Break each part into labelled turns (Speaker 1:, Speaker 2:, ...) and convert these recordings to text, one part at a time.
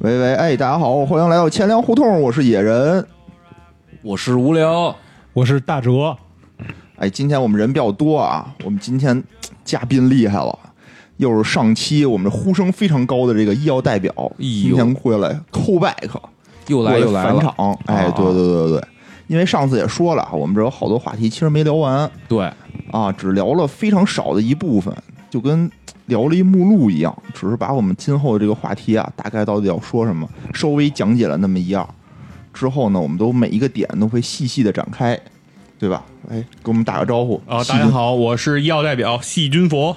Speaker 1: 喂喂，哎，大家好，欢迎来到千粮胡同，我是野人。
Speaker 2: 我是无聊，
Speaker 3: 我是大哲，
Speaker 1: 哎，今天我们人比较多啊，我们今天嘉宾厉害了，又是上期我们呼声非常高的这个医药代表，今天过来 call back，
Speaker 2: 又来又来
Speaker 1: 返
Speaker 2: 了，
Speaker 1: 场。哎，对对对对对，因为上次也说了啊，我们这有好多话题其实没聊完
Speaker 2: 对，
Speaker 1: 啊，只聊了非常少的一部分，就跟聊了一目录一样，只是把我们今后的这个话题啊，大概到底要说什么，稍微讲解了那么一二。之后呢，我们都每一个点都会细细的展开，对吧？哎，给我们打个招呼
Speaker 4: 啊、
Speaker 1: 细
Speaker 4: 大家
Speaker 1: 致
Speaker 4: 好，我是医药代表细菌佛。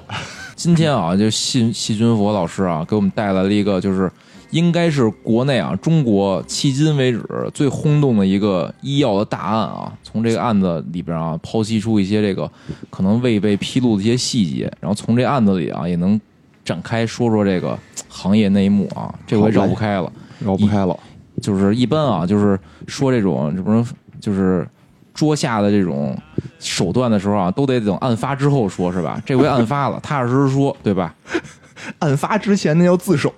Speaker 2: 今天啊，就细细菌佛老师啊，给我们带来了一个，就是应该是国内啊，中国迄今为止最轰动的一个医药的大案啊。从这个案子里边啊，剖析出一些这个可能未被披露的一些细节，然后从这案子里啊，也能展开说说这个行业内幕啊。这回绕不开了，
Speaker 1: 绕不开了。
Speaker 2: 就是一般啊，就是说这种这不是就是桌下的这种手段的时候啊，都得等案发之后说，是吧？这回案发了，踏踏实实说，对吧？
Speaker 1: 案发之前那叫自首，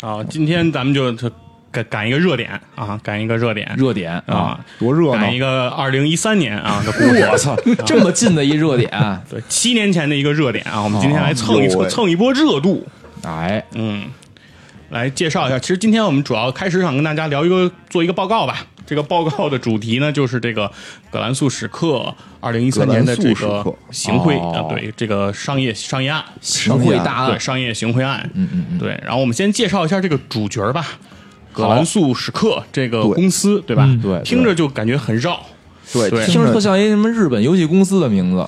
Speaker 4: 啊，今天咱们就就赶赶一个热点啊，赶一个热点
Speaker 2: 热点啊，
Speaker 4: 啊，
Speaker 1: 多热闹
Speaker 4: 赶！一个二零一三年啊的故事。
Speaker 2: 我操，这么近的一热点，啊
Speaker 4: 对，七年前的一个热点啊，我们今天来蹭一
Speaker 1: 哦
Speaker 4: 蹭、
Speaker 1: 呦喂
Speaker 4: 蹭一波热度。
Speaker 2: 哎，
Speaker 4: 嗯，来介绍一下，其实今天我们主要开始想跟大家聊一个做一个报告吧。这个报告的主题呢，就是这个葛兰素史克二零一三年的这
Speaker 1: 葛兰素史
Speaker 4: 个
Speaker 1: 克
Speaker 4: 行贿啊
Speaker 2: 哦，
Speaker 4: 对这个商业商业案，
Speaker 2: 行贿大
Speaker 4: 对
Speaker 2: 案，
Speaker 4: 商业行贿案。嗯嗯嗯，对。然后我们先介绍一下这个主角吧，葛兰素史克这个公司，对吧？
Speaker 2: 对对
Speaker 4: 听着就感觉很绕。
Speaker 1: 对
Speaker 4: 对
Speaker 2: 听着特像一什么日本游戏公司的名字，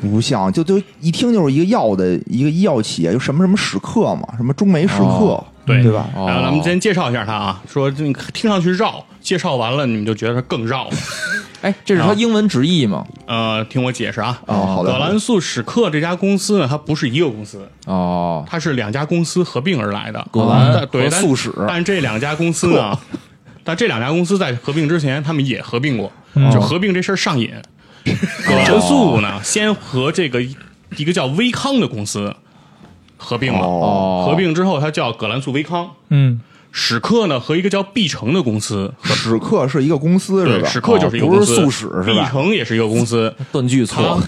Speaker 1: 不像，就就一听就是一个药的一个医药企业，就什么什么史克嘛，什么中美史克，
Speaker 2: 哦
Speaker 4: 对
Speaker 1: 嗯对吧？
Speaker 2: 哦
Speaker 4: 然后咱们先介绍一下他啊，说这个听上去绕，介绍完了你们就觉得它更绕了。
Speaker 2: 哎，这是
Speaker 4: 啊
Speaker 2: 它英文直译吗？
Speaker 4: 呃，听我解释啊。
Speaker 1: 哦好的
Speaker 4: 葛兰素史克这家公司呢，它不是一个公司，
Speaker 2: 哦，
Speaker 4: 它是两家公司合并而来的。啊
Speaker 2: 葛兰
Speaker 4: 但对
Speaker 2: 和
Speaker 4: 但
Speaker 2: 素史
Speaker 4: 但这两家公司 呢，但这两家公司在合并之前，他们也合并过，
Speaker 2: 哦
Speaker 4: 就合并这事儿 上瘾。葛兰素呢，先和这个一个叫威康的公司合并了，
Speaker 1: 哦，
Speaker 4: 合并之后它叫葛兰素威康。
Speaker 3: 嗯，
Speaker 4: 史克呢和一个叫必成的公司合
Speaker 1: 史克是一个公司是
Speaker 4: 对，
Speaker 1: 吧？
Speaker 4: 史克就是一个
Speaker 2: 哦
Speaker 4: 公司，
Speaker 2: 不是素史是吧
Speaker 4: 必成也是一个公司，
Speaker 2: 断句
Speaker 4: 它
Speaker 2: 错，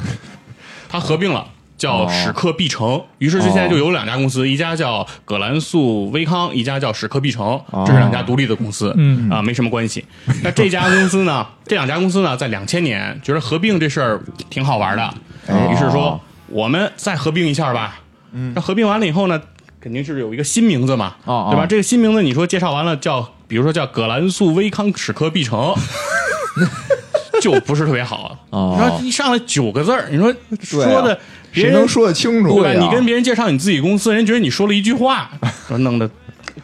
Speaker 4: 它合并了。叫
Speaker 2: 哦
Speaker 4: 史克必成，于是就现在就有两家公司，一家叫葛兰素威康，一家叫史克必成，
Speaker 2: 哦
Speaker 4: 这是两家独立的公司，
Speaker 3: 嗯
Speaker 4: 啊，没什么关系。那这家公司呢， 这两家公司呢，在两千年觉得合并这事儿挺好玩的，
Speaker 2: 哦
Speaker 4: 于是说我们再合并一下吧。那合并完了以后呢，肯定是有一个新名字嘛，
Speaker 2: 嗯哦哦
Speaker 4: 对吧？这个新名字你说介绍完了叫，比如说叫葛兰素威康史克必成， 就不是特别好。啊
Speaker 2: 哦
Speaker 4: 然后一上来九个字儿，你说说的别
Speaker 1: 谁
Speaker 4: 人
Speaker 1: 能说得清楚？
Speaker 4: 对吧？
Speaker 1: 呀
Speaker 4: 你跟别人介绍你自己公司，人觉得你说了一句话，说弄得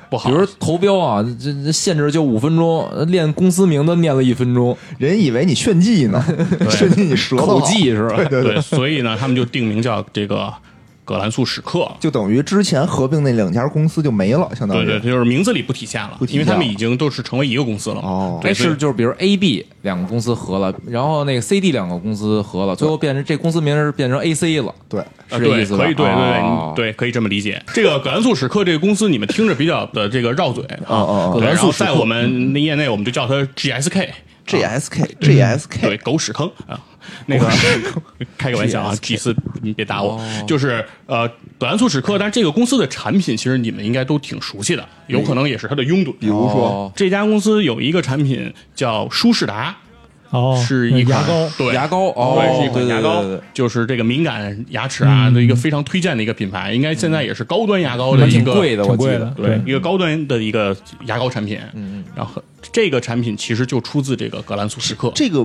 Speaker 4: 不好。
Speaker 2: 比如投标啊，这这限制就五分钟，练公司名字念了一分钟，
Speaker 1: 人以为你炫技呢， 炫技你舌头
Speaker 2: 口
Speaker 1: 好
Speaker 2: 技是吧？
Speaker 4: 对所以呢，他们就定名叫这个葛兰素史克。
Speaker 1: 就等于之前合并那两家公司就没了，相当于
Speaker 4: 对对，就是名字里不体现了，
Speaker 1: 嗯不体
Speaker 4: 因为他
Speaker 1: 现
Speaker 4: 们
Speaker 1: 了
Speaker 4: 已经都是成为一个公司了嘛。
Speaker 1: 哦
Speaker 4: 对，
Speaker 2: 哎，
Speaker 4: 所以
Speaker 2: 是就是比如 A、B 两个公司合了，然后那个 C、D 两个公司合了，最后变成这公司名是变成 A、C 了，
Speaker 1: 对
Speaker 4: 啊，
Speaker 2: 是这
Speaker 4: 对，
Speaker 2: 意思吧？
Speaker 4: 可以，对对对，
Speaker 2: 哦
Speaker 4: 你对，可以这么理解。这个葛兰素史克这个公司，你们听着比较的这个绕嘴
Speaker 1: 哦
Speaker 4: 啊
Speaker 1: 哦，
Speaker 2: 葛
Speaker 4: 对
Speaker 2: 兰
Speaker 4: 然
Speaker 2: 素
Speaker 4: 后
Speaker 2: 史克
Speaker 4: 在我们那业内，我们就叫它 GSK。
Speaker 1: ，GSK
Speaker 4: 对
Speaker 1: GSK
Speaker 4: 狗屎坑啊！那个 开个玩笑啊，G 四你别打我。
Speaker 2: 哦
Speaker 4: 就是呃，葛兰素史克，但是这个公司的产品其实你们应该都挺熟悉的，有可能也是它的拥趸。比
Speaker 1: 如说
Speaker 2: 哦
Speaker 4: 这家公司有一个产品叫舒适达，
Speaker 3: 哦，
Speaker 4: 是一
Speaker 3: 牙
Speaker 4: 款
Speaker 3: 膏，
Speaker 4: 对
Speaker 2: 牙膏哦
Speaker 4: 对，是一
Speaker 2: 对
Speaker 4: 款
Speaker 2: 对
Speaker 4: 牙
Speaker 2: 对
Speaker 4: 膏
Speaker 2: 对嗯对，
Speaker 4: 就是这个敏感牙齿啊的一个非常推荐的一个品牌，应该现在也是高端牙膏的
Speaker 2: 还
Speaker 4: 一
Speaker 2: 挺
Speaker 4: 个
Speaker 2: 贵的，我
Speaker 3: 挺
Speaker 2: 记
Speaker 3: 贵
Speaker 2: 得
Speaker 3: 的。
Speaker 4: 对，一个高端的一个牙膏产品。嗯，然后这个产品其实就出自这个格兰素史克。
Speaker 1: 这个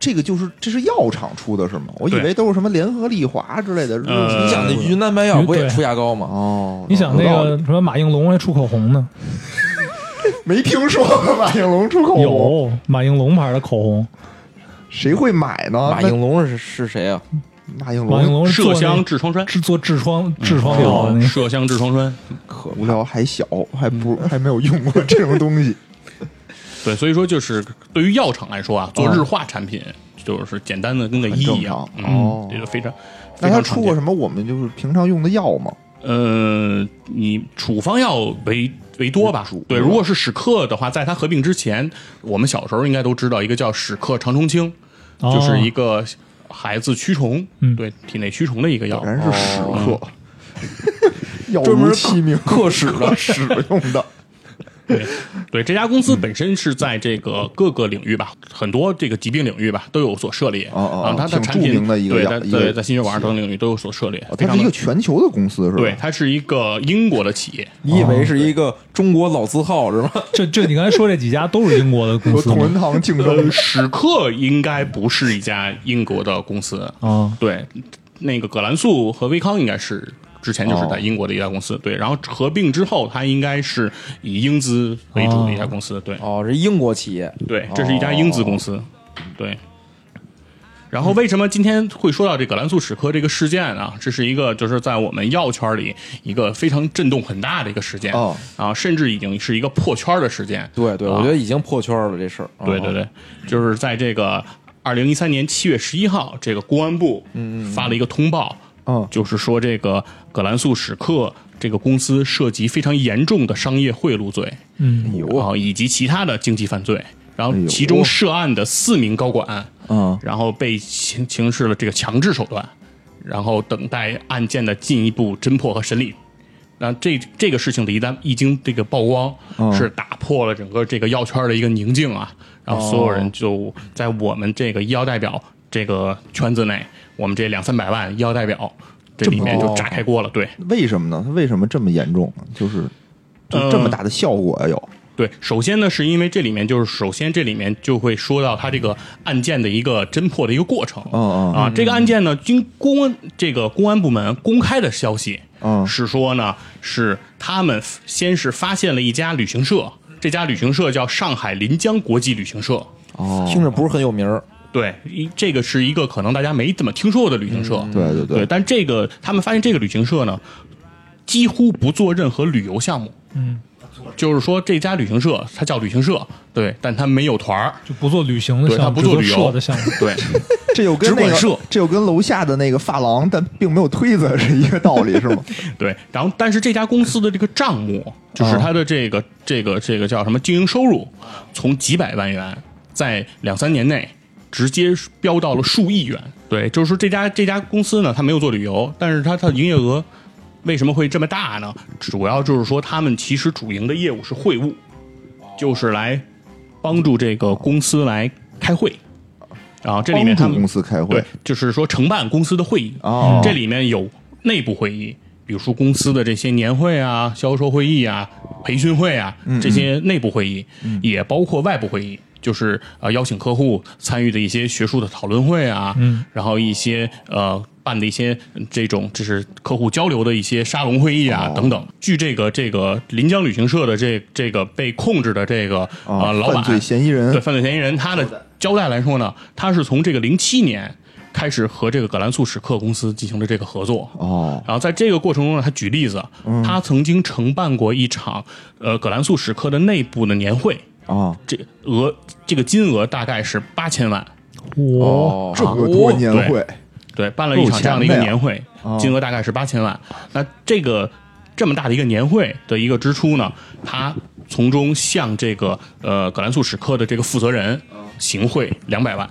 Speaker 1: 这个就是这是药厂出的是吗？我以为
Speaker 4: 嗯啊对
Speaker 1: 都是什么联合利华之类的。
Speaker 4: 呃
Speaker 2: 你
Speaker 1: 你
Speaker 2: 想
Speaker 1: 想
Speaker 2: 那
Speaker 1: 那
Speaker 2: 云南白药
Speaker 3: 嗯
Speaker 2: 不也
Speaker 3: 对
Speaker 2: 出牙膏吗？
Speaker 1: 哦，
Speaker 3: 你想那个什么马应龙还出口红呢？
Speaker 1: 没听说过马应龙出口
Speaker 4: 哦
Speaker 1: 红，
Speaker 3: 有马应龙牌的口红，
Speaker 1: 谁会买呢？
Speaker 2: 马应龙是是谁啊？
Speaker 1: 那马应
Speaker 3: 马应
Speaker 1: 龙
Speaker 3: 龙是
Speaker 4: 哦麝
Speaker 3: 做那
Speaker 4: 香嗯痔疮栓，
Speaker 3: 是做痔疮痔疮药
Speaker 4: 哦
Speaker 3: 的那个。
Speaker 4: 麝香痔疮栓。
Speaker 1: 可无聊还小，还不还没有用过这种东西。
Speaker 4: 对，所以说就是对于药厂来说啊，
Speaker 3: 嗯
Speaker 4: 做日化产品就是简单的跟个一一样
Speaker 1: 很，正常
Speaker 4: 嗯
Speaker 1: 哦
Speaker 4: 这个非常。
Speaker 1: 那
Speaker 4: 非
Speaker 1: 他
Speaker 4: 常
Speaker 1: 出
Speaker 4: 常
Speaker 1: 过
Speaker 4: 见
Speaker 1: 什么我们就是平常用的药吗？
Speaker 4: 呃，你处方药为为多吧？对，
Speaker 1: 嗯
Speaker 4: 如果是史克的话，在它合并之前，我们小时候应该都知道一个叫史克长虫清，
Speaker 3: 哦
Speaker 4: 就是一个孩子驱虫，
Speaker 3: 嗯
Speaker 4: 对，体内驱虫的一个药
Speaker 1: 果。然是屎
Speaker 4: 哦
Speaker 1: 壳， 药
Speaker 2: 专门
Speaker 1: 如其名，
Speaker 2: 克史的
Speaker 1: 克屎 用的。
Speaker 4: 对，对，这家公司本身是在这个各个领域吧，很多这个疾病领域吧都有所涉猎。
Speaker 1: 哦哦哦
Speaker 4: 啊它它
Speaker 1: 挺
Speaker 4: 产
Speaker 1: 著
Speaker 4: 品
Speaker 1: 名的一个
Speaker 4: 对，
Speaker 1: 药
Speaker 4: 在
Speaker 1: 一个
Speaker 4: 对在心血管儿等领域都有所涉猎
Speaker 1: 哦，它
Speaker 4: 非常
Speaker 1: 是一个
Speaker 4: 的
Speaker 1: 全球的公司是吧？
Speaker 4: 对，它是一个英国的企业。
Speaker 2: 你以为是一个中国老字号是吗？
Speaker 3: 这这你刚才说这几家都是英国的公
Speaker 1: 和
Speaker 3: 司吗
Speaker 1: 同仁堂竞
Speaker 4: 呃，
Speaker 1: 争。
Speaker 4: 史克应该不是一家英国的公司，
Speaker 3: 啊，
Speaker 4: 对，那个葛兰素和威康应该是之前就是
Speaker 1: 哦
Speaker 4: 在英国的一家公司，对，然后合并之后，它应该是以英资为主的一家公司，对，
Speaker 2: 哦，是英国企业。
Speaker 4: 对，这是一家英资公司，
Speaker 2: 哦
Speaker 4: 对。然后为什么今天会说到这葛兰素史克这个事件啊？这是一个就是在我们药圈里一个非常震动很大的一个事件、
Speaker 1: 哦
Speaker 4: 啊，甚至已经是一个破圈的事件。
Speaker 2: 对对，
Speaker 4: 啊
Speaker 2: 我觉得已经破圈了这事儿。
Speaker 4: 对对
Speaker 2: 啊，
Speaker 4: 对，就是在这个二零一三年七月十一号，这个公安部
Speaker 2: 嗯
Speaker 4: 发了一个通报，
Speaker 1: 嗯
Speaker 2: 哦
Speaker 4: 就是说这个葛兰素史克这个公司涉及非常严重的商业贿赂罪，
Speaker 2: 哎
Speaker 3: 嗯，
Speaker 2: 啊
Speaker 4: 然后以及其他的经济犯罪，然后其中涉案的四名高管，
Speaker 2: 嗯，
Speaker 4: 然后被行行使了这个强制手段，然后等待案件的进一步侦破和审理。那这这个事情的一旦一经这个曝光，是打破了整个这个药圈的一个宁静啊，然后所有人就在我们这个医药代表这个圈子内，我们这两三百万医药代表这里面就炸开锅了，对。
Speaker 1: 为什么呢？它为什么这么严重呢？就是就
Speaker 4: 呃
Speaker 1: 这么大的效果呀？有
Speaker 4: 对，首先呢，是因为这里面就是首先这里面就会说到他这个案件的一个侦破的一个过程。
Speaker 1: 嗯嗯
Speaker 4: 啊，这个案件呢，经公安这个公安部门公开的消息，
Speaker 1: 嗯
Speaker 4: 是说呢，是他们先是发现了一家旅行社，这家旅行社叫上海临江国际旅行社。
Speaker 1: 哦，
Speaker 2: 听着不是很有名儿。
Speaker 4: 对，一这个是一个可能大家没怎么听说过的旅行社。
Speaker 1: 嗯对对
Speaker 4: 对，，但这个他们发现这个旅行社呢，几乎不做任何旅游项目。
Speaker 3: 嗯，
Speaker 4: 就是说这家旅行社它叫旅行社，对，但它没有团儿，
Speaker 3: 就不做旅行的
Speaker 4: 对
Speaker 3: 项
Speaker 4: 他
Speaker 3: 目，
Speaker 4: 不做旅
Speaker 3: 只
Speaker 4: 游
Speaker 3: 社的项目，
Speaker 4: 对，
Speaker 1: 这又跟
Speaker 4: 只
Speaker 1: 那
Speaker 4: 管
Speaker 1: 个
Speaker 4: 射
Speaker 1: 这又跟楼下的那个发廊，但并没有推子是一个道理，是吗？
Speaker 4: 对。然后，但是这家公司的这个账目，就是
Speaker 1: 哦
Speaker 4: 它的这个、这个这个叫什么经营收入，从几百万元在两三年内。直接飙到了数亿元，对，就是说这家这家公司呢，它没有做旅游，但是它它的营业额为什么会这么大呢？主要就是说他们其实主营的业务是会务，就是来帮助这个公司来开会，然 后这里面
Speaker 1: 帮
Speaker 4: 他
Speaker 1: 助
Speaker 4: 们
Speaker 1: 公司开会
Speaker 4: 对，就是说承办公司的会议。
Speaker 1: 哦
Speaker 4: 这里面有内部会议，比如说公司的这些年会啊、销售会议啊、培训会啊
Speaker 1: 嗯
Speaker 4: 这些内部会议，也包括外部会议。就是呃，邀请客户参与的一些学术的讨论会啊，
Speaker 3: 嗯
Speaker 4: 然后一些呃办的一些嗯这种就是客户交流的一些沙龙会议啊、
Speaker 1: 哦
Speaker 4: 等等。据这个这个临江旅行社的这这个被控制的这个
Speaker 1: 啊
Speaker 4: 呃老
Speaker 1: 犯
Speaker 4: 板
Speaker 1: 罪嫌疑人
Speaker 4: 对犯罪嫌疑人他的交代来说呢，他是从这个零七年开始和这个葛兰素史克公司进行了这个合作。
Speaker 1: 哦，
Speaker 4: 然后在这个过程中呢，他举例子，他曾经承办过一场呃葛兰素史克的内部的年会，
Speaker 1: 啊，
Speaker 4: 这额这个金额大概是八千万，哦
Speaker 3: 哇，
Speaker 2: 哦
Speaker 1: 这
Speaker 2: 啊
Speaker 1: 么多年会，
Speaker 4: 对，办了一场这样的一个年会，金额大概是八千万。那这个这么大的一个年会的一个支出呢，他从中向这个呃葛兰素史克的这个负责人行贿两百万，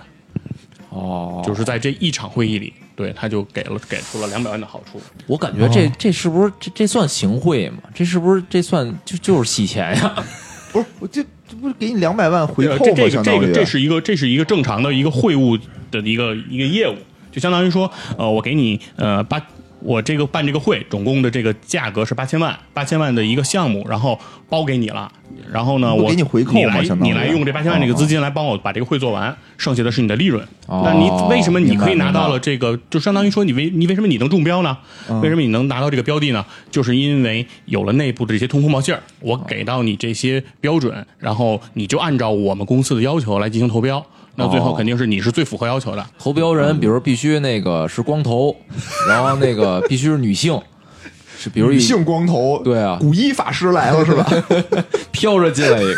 Speaker 2: 哦，
Speaker 4: 就是在这一场会议里，对他就给了给出了两百万的好处。
Speaker 2: 我感觉
Speaker 4: 哦
Speaker 2: 这这是不是这这算行贿吗？这是不是这算就就是洗钱呀？
Speaker 1: 不是我这这不是给你两百万回
Speaker 4: 对，
Speaker 1: 扣
Speaker 4: 呃这
Speaker 1: 吗？
Speaker 4: 这
Speaker 1: 相
Speaker 4: 个
Speaker 1: 当于
Speaker 4: 这
Speaker 1: 啊
Speaker 4: 个这是一个这是一个正常的一个会务的一个一个业务，就相当于说，呃，我给你呃八，我这个办这个会，总共的这个价格是八千万，八千万的一个项目，然后包给你了，然后呢，
Speaker 1: 我
Speaker 4: 我
Speaker 1: 给你回扣
Speaker 4: 你
Speaker 1: 嘛
Speaker 4: 来
Speaker 1: 相当于
Speaker 4: 你来用这八千万这个资金来帮我把这个会做完，剩下的是你的利润。
Speaker 2: 哦
Speaker 4: 那你为什么你
Speaker 2: 明白
Speaker 4: 可以拿到
Speaker 2: 明白
Speaker 4: 了这个，就相当于说你为你为什么你能中标呢？为什么你能拿到这个标的呢？就是因为有了内部的这些通风报信儿，我给到你这些标准，然后你就按照我们公司的要求来进行投标。那最后肯定是你是最符合要求的，
Speaker 2: 投标
Speaker 4: 嗯
Speaker 2: 人，比如必须那个是光 头，然后那个必须是女性，是比如
Speaker 1: 女性光头，
Speaker 2: 对啊
Speaker 1: 古一法师来了是吧？
Speaker 2: 飘 着进来一个，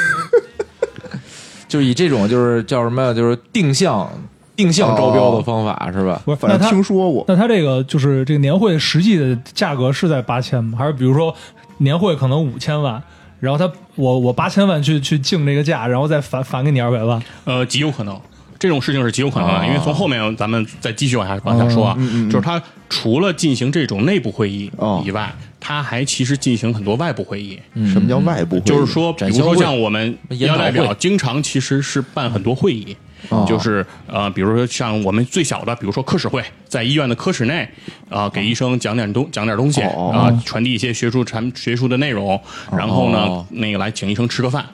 Speaker 2: 就是以这种就是叫什么呀，就是定向定向招标的方
Speaker 4: 哦
Speaker 2: 法是吧？
Speaker 3: 不是，
Speaker 1: 反
Speaker 3: 那
Speaker 1: 正
Speaker 3: 他
Speaker 1: 听说过，
Speaker 3: 那他这个就是这个年会实际的价格是在八千吗？还是比如说年会可能五千万，然后他我我八千万去去竞这个价，然后再返返给你二百万？
Speaker 4: 呃，极有可能。这种事情是极有可能的，
Speaker 2: 哦
Speaker 4: 因为从后面咱们再继续往下往下说啊，就是他除了进行这种内部会议
Speaker 1: 哦嗯
Speaker 4: 以外，他还其实进行很多外部会议，
Speaker 1: 什么叫外部会议？
Speaker 4: 就是说，比
Speaker 2: 展
Speaker 4: 如
Speaker 2: 销会
Speaker 4: 说像我们
Speaker 2: 研讨会
Speaker 4: 要代表，经常其实是办很多会议，
Speaker 1: 哦
Speaker 4: 就是呃，比如说像我们最小的，比如说科室会，在医院的科室内，啊、给医生讲点东讲点东西，啊、
Speaker 1: 哦
Speaker 4: 传递一些学术产学术的内容，然后呢，
Speaker 2: 哦
Speaker 4: 那个来请医生吃个饭，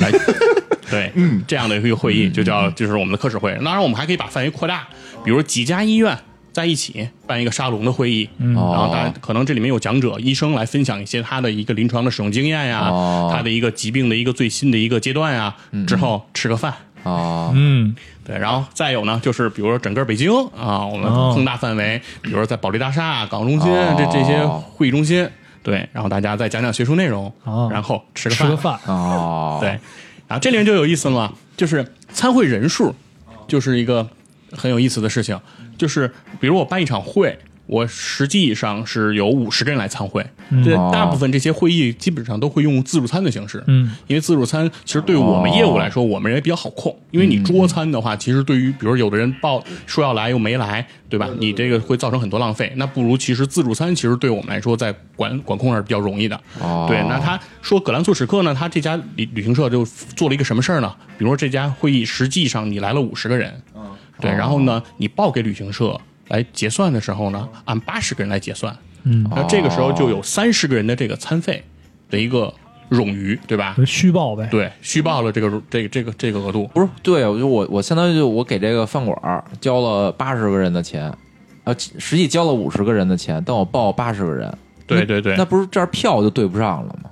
Speaker 4: 来。对，嗯，这样的一个会议就叫就是我们的科室会。当然，我们还可以把范围扩大，比如几家医院在一起办一个沙龙的会议，嗯，
Speaker 2: 哦
Speaker 4: 然后大家可能这里面有讲者、医生来分享一些他的一个临床的使用经验呀，
Speaker 2: 哦嗯
Speaker 4: 他的一个疾病的一个最新的一个阶段呀，之后吃个饭。
Speaker 2: 啊，
Speaker 3: 嗯，
Speaker 4: 对，然后再有呢，就是比如说整个北京啊，我们
Speaker 3: 哦
Speaker 4: 更大范围，比如说在保利大厦、港中心、
Speaker 2: 哦
Speaker 4: 这这些会议中心，对，然后大家再讲讲学术内容，
Speaker 3: 哦
Speaker 4: 然后吃个
Speaker 3: 吃
Speaker 4: 饭，
Speaker 3: 个饭，
Speaker 2: 哦，
Speaker 4: 对，，然后这里面就有意思了嘛，就是参会人数，就是一个很有意思的事情，就是比如我办一场会。我实际上是有五十个人来参会，这
Speaker 2: 哦
Speaker 4: 大部分这些会议基本上都会用自助餐的形式，
Speaker 3: 嗯，
Speaker 4: 因为自助餐其实对我们业务来说，我们人也比较好
Speaker 2: 哦
Speaker 4: 控，因为你桌餐的话，其实对于比如有的人报说要来又没来，对
Speaker 2: 嗯
Speaker 4: 吧？你这个会造成很多浪费，那不如其实自助餐其实对我们来说在管管控上是比较容易的，
Speaker 2: 哦，
Speaker 4: 对，那他说葛兰素史克呢，他这家旅旅行社就做了一个什么事儿呢？比如说这家会议实际上你来了五十个人，对，然后呢，你报给旅行社来结算的时候呢，按八十个人来结算，
Speaker 3: 嗯，
Speaker 4: 那这个时候就有三十个人的这个餐费的一个冗余，对吧？
Speaker 3: 虚报呗。
Speaker 4: 对，虚报了这个这个这个这个额度，
Speaker 2: 不是对，我就我我相当于就我给这个饭馆儿交了八十个人的钱，呃，实际交了五十个人的钱，但我报八十个人，
Speaker 4: 对对对
Speaker 2: 那，不是这儿票就对不上了吗？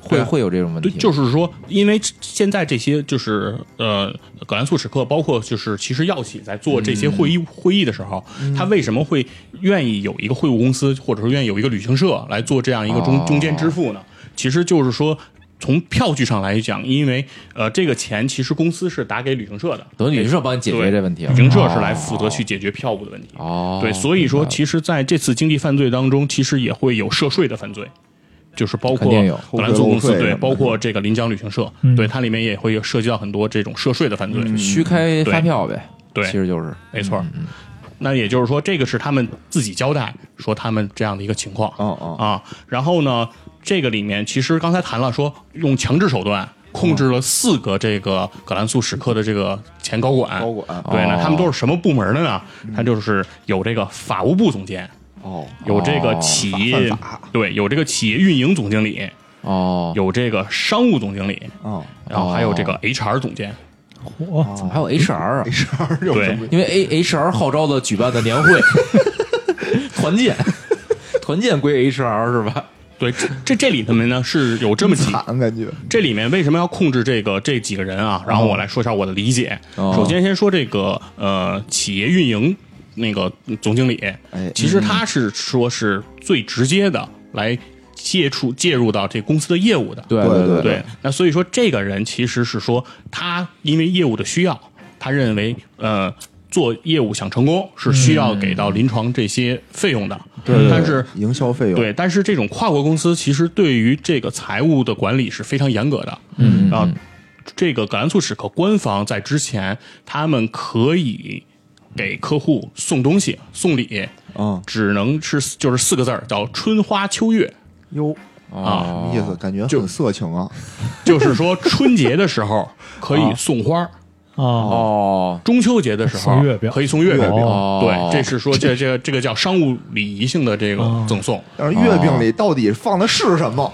Speaker 2: 会
Speaker 4: 对啊
Speaker 2: 会有这种问题
Speaker 4: 对，
Speaker 2: 吗，
Speaker 4: 就是说，因为现在这些就是呃，葛兰素史克，包括就是其实药企在做这些会议、会议的时候，他为什么会愿意有一个会务公司，或者说愿意有一个旅行社来做这样一个中、
Speaker 2: 哦
Speaker 4: 中间支付呢？其实就是说。从票据上来讲，因为呃，这个钱其实公司是打给旅行社的，
Speaker 2: 等于旅行社帮你解决
Speaker 4: 对
Speaker 2: 这问题了，
Speaker 4: 旅行社是来负责去解决票务的问题。
Speaker 2: 哦，
Speaker 4: 对，所以说其实在这次经济犯罪当中，其实也会有涉税的犯罪，就是包
Speaker 2: 肯
Speaker 4: 括
Speaker 2: 定有
Speaker 4: 葛兰素公
Speaker 1: 偷
Speaker 4: 司
Speaker 1: 税什么
Speaker 4: 对，
Speaker 1: 的
Speaker 4: 包括这个临江旅行社，对它里面也会有涉及到很多这种涉税的犯罪，
Speaker 2: 虚开发票呗，
Speaker 4: 对
Speaker 2: 嗯其实就是
Speaker 4: 没错。那也就是说，这个是他们自己交代说他们这样的一个情况
Speaker 1: 哦哦
Speaker 4: 啊。然后呢，这个里面其实刚才谈了说用强制手段控制了四个这个葛兰素史克的这个前高管，
Speaker 1: 高管
Speaker 4: 对，那
Speaker 2: 哦
Speaker 4: 他们都是什么部门的呢？他就是有这个法务部总监，
Speaker 1: 哦，
Speaker 4: 有这个企业、
Speaker 1: 犯法
Speaker 4: 对，有这个企业运营总经理，
Speaker 2: 哦，
Speaker 4: 有这个商务总经理，
Speaker 1: 哦，
Speaker 4: 然后还有这个 HR 总监。
Speaker 3: 嚯，
Speaker 2: 还有 HR 啊，
Speaker 1: 没事儿，有什么
Speaker 2: 因为 A HR 号召的举办的年会， 团建，团建归 HR 是吧？
Speaker 4: 对，这这这里面呢是有这么几，
Speaker 1: 惨啊感觉？
Speaker 4: 这里面为什么要控制这个这几个人啊？然后我来说一下我的理解。
Speaker 2: 哦
Speaker 4: 首先先说这个呃企业运营那个总经理，
Speaker 1: 哎
Speaker 4: 其实他是说是最直接的来接触介入到这公司的业务的。
Speaker 2: 对
Speaker 1: 对
Speaker 2: 对
Speaker 1: 对
Speaker 4: 对，那所以说这个人其实是说他因为业务的需要，他认为呃做业务想成功是需要给到临床这些费用的，
Speaker 1: 对
Speaker 4: 但是。
Speaker 1: 营销费用
Speaker 4: 对，但是这种跨国公司其实对于这个财务的管理是非常严格的。
Speaker 2: 嗯
Speaker 4: 然后，这个葛兰素史克官方在之前，他们可以给客户送东西、送礼，
Speaker 1: 啊，
Speaker 4: 只能是就是四个字儿，叫春花秋月。
Speaker 1: 哟，
Speaker 4: 啊
Speaker 2: 哦
Speaker 1: 意思感觉很色情啊，
Speaker 4: 就是说春节的时候可以送花儿，
Speaker 3: 啊，
Speaker 2: 哦
Speaker 4: 中秋节的时候
Speaker 3: 送月饼
Speaker 4: 可以送月饼。
Speaker 2: 哦
Speaker 4: 对，这是说这这这个叫商务礼仪性的这个
Speaker 3: 哦
Speaker 4: 赠送。
Speaker 1: 但是月饼里到底放的是什么？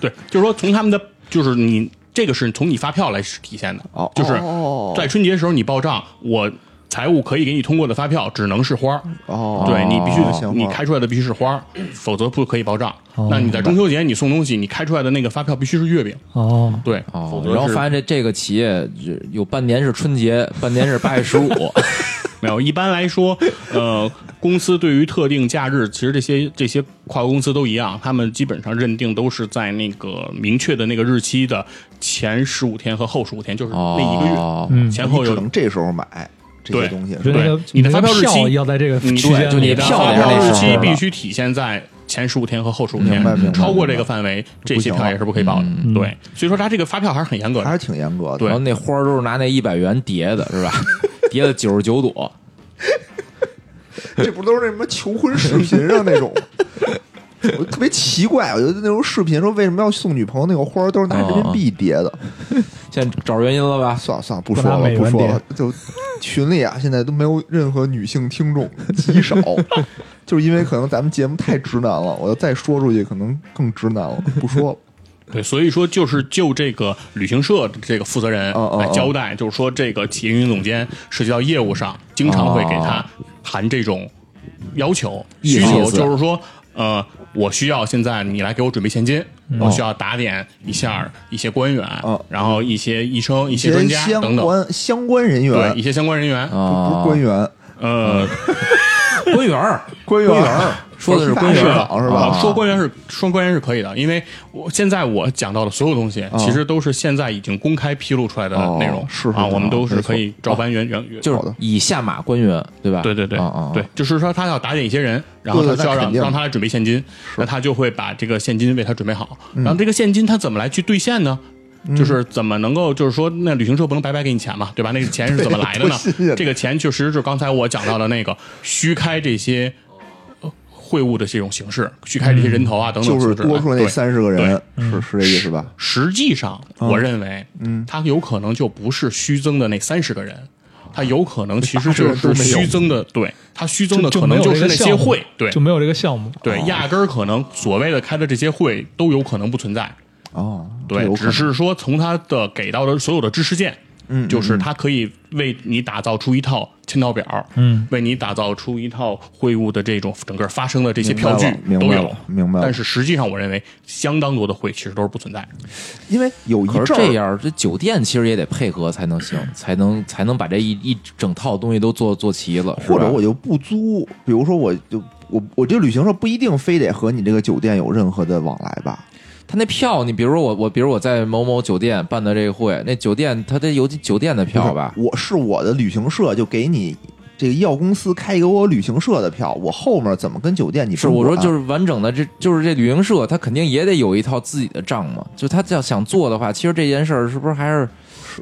Speaker 4: 对，就是说从他们的就是你这个是从你发票来体现的，
Speaker 1: 哦
Speaker 4: 就是
Speaker 1: 哦
Speaker 4: 在春节的时候你报账，我财务可以给你通过的发票只能是花儿。
Speaker 1: 哦，
Speaker 4: 对你必须
Speaker 1: 哦
Speaker 4: 得
Speaker 1: 行
Speaker 4: 你
Speaker 1: 花
Speaker 4: 开出来的必须是花儿，否则不可以报账。那你在中秋节你送东西，你开出来的那个发票必须是月饼，
Speaker 3: 哦，
Speaker 4: 对，否
Speaker 2: 哦，
Speaker 4: 则
Speaker 2: 然后
Speaker 4: 是
Speaker 2: 发现这这个企业有半年是春节，半年是八月十五，
Speaker 4: 没有，一般来说，呃，公司对于特定假日，其实这些这些跨国公司都一样，他们基本上认定都是在那个明确的那个日期的前十五天和后十五天，就是那一个月、
Speaker 2: 哦
Speaker 3: 嗯
Speaker 4: 前后
Speaker 1: 你只
Speaker 4: 有
Speaker 1: 能这时候买，这些
Speaker 4: 对
Speaker 1: 东西。
Speaker 3: 觉
Speaker 1: 是
Speaker 3: 得
Speaker 1: 吧
Speaker 3: 那个
Speaker 4: 你的发票日期
Speaker 3: 票要在这个
Speaker 4: 你
Speaker 3: 区间
Speaker 2: 对就
Speaker 3: 里，
Speaker 2: 你
Speaker 4: 的
Speaker 2: 票
Speaker 4: 发
Speaker 2: 也是
Speaker 4: 票
Speaker 2: 那
Speaker 4: 日
Speaker 2: 时候
Speaker 4: 期
Speaker 2: 了
Speaker 4: 必须体现在前十五天和后十五天
Speaker 1: 明白明白，
Speaker 4: 超过这个范围，这些票也是不可以报的。对，所以说他这个发票还是很严格
Speaker 1: 还
Speaker 4: 的。
Speaker 1: 是挺严格的。
Speaker 4: 对
Speaker 2: 然后那花儿都是拿那一百元叠的，是吧？叠了九十九朵，
Speaker 1: 这不都是什么求婚视频上 那种吗？我特别奇怪，我觉得那种视频说为什么要送女朋友那个花儿都是拿
Speaker 4: 哦
Speaker 1: 人民币叠的，
Speaker 2: 现在找着原因了吧？
Speaker 1: 算了算了，不说了
Speaker 3: 不拿美元
Speaker 1: 不说了，就群里啊现在都没有任何女性听众，极 少，就是因为可能咱们节目太直男了，我要再说出去可能更直男了，不说了。
Speaker 4: 对，所以说就是就这个旅行社的这个负责人
Speaker 1: 哦哦
Speaker 4: 来交代，就是说这个企业运营总监涉及到业务上，经常会给他
Speaker 1: 哦
Speaker 4: 谈这种要求
Speaker 2: 意
Speaker 4: 需
Speaker 2: 思
Speaker 4: 求
Speaker 2: 意，思
Speaker 4: 就是说，呃，我需要现在你来给我准备现金，我需要打点一下一些官员
Speaker 1: 哦，
Speaker 4: 然后一些医生、一
Speaker 1: 一些
Speaker 4: 些专家
Speaker 1: 相
Speaker 4: 等等，
Speaker 1: 关相关人员啊哦
Speaker 4: 对，一些相关人员，
Speaker 1: 不是
Speaker 2: 啊，
Speaker 1: 官员，
Speaker 4: 呃，
Speaker 2: 官员儿，
Speaker 1: 官员儿
Speaker 2: 说的是官
Speaker 1: 是
Speaker 2: 员
Speaker 1: 吧长
Speaker 2: 儿
Speaker 1: 是
Speaker 4: 啊
Speaker 1: 吧？
Speaker 4: 说官员是说官员是可以的，因为我现在我讲到的所有东西，其实都是现在已经公开披露出来的内容
Speaker 1: 哦，是是
Speaker 4: 啊，
Speaker 1: 是
Speaker 4: 我们都是
Speaker 1: 没错
Speaker 4: 可以照搬原原原。
Speaker 2: 就是
Speaker 1: 好的
Speaker 2: 以下马官员，对吧？
Speaker 4: 对对对
Speaker 2: 啊啊，啊
Speaker 4: 对，，就是说他要打点一些人，然后
Speaker 1: 对对
Speaker 4: 他需要
Speaker 1: 那
Speaker 4: 让
Speaker 1: 肯定
Speaker 4: 让他来准备现金，那他就会把这个现金为他准备好。然
Speaker 1: 嗯
Speaker 4: 后这个现金他怎么来去兑现呢？就是怎么能够，就是说，那旅行社不能白白给你钱嘛，对吧？那个钱是怎么来 的呢
Speaker 1: 多新鲜？
Speaker 4: 这个钱确实就是刚才我讲到的那个虚开这些呃会务的这种形式，虚开这些人头啊等等
Speaker 1: 就
Speaker 4: 形式
Speaker 1: 是
Speaker 4: 啊，
Speaker 1: 多出来那
Speaker 4: 对
Speaker 1: 三十个人，
Speaker 3: 嗯
Speaker 1: 是是这意思吧？
Speaker 4: 实际上，我认为，嗯，他有可能就不是虚增的那三十个人，他有可能其实就是虚增的，对，他虚增的
Speaker 3: 就
Speaker 4: 可能
Speaker 3: 就没有
Speaker 4: 就是
Speaker 3: 这个
Speaker 4: 那些
Speaker 3: 项目
Speaker 4: 会，对
Speaker 3: 就没有这个项目。
Speaker 4: 对，压根儿可能所谓的开的这些会都有可能不存在，
Speaker 1: 哦，这
Speaker 4: 对
Speaker 1: 有，可能
Speaker 4: 只是说从他的给到的所有的知识件。嗯，就是他可以为你打造出一套签到表，
Speaker 3: 嗯，
Speaker 4: 为你打造出一套会务的这种整个发生的这些票据
Speaker 1: 明白
Speaker 4: 都
Speaker 1: 了
Speaker 4: 有，
Speaker 1: 明白了明白了
Speaker 4: 但是实际上，我认为相当多的会其实都是不存在的。
Speaker 1: 因为有一
Speaker 2: 可是
Speaker 1: 阵
Speaker 2: 这
Speaker 1: 儿
Speaker 2: 样，这酒店其实也得配合才能行，才能才能把这一一整套东西都做做齐了，是吧
Speaker 1: 或者我就不租，比如说我就我我这旅行社不一定非得和你这个酒店有任何的往来吧？
Speaker 2: 他那票，你比如说我我比如我在某某酒店办的这个会，那酒店他得有酒店的票吧？
Speaker 1: 我是我的旅行社，就给你这个药公司开给我旅行社的票，我后面怎么跟酒店你
Speaker 2: 是我说就是是完整的，这就是这旅行社，他肯定也得有一套自己的账嘛。就他要想做的话，其实这件事儿是不是还是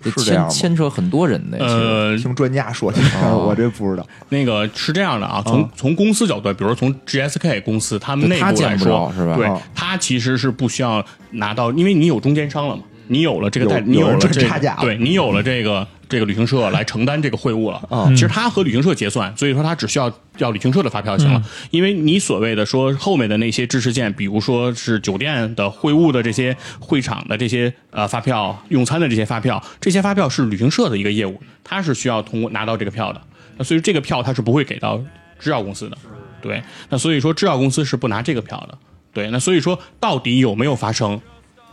Speaker 2: 得
Speaker 1: 是这样
Speaker 2: 牵
Speaker 1: 吗
Speaker 2: 牵扯很多人的？其实
Speaker 4: 呃，
Speaker 1: 听专家说的， 我这不知道。
Speaker 4: 那个是这样的啊，
Speaker 2: 嗯
Speaker 4: 从、从公司角度，比如从 GSK 公司他们
Speaker 2: 就
Speaker 4: 内
Speaker 2: 他
Speaker 4: 部来
Speaker 2: 见不着
Speaker 4: 说，
Speaker 2: 是吧嗯
Speaker 4: 对
Speaker 1: 啊，
Speaker 4: 他其实是不需要拿到，因为你有中间商了嘛，你有了这个
Speaker 1: 有
Speaker 4: 代，你
Speaker 1: 有人
Speaker 4: 了
Speaker 1: 赚
Speaker 4: 这个
Speaker 1: 差价了
Speaker 4: 对你有了这个这个旅行社来承担这个会务了。
Speaker 1: 啊
Speaker 4: 其实他和旅行社结算，所以说他只需要要旅行社的发票就行了，
Speaker 1: 嗯
Speaker 4: 因为你所谓的说后面的那些知识件，比如说是酒店的会务的这些会场的这些呃发票、用餐的这些发票，这些发票是旅行社的一个业务，他是需要通过拿到这个票的，那所以这个票他是不会给到制药公司的，对，那所以说制药公司是不拿这个票的，对，那所以说到底有没有发生，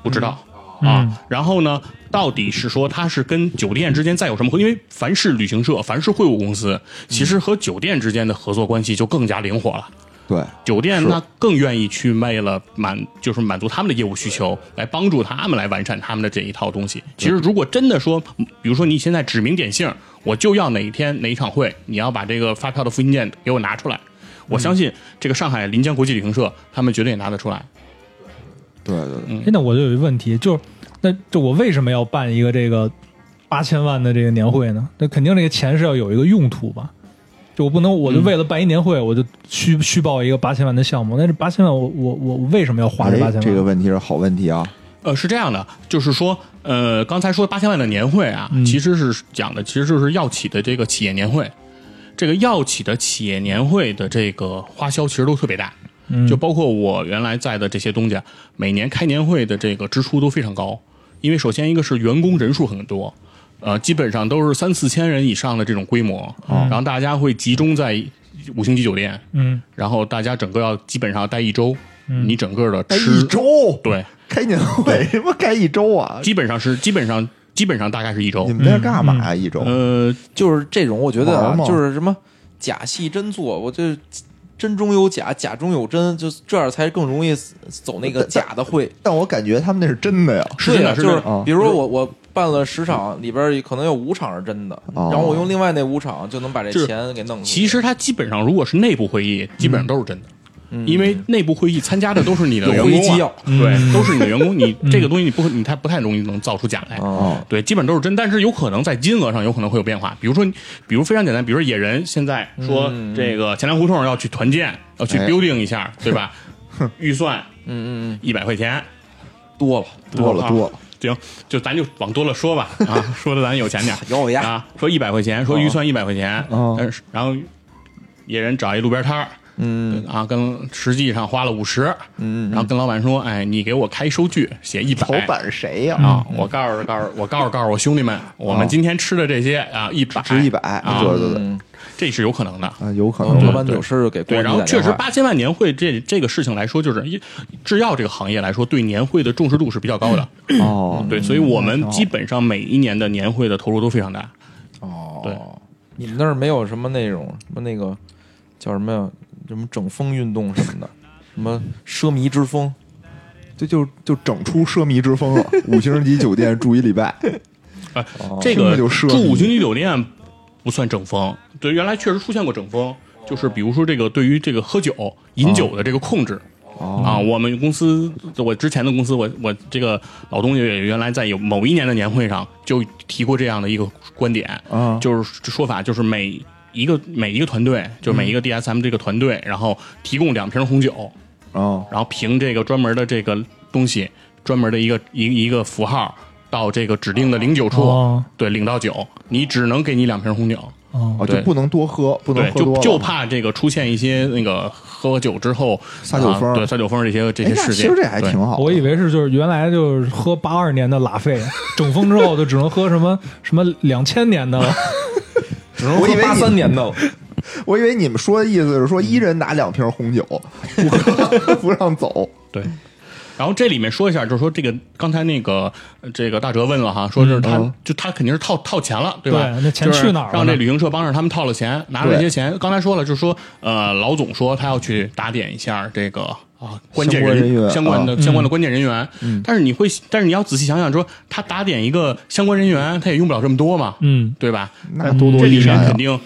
Speaker 4: 不知道。
Speaker 3: 嗯
Speaker 4: 啊，然后呢，到底是说它是跟酒店之间再有什么合？因为凡是旅行社，凡是会务公司，其实和酒店之间的合作关系就更加灵活了。
Speaker 1: 对，
Speaker 4: 酒店它更愿意去为了满就是满足他们的业务需求，来帮助他们来完善他们的这一套东西。其实如果真的说，嗯比如说你现在指名点姓，我就要哪一天哪一场会，你要把这个发票的复印件给我拿出来，我相信这个上海临江国际旅行社他们绝对也拿得出来。
Speaker 1: 对对对，
Speaker 3: 哎，那我就有一个问题，就是那就我为什么要办一个这个八千万的这个年会呢？那肯定这个钱是要有一个用途吧？就我不能，
Speaker 4: 嗯
Speaker 3: 我就为了办一年会，我就虚虚报一个八千万的项目。那这八千万我，我我我为什么要花这八
Speaker 1: 哎
Speaker 3: 千，万？
Speaker 1: 这个问题是好问题啊。
Speaker 4: 呃，是这样的，就是说，呃，刚才说八千万的年会啊，其实是讲的，其实就是药企的这个企业年会。这个药企的企业年会的这个花销其实都特别大，
Speaker 3: 嗯
Speaker 4: 就包括我原来在的这些东家，每年开年会的这个支出都非常高，因为首先一个是员工人数很多，呃，基本上都是三四千人以上的这种规模，然后大家会集中在五星级酒店，
Speaker 3: 嗯，
Speaker 4: 然后大家整个要基本上要待一周，你整个的
Speaker 1: 哎，
Speaker 4: 吃
Speaker 1: 一周
Speaker 4: 对。
Speaker 1: 开年会，什么开一周啊？
Speaker 4: 基本上是基本上基本上大概是一周
Speaker 1: 你。们在这干嘛呀？一周
Speaker 4: 呃，
Speaker 2: 就是这种，我觉得
Speaker 1: 玩
Speaker 2: 啊
Speaker 1: 儿，嘛
Speaker 2: 就是什么假戏真做，我这真中有假，假中有真，就这样才更容易走那个假的会。
Speaker 1: 但我感觉他们那是真的呀。
Speaker 4: 是
Speaker 2: 对
Speaker 4: 真的
Speaker 2: 啊，
Speaker 4: 是
Speaker 2: 就是
Speaker 4: 真
Speaker 1: 的啊
Speaker 2: 比如说我我办了十场，里边儿可能有五场是真的，
Speaker 1: 哦
Speaker 2: 然后我用另外那五场就能把这
Speaker 4: 就是
Speaker 2: 钱给弄出去。
Speaker 4: 其实它基本上如果是内部会议，基本上都是真的，
Speaker 2: 嗯
Speaker 4: 因为内部会议参加的都是你的
Speaker 2: 有
Speaker 4: 员
Speaker 2: 会议
Speaker 4: 工
Speaker 2: 纪
Speaker 4: 啊、
Speaker 2: 要
Speaker 4: 对，都是你的员工，你这个东西你不你太不太容易能造出假来。
Speaker 2: 哦，
Speaker 4: 对，基本都是真，但是有可能在金额上有可能会有变化。比如说，比如非常简单，比如说野人现在说
Speaker 2: 嗯
Speaker 4: 这个钱粮胡同要去团建，要去
Speaker 1: 哎
Speaker 4: building 一下，对 吧？预算
Speaker 2: 嗯嗯
Speaker 4: 一百块钱，
Speaker 2: 嗯，多了，
Speaker 1: 多了
Speaker 4: 啊
Speaker 1: 多了，
Speaker 4: 行，就咱就往多了说吧 啊，说的咱有钱点儿
Speaker 2: 咬我牙，
Speaker 4: 啊，说一百块钱，说预算一百块钱，
Speaker 1: 哦
Speaker 4: 但是然后野人找一路边摊儿
Speaker 2: 嗯
Speaker 4: 啊，跟实际上花了五十，
Speaker 2: 嗯
Speaker 4: 然后跟老板说，哎，你给我开收据，写一百，
Speaker 1: 头版是谁呀？
Speaker 4: 啊，我告诉告诉我告诉告诉我兄弟们，我们今天吃的这些啊，一百
Speaker 1: 哦值一百，
Speaker 4: 啊
Speaker 1: 哎对对对，
Speaker 2: 嗯，
Speaker 4: 这是有可能的。
Speaker 1: 啊，有可能
Speaker 2: 嗯老
Speaker 1: 吧
Speaker 2: 板有事儿给
Speaker 4: 对，
Speaker 2: 郭
Speaker 4: 然
Speaker 2: 总
Speaker 4: 后
Speaker 2: 打
Speaker 4: 确
Speaker 2: 电
Speaker 4: 实
Speaker 2: 话
Speaker 4: 八千万年会这这个事情来说，就是一制药这个行业来说，对年会的重视度是比较 高的。
Speaker 1: 哦，
Speaker 4: 对，所以我们
Speaker 1: 好
Speaker 4: 基本上每一年的年会的投入都非常大。对
Speaker 2: 哦，你们那儿没有什么那种什么那个叫什么呀？什么整风运动什么的，什么奢靡之风？
Speaker 1: 这就就整出奢靡之 风了。五星级酒店住一礼拜，
Speaker 4: 啊，
Speaker 2: 哦
Speaker 4: 这
Speaker 1: 听
Speaker 4: 个
Speaker 1: 着就奢靡
Speaker 4: 住五星级酒店不算整风，对，原来确实出现过整风，就是比如说这个对于这个喝酒、饮酒的这个控制。
Speaker 1: 哦
Speaker 4: 啊，我们公司，我之前的公司，我我这个老东家也原来在有某一年的年会上就提过这样的一个观点，
Speaker 1: 啊
Speaker 4: 就是说法，就是每一个每一个团队，就每一个 DSM 这个团队，然后提供两瓶红酒，
Speaker 1: 啊
Speaker 4: 然后凭这个专门的这个东西，专门的一个一一个符号到这个指定的领酒处，
Speaker 3: 哦
Speaker 4: 对，领到酒，你只能给你两瓶红酒，
Speaker 3: 哦
Speaker 1: 哦，就
Speaker 4: 对
Speaker 1: 不能多喝，不能
Speaker 4: 对，
Speaker 1: 喝
Speaker 4: 就
Speaker 1: 多了
Speaker 4: 就怕这个出现一些那个喝酒之后
Speaker 1: 撒酒疯
Speaker 4: 啊对，撒酒疯这些这
Speaker 1: 哎
Speaker 4: 些，
Speaker 1: 那
Speaker 4: 事
Speaker 1: 其
Speaker 4: 件，
Speaker 1: 实这还
Speaker 4: 对
Speaker 1: 挺好的。
Speaker 3: 我以为是就是原来就是喝八二年的拉菲，整风之后就只能喝什么什么两千年的了。
Speaker 2: 只能
Speaker 1: 我以为
Speaker 2: 八
Speaker 1: 你
Speaker 2: 三年的了。
Speaker 1: 我以为你们说的意思是说，一人拿两瓶红酒，
Speaker 4: 嗯
Speaker 1: 不喝不让 走。
Speaker 4: 对。然后这里面说一下，就是说这个刚才那个呃这个大哲问了哈，
Speaker 1: 嗯
Speaker 4: 说就是他、就他肯定是套套钱了，对吧？
Speaker 3: 对那钱
Speaker 4: 就是
Speaker 3: 去哪儿了呢
Speaker 4: 让这旅行社帮着他们套了钱，拿了
Speaker 1: 对
Speaker 4: 这些钱。刚才说了，就是说呃，老总说他要去打点一下这个啊关键
Speaker 1: 相关人员嗯
Speaker 4: 相关的、相关的关键人员。但是你会，但是你要仔细想想说，他打点一个相关人员，他也用不了这么多嘛，
Speaker 3: 嗯，
Speaker 4: 对吧？
Speaker 1: 那多多
Speaker 4: 这
Speaker 1: 益
Speaker 4: 里
Speaker 1: 善
Speaker 4: 面
Speaker 1: 啊
Speaker 4: 肯！定，
Speaker 1: 你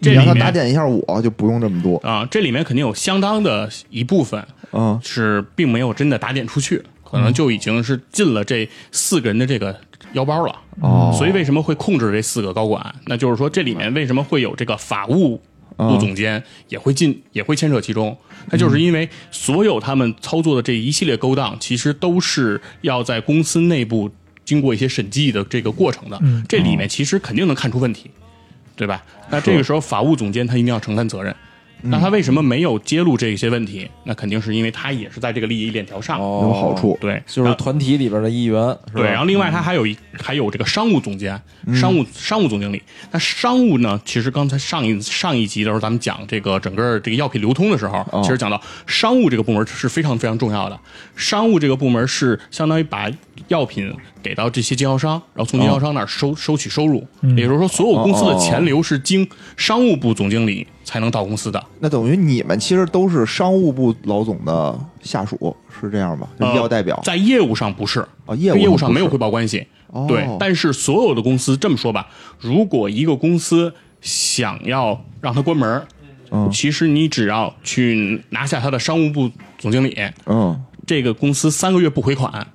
Speaker 4: 这
Speaker 1: 让
Speaker 4: 里
Speaker 1: 他打
Speaker 4: 面
Speaker 1: 点一下我，就不用这么多。
Speaker 4: 啊，这里面肯定有相当的一部分
Speaker 1: 嗯，
Speaker 4: 是并没有真的打点出去，可能就已经是进了这四个人的这个腰包了。
Speaker 1: 哦
Speaker 4: 所以为什么会控制这四个高管？那就是说这里面为什么会有这个法务部总监也会进，也会牵扯其中？那就是因为所有他们操作的这一系列勾当，其实都是要在公司内部经过一些审计的这个过程的。这里面其实肯定能看出问题，对吧？那这个时候法务总监他一定要承担责任。
Speaker 2: 嗯
Speaker 4: 那他为什么没有揭露这些问题？那肯定是因为他也是在这个利益链条上，
Speaker 2: 哦
Speaker 1: 有好处。
Speaker 4: 对，
Speaker 2: 就是团体里边的一员，是吧
Speaker 4: 对，然后另外他还有一还有这个商务总监、商务商务总经理。那商务呢，其实刚才上一上一集的时候，咱们讲这个整个这个药品流通的时候，其实讲到商务这个部门是非常非常重要的。商务这个部门是相当于把药品给到这些经销商，然后从经销商那儿收、收取收入，也就是说，所有公司的钱流是经商务部总经理才能到公司的。
Speaker 1: 那等于你们其实都是商务部老总的下属，是这样吧？就
Speaker 4: 呃
Speaker 1: 医药代表
Speaker 4: 在业务上不是，
Speaker 1: 哦业务上
Speaker 4: 跟业务
Speaker 1: 不
Speaker 4: 上
Speaker 1: 是
Speaker 4: 没有汇报关系。
Speaker 1: 哦
Speaker 4: 对，但是所有的公司这么说吧，如果一个公司想要让它关门儿，
Speaker 1: 嗯
Speaker 4: 其实你只要去拿下它的商务部总经理，
Speaker 1: 嗯，
Speaker 4: 这个公司三个月不回款。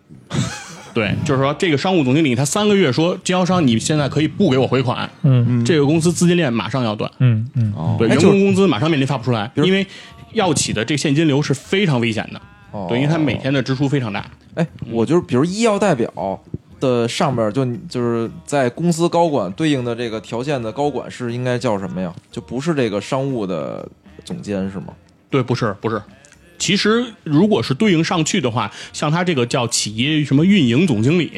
Speaker 4: 对，就是说这个商务总经理他三个月说经销商你现在可以不给我回款，
Speaker 3: 嗯
Speaker 4: 这个公司资金链马上要断，
Speaker 3: 嗯嗯，
Speaker 1: 哦
Speaker 4: 对，
Speaker 2: 哎
Speaker 4: 员
Speaker 2: 就是
Speaker 4: 工工资马上面临发不出来，
Speaker 2: 如
Speaker 4: 因为药企的这现金流是非常危险的，
Speaker 2: 哦
Speaker 4: 对，因为它每天的支出非常大。
Speaker 2: 哎，我就是比如医药代表的上边儿就就是在公司高管对应的这个条件的高管是应该叫什么呀？就不是这个商务的总监是吗？
Speaker 4: 对，不是不是。其实如果是对应上去的话，像他这个叫企业什么运营总经理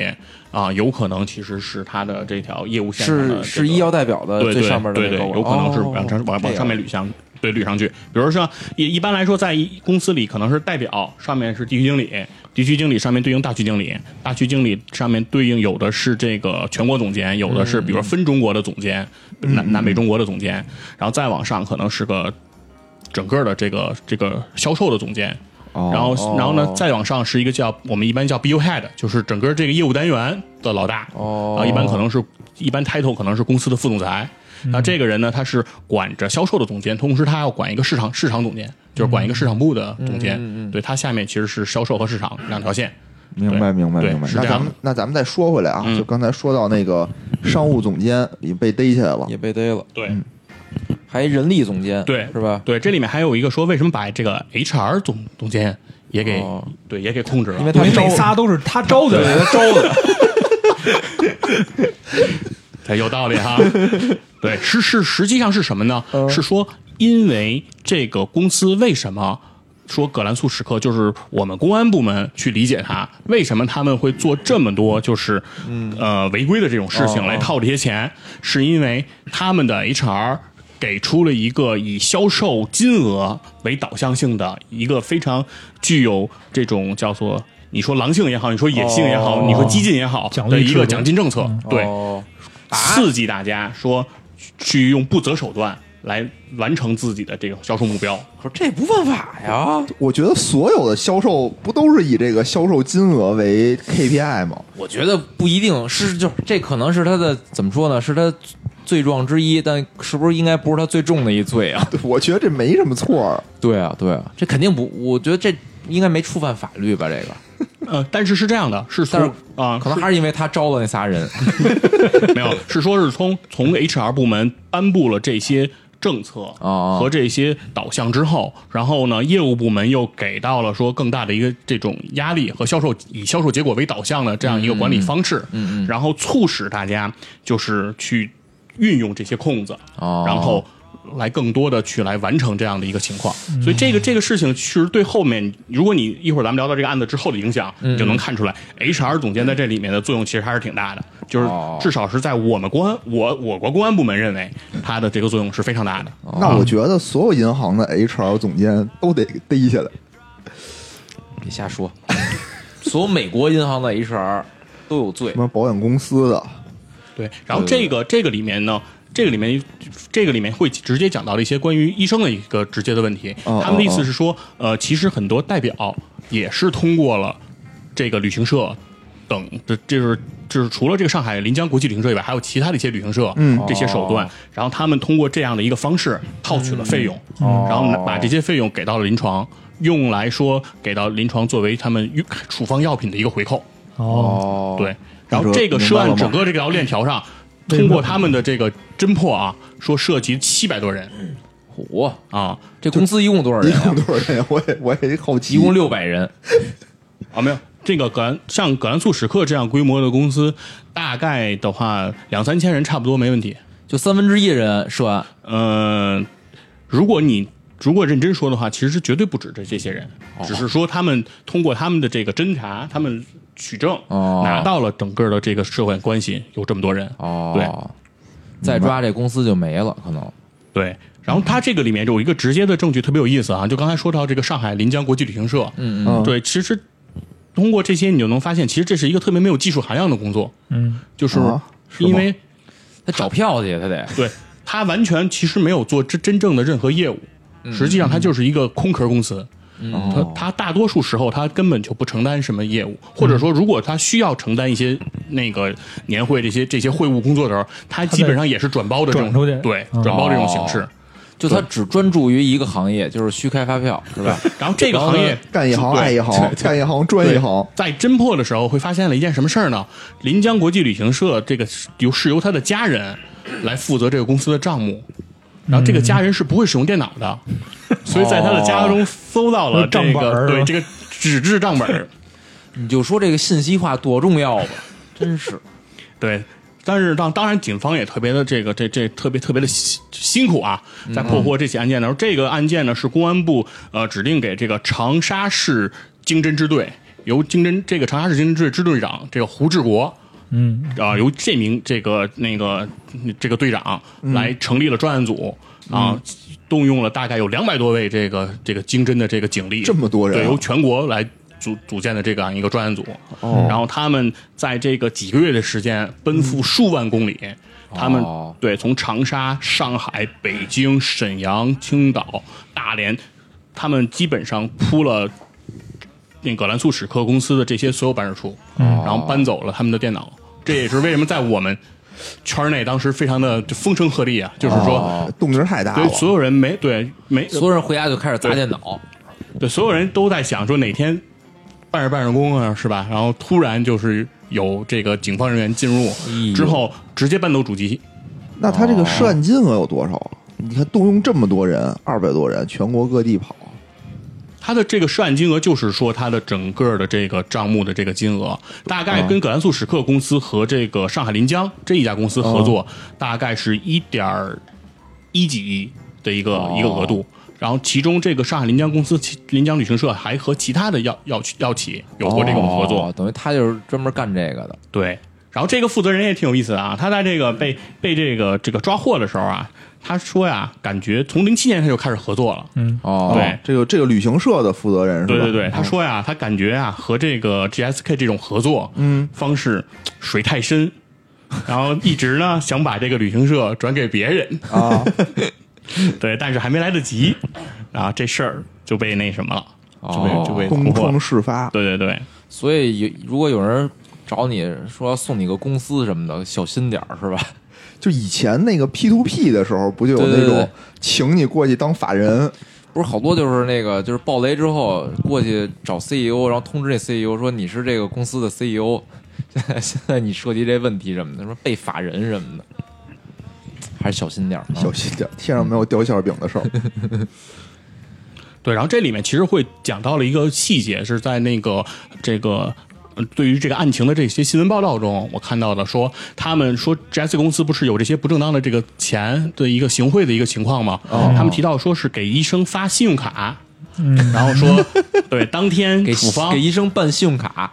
Speaker 4: 啊、有可能其实是他的这条业务线上的这
Speaker 2: 是
Speaker 4: 个
Speaker 2: 是医药代表的
Speaker 4: 对
Speaker 2: 呃最
Speaker 4: 对
Speaker 2: 上面的
Speaker 4: 对
Speaker 2: 那个
Speaker 4: 对，
Speaker 2: 高管，
Speaker 4: 有可能是
Speaker 2: 哦
Speaker 4: 往上往
Speaker 2: 这
Speaker 4: 往
Speaker 2: 样
Speaker 4: 上面捋上，对捋上去。比如说一一般来说，在公司里可能是代表上面是地区经理，地区经理上面对应大区经理，大区经理上面对应有的是这个全国总监，有的是比如
Speaker 2: 嗯
Speaker 4: 说分中国的总监，南南北中国的总监，然后再往上可能是个整个的这个这个销售的总监。
Speaker 1: 哦
Speaker 4: 然后
Speaker 2: 哦
Speaker 4: 然后呢，再往上是一个叫我们一般叫 BU head，就是整个这个业务单元的老大。
Speaker 2: 哦
Speaker 4: 啊，一般可能是一般 title 可能是公司的副总裁。
Speaker 2: 嗯
Speaker 4: 那这个人呢，他是管着销售的总监，同时他要管一个市场市场总监，就是管一个市场部的总
Speaker 2: 嗯
Speaker 4: 监。对他下面其实是销售和市场两条线。
Speaker 1: 明白，明白，
Speaker 4: 对
Speaker 1: 明白。
Speaker 4: 是
Speaker 1: 那
Speaker 4: 这
Speaker 1: 咱
Speaker 4: 样
Speaker 1: 们
Speaker 4: 的嗯
Speaker 1: 那咱们再说回来啊，就刚才说到那个商务总监也被逮起来了，
Speaker 2: 也被逮了，
Speaker 4: 对、
Speaker 2: 还人力总监，
Speaker 4: 对，
Speaker 2: 是吧？
Speaker 4: 对，这里面还有一个说，为什么把这个 HR 总总监也给、
Speaker 2: 哦
Speaker 4: 对也给控制了？
Speaker 2: 因为
Speaker 3: 因
Speaker 2: 他
Speaker 3: 为
Speaker 2: 招
Speaker 3: 那仨都是他招的
Speaker 2: 对
Speaker 3: 人，
Speaker 2: 他招的，
Speaker 4: 哎，有道理哈。对，是是，实际上是什么呢？
Speaker 2: 嗯
Speaker 4: 是说，因为这个公司为什么说葛兰素时刻，就是我们公安部门去理解它，为什么他们会做这么多就是、
Speaker 2: 嗯
Speaker 4: 呃违规的这种事
Speaker 2: 哦
Speaker 4: 情来套这些钱，是因为他们的 HR。给出了一个以销售金额为导向性的一个非常具有这种叫做你说狼性也好，你说野性也好，
Speaker 2: 哦
Speaker 4: 你说激进也好
Speaker 3: 奖励嗯
Speaker 4: 的一
Speaker 3: 制
Speaker 4: 个
Speaker 3: 度
Speaker 4: 奖金政策。对，
Speaker 2: 哦
Speaker 4: 刺激大家说去用不择手段来完成自己的这个销售目标。
Speaker 2: 可是这不犯法呀，
Speaker 1: 我觉得所有的销售不都是以这个销售金额为 KPI 吗？
Speaker 2: 我觉得不一定是，就是这可能是他的怎么说呢？是他罪状之一，但是不是应该不是他最重的一罪啊？
Speaker 1: 对 我觉得这没什么错儿。
Speaker 2: 对啊，对啊，这肯定不，我觉得这应该没触犯法律吧？这个
Speaker 4: 呃，但是是这样的，是从
Speaker 2: 但是
Speaker 4: 啊、
Speaker 2: 可能还是因为他招了那仨 人，
Speaker 4: 是没有，是说是从从 HR 部门颁布了这些政策
Speaker 2: 哦
Speaker 4: 和这些导向之后，然后呢，业务部门又给到了说更大的一个这种压力和销售以销售结果为导向的这样一个管理方式，嗯嗯，然后促使大家就是去运用这些空子，
Speaker 2: 哦
Speaker 4: 然后来更多的去来完成这样的一个情况。所以这个这个事情其实对后面，如果你一会儿咱们聊到这个案子之后的影响，你就能看出来，HR 总监在这里面的作用其实还是挺大的，就是
Speaker 2: 哦
Speaker 4: 至少是在我们公安我我国公安部门认为它的这个作用是非常大的。
Speaker 1: 那我觉得所有银行的 HR 总监都得逮下来。
Speaker 2: 别瞎说，所有美国银行的 HR 都有罪
Speaker 1: 什。么保险公司的，
Speaker 4: 对，然
Speaker 1: 嗯
Speaker 4: 后这个这个里面呢，这个里面这个里面会直接讲到了一些关于医生的一个直接的问题。
Speaker 1: 哦
Speaker 4: 他们的意
Speaker 1: 哦
Speaker 4: 思
Speaker 1: 哦
Speaker 4: 是说，呃，其实很多代表也是通过了这个旅行社等的，这就是就是除了这个上海临江国际旅行社以外，还有其他的一些旅行社，
Speaker 1: 嗯
Speaker 4: 这些手段，然后他们通过这样的一个方式套取了费用，
Speaker 1: 嗯
Speaker 2: 哦
Speaker 4: 然后拿把这些费用给到了临床。用来说给到临床作为他们用处方药品的一个回扣，
Speaker 3: 哦，
Speaker 2: 哦，
Speaker 4: 对，然后
Speaker 1: 你说
Speaker 4: 这个
Speaker 1: 明
Speaker 4: 涉
Speaker 1: 白了
Speaker 4: 案
Speaker 1: 吗
Speaker 4: 整个这条链条上，
Speaker 3: 明白
Speaker 4: 通过他们的这个侦破啊，说涉及七百多人
Speaker 2: 虎，
Speaker 4: 啊
Speaker 2: 这公司一共多少
Speaker 1: 一
Speaker 2: 人啊、
Speaker 1: 共多少人？我也我也好奇。
Speaker 2: 一共六百人，
Speaker 4: 啊没有。这个葛兰像葛兰素史克这样规模的公司，大概的话两三千人差不多没问题。
Speaker 2: 就三分之一人涉案。
Speaker 4: 嗯，如果你如果认真说的话，其实是绝对不止这这些人，只是说他们通过他们的这个侦查，他们取证、
Speaker 2: 哦
Speaker 4: 拿到了整个的这个社会关系，有这么多人。
Speaker 2: 哦，
Speaker 4: 对，
Speaker 2: 再抓这公司就没了，可能。
Speaker 4: 对，然后它这个里面有一个直接的证据特别有意思啊，就刚才说到这个上海临江国际旅行社，
Speaker 2: 嗯
Speaker 1: 嗯，
Speaker 4: 对，其实通过这些你就能发现，其实这是一个特别没有技术含量的工作，
Speaker 3: 嗯，
Speaker 4: 就是
Speaker 1: 啊是吗
Speaker 4: 因为、
Speaker 2: 他找票去，他得。
Speaker 4: 对他完全其实没有做真真正的任何业务，实际上它就是一个空壳公司。它它大多数时候它根本就不承担什么业务，或者说如果它需要承担一些那个年会这些这些会务工作的时候，它基本上也是转包的这种
Speaker 3: 转出去
Speaker 4: 对转包这种形式。
Speaker 2: 哦就他只专注于一个行业，就是虚开发 票，是吧？
Speaker 4: 然后这个行业
Speaker 1: 干一行
Speaker 4: 对
Speaker 1: 爱一行，干一行专一
Speaker 4: 对
Speaker 1: 行。
Speaker 4: 在侦破的时候，会发现了一件什么事儿呢？临江国际旅行社这个是由是由他的家人来负责这个公司的账目，然后这个家人是不会使用电脑的，所以在他的家中搜到了这
Speaker 3: 嗯哦 账本
Speaker 4: 个
Speaker 3: 儿
Speaker 4: 对
Speaker 3: 是吧
Speaker 4: 这个纸质账本儿，
Speaker 2: 你就说这个信息化多重要吧，真是。
Speaker 4: 对。但是当当然，警方也特别的这个这这特别特别的辛辛苦啊，在破获这起案件的时候，这个案件呢是公安部呃指定给这个长沙市经侦支队，由经侦这个长沙市经侦支队支队长这个胡志国
Speaker 3: 嗯，
Speaker 4: 啊、由这名这个那个这个队长
Speaker 1: 嗯
Speaker 4: 来成立了专案组、啊，动用了大概有两百多位这个这个经侦的这个警力，
Speaker 1: 这么多人啊
Speaker 4: 对，由全国来组组建的这样一个专案组。
Speaker 1: 哦
Speaker 4: 然后他们在这个几个月的时间奔赴数万公里，他们、
Speaker 2: 哦
Speaker 4: 对从长沙、上海、北京、沈阳、青岛、大连，他们基本上铺了那葛兰素史克公司的这些所有办事处，
Speaker 2: 然
Speaker 4: 然后搬走了他们的电脑。这也是为什么在我们圈内当时非常的就风声鹤唳啊，就是说，
Speaker 1: 动静太大
Speaker 4: 对
Speaker 1: 了，
Speaker 4: 所有人没对没
Speaker 2: 所有人回家就开始砸电脑，
Speaker 4: 对所有人都在想说哪天办着办着工啊，是吧？然后突然就是有这个警方人员进入
Speaker 2: 哎呦
Speaker 4: 之后，直接搬走主机。
Speaker 1: 那他
Speaker 4: 哦
Speaker 1: 这个涉案金额有多少？你看动用这么多人，二百多人，全国各地跑，
Speaker 4: 他的这个涉案金额就是说他的整个的这个账目的这个金额，大
Speaker 2: 哦
Speaker 4: 概跟葛兰素史克公司和这个上海临江这一家公司合
Speaker 2: 哦
Speaker 4: 作，大概是一点一几亿的一个、
Speaker 2: 哦
Speaker 4: 一个额度。然后其中这个上海临江公司其临江旅行社还和其他的药药药企有过这种合作，
Speaker 2: 哦等于他就是专门干这个的。
Speaker 4: 对，然后这个负责人也挺有意思的啊，他在这个被被这个这个抓获的时候啊，他说呀，感觉从零七年他就开始合作了。
Speaker 2: 哦，
Speaker 4: 对
Speaker 1: 啊这个这个旅行社的负责人是吧？
Speaker 4: 对对对，他说呀，他感觉啊和这个 GSK 这种合作嗯方式水太深，然后一直呢想把这个旅行社转给别人，
Speaker 1: 啊，
Speaker 4: 对，但是还没来得及，啊，这事儿就被那什么了，就被、
Speaker 2: 哦
Speaker 4: 就被
Speaker 1: 东
Speaker 4: 捅破
Speaker 1: 窗
Speaker 4: 了。
Speaker 1: 事发，
Speaker 4: 对对对，
Speaker 2: 所以有如果有人找你说要送你个公司什么的，小心点儿是吧？
Speaker 1: 就以前那个 P to P 的时候，不就有
Speaker 2: 对对
Speaker 1: 那
Speaker 2: 对
Speaker 1: 种请你过去当法人，
Speaker 2: 不是好多就是那个就是暴雷之后过去找 CEO，然后通知那 CEO 说你是这个公司的 CEO，现在 现在你涉及这问题什么的，什么被法人什么的，还是小心点儿啊。
Speaker 1: 小心点，天上没有掉馅儿饼的事儿。
Speaker 4: 对，然后这里面其实会讲到了一个细节，是在那个这个。呃对于这个案情的这些新闻报道中，我看到的说，他们说 GS 公司不是有这些不正当的这个钱的一个行贿的一个情况吗？他们提到说是给医生发信用卡，然后说对当天
Speaker 2: 给
Speaker 4: 处方
Speaker 2: 给，医哦生办信用卡，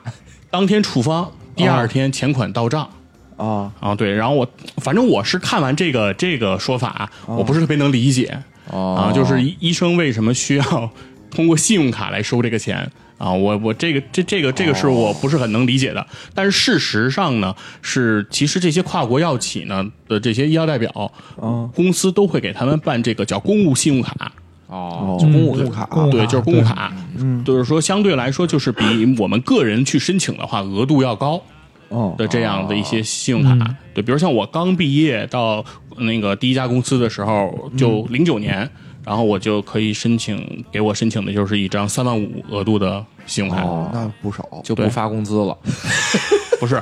Speaker 4: 当天处方，第二天钱款到账。
Speaker 1: 啊，
Speaker 4: 啊，对，然后我反正我是看完这个这个说法，啊我不是特别能理解、
Speaker 2: 哦
Speaker 4: 啊，就是医医生为什么需要 通过信用卡来收这个钱啊？我我这个这这个这个是我不是很能理解的。但是事实上呢，是其实这些跨国药企呢的这些医药代表，
Speaker 1: 嗯
Speaker 4: 公司都会给他们办这个叫公务信用卡，
Speaker 2: 哦，
Speaker 1: 就
Speaker 3: 公
Speaker 1: 公
Speaker 3: 务
Speaker 1: 务卡，
Speaker 3: 卡公务
Speaker 4: 对，就是公务卡，
Speaker 1: 嗯
Speaker 4: 就是说相对来说就是比我们个人去申请的话额度要高。
Speaker 1: 哦，
Speaker 4: 的这样的一些信用卡。
Speaker 3: 嗯
Speaker 4: 对，比如像我刚毕业到那个第一家公司的时候，就零九年，然后我就可以申请，给我申请的就是一张三万五额度的信用卡，
Speaker 1: 那不少。
Speaker 2: 就不发工资了。
Speaker 4: 不是。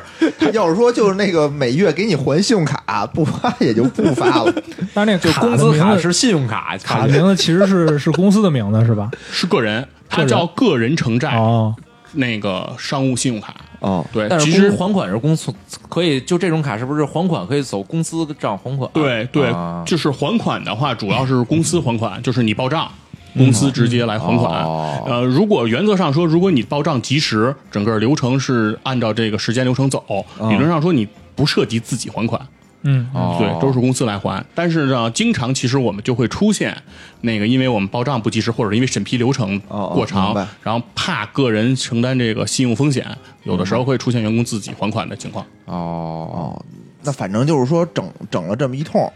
Speaker 1: 要是说就是那个每月给你还信用卡，不发也就不发了。
Speaker 3: 但是那个
Speaker 2: 就
Speaker 3: 卡
Speaker 2: 工
Speaker 3: 的
Speaker 2: 资卡
Speaker 3: 名字
Speaker 2: 是信用卡，
Speaker 3: 卡的名字其实是是公司的名字是吧？
Speaker 4: 是个人，它
Speaker 3: 个人
Speaker 4: 叫个人承债、
Speaker 3: 哦，
Speaker 4: 那个商务信用卡。
Speaker 1: 哦，
Speaker 4: 对，
Speaker 2: 但
Speaker 4: 其
Speaker 2: 是
Speaker 4: 实
Speaker 2: 公还款是公司可以，就这种卡是不是还款可以走公司账还款？
Speaker 4: 对对、
Speaker 2: 啊
Speaker 4: 就是还款的话，主要是公司还款，就是你报账。公司直接来还款、
Speaker 2: 哦
Speaker 4: 呃，如果原则上说，如果你报账及时，整个流程是按照这个时间流程走，理论上说你不涉及自己还款，
Speaker 3: 嗯，
Speaker 2: 哦
Speaker 4: 对，都是公司来还。但是呢，经常其实我们就会出现那个，因为我们报账不及时，或者是因为审批流程
Speaker 1: 哦哦
Speaker 4: 过长，
Speaker 1: 明白
Speaker 4: 然后怕个人承担这个信用风险，有的时候会出现员工自己还款的情况。
Speaker 2: 哦
Speaker 1: 哦，那反正就是说整整了这么一通，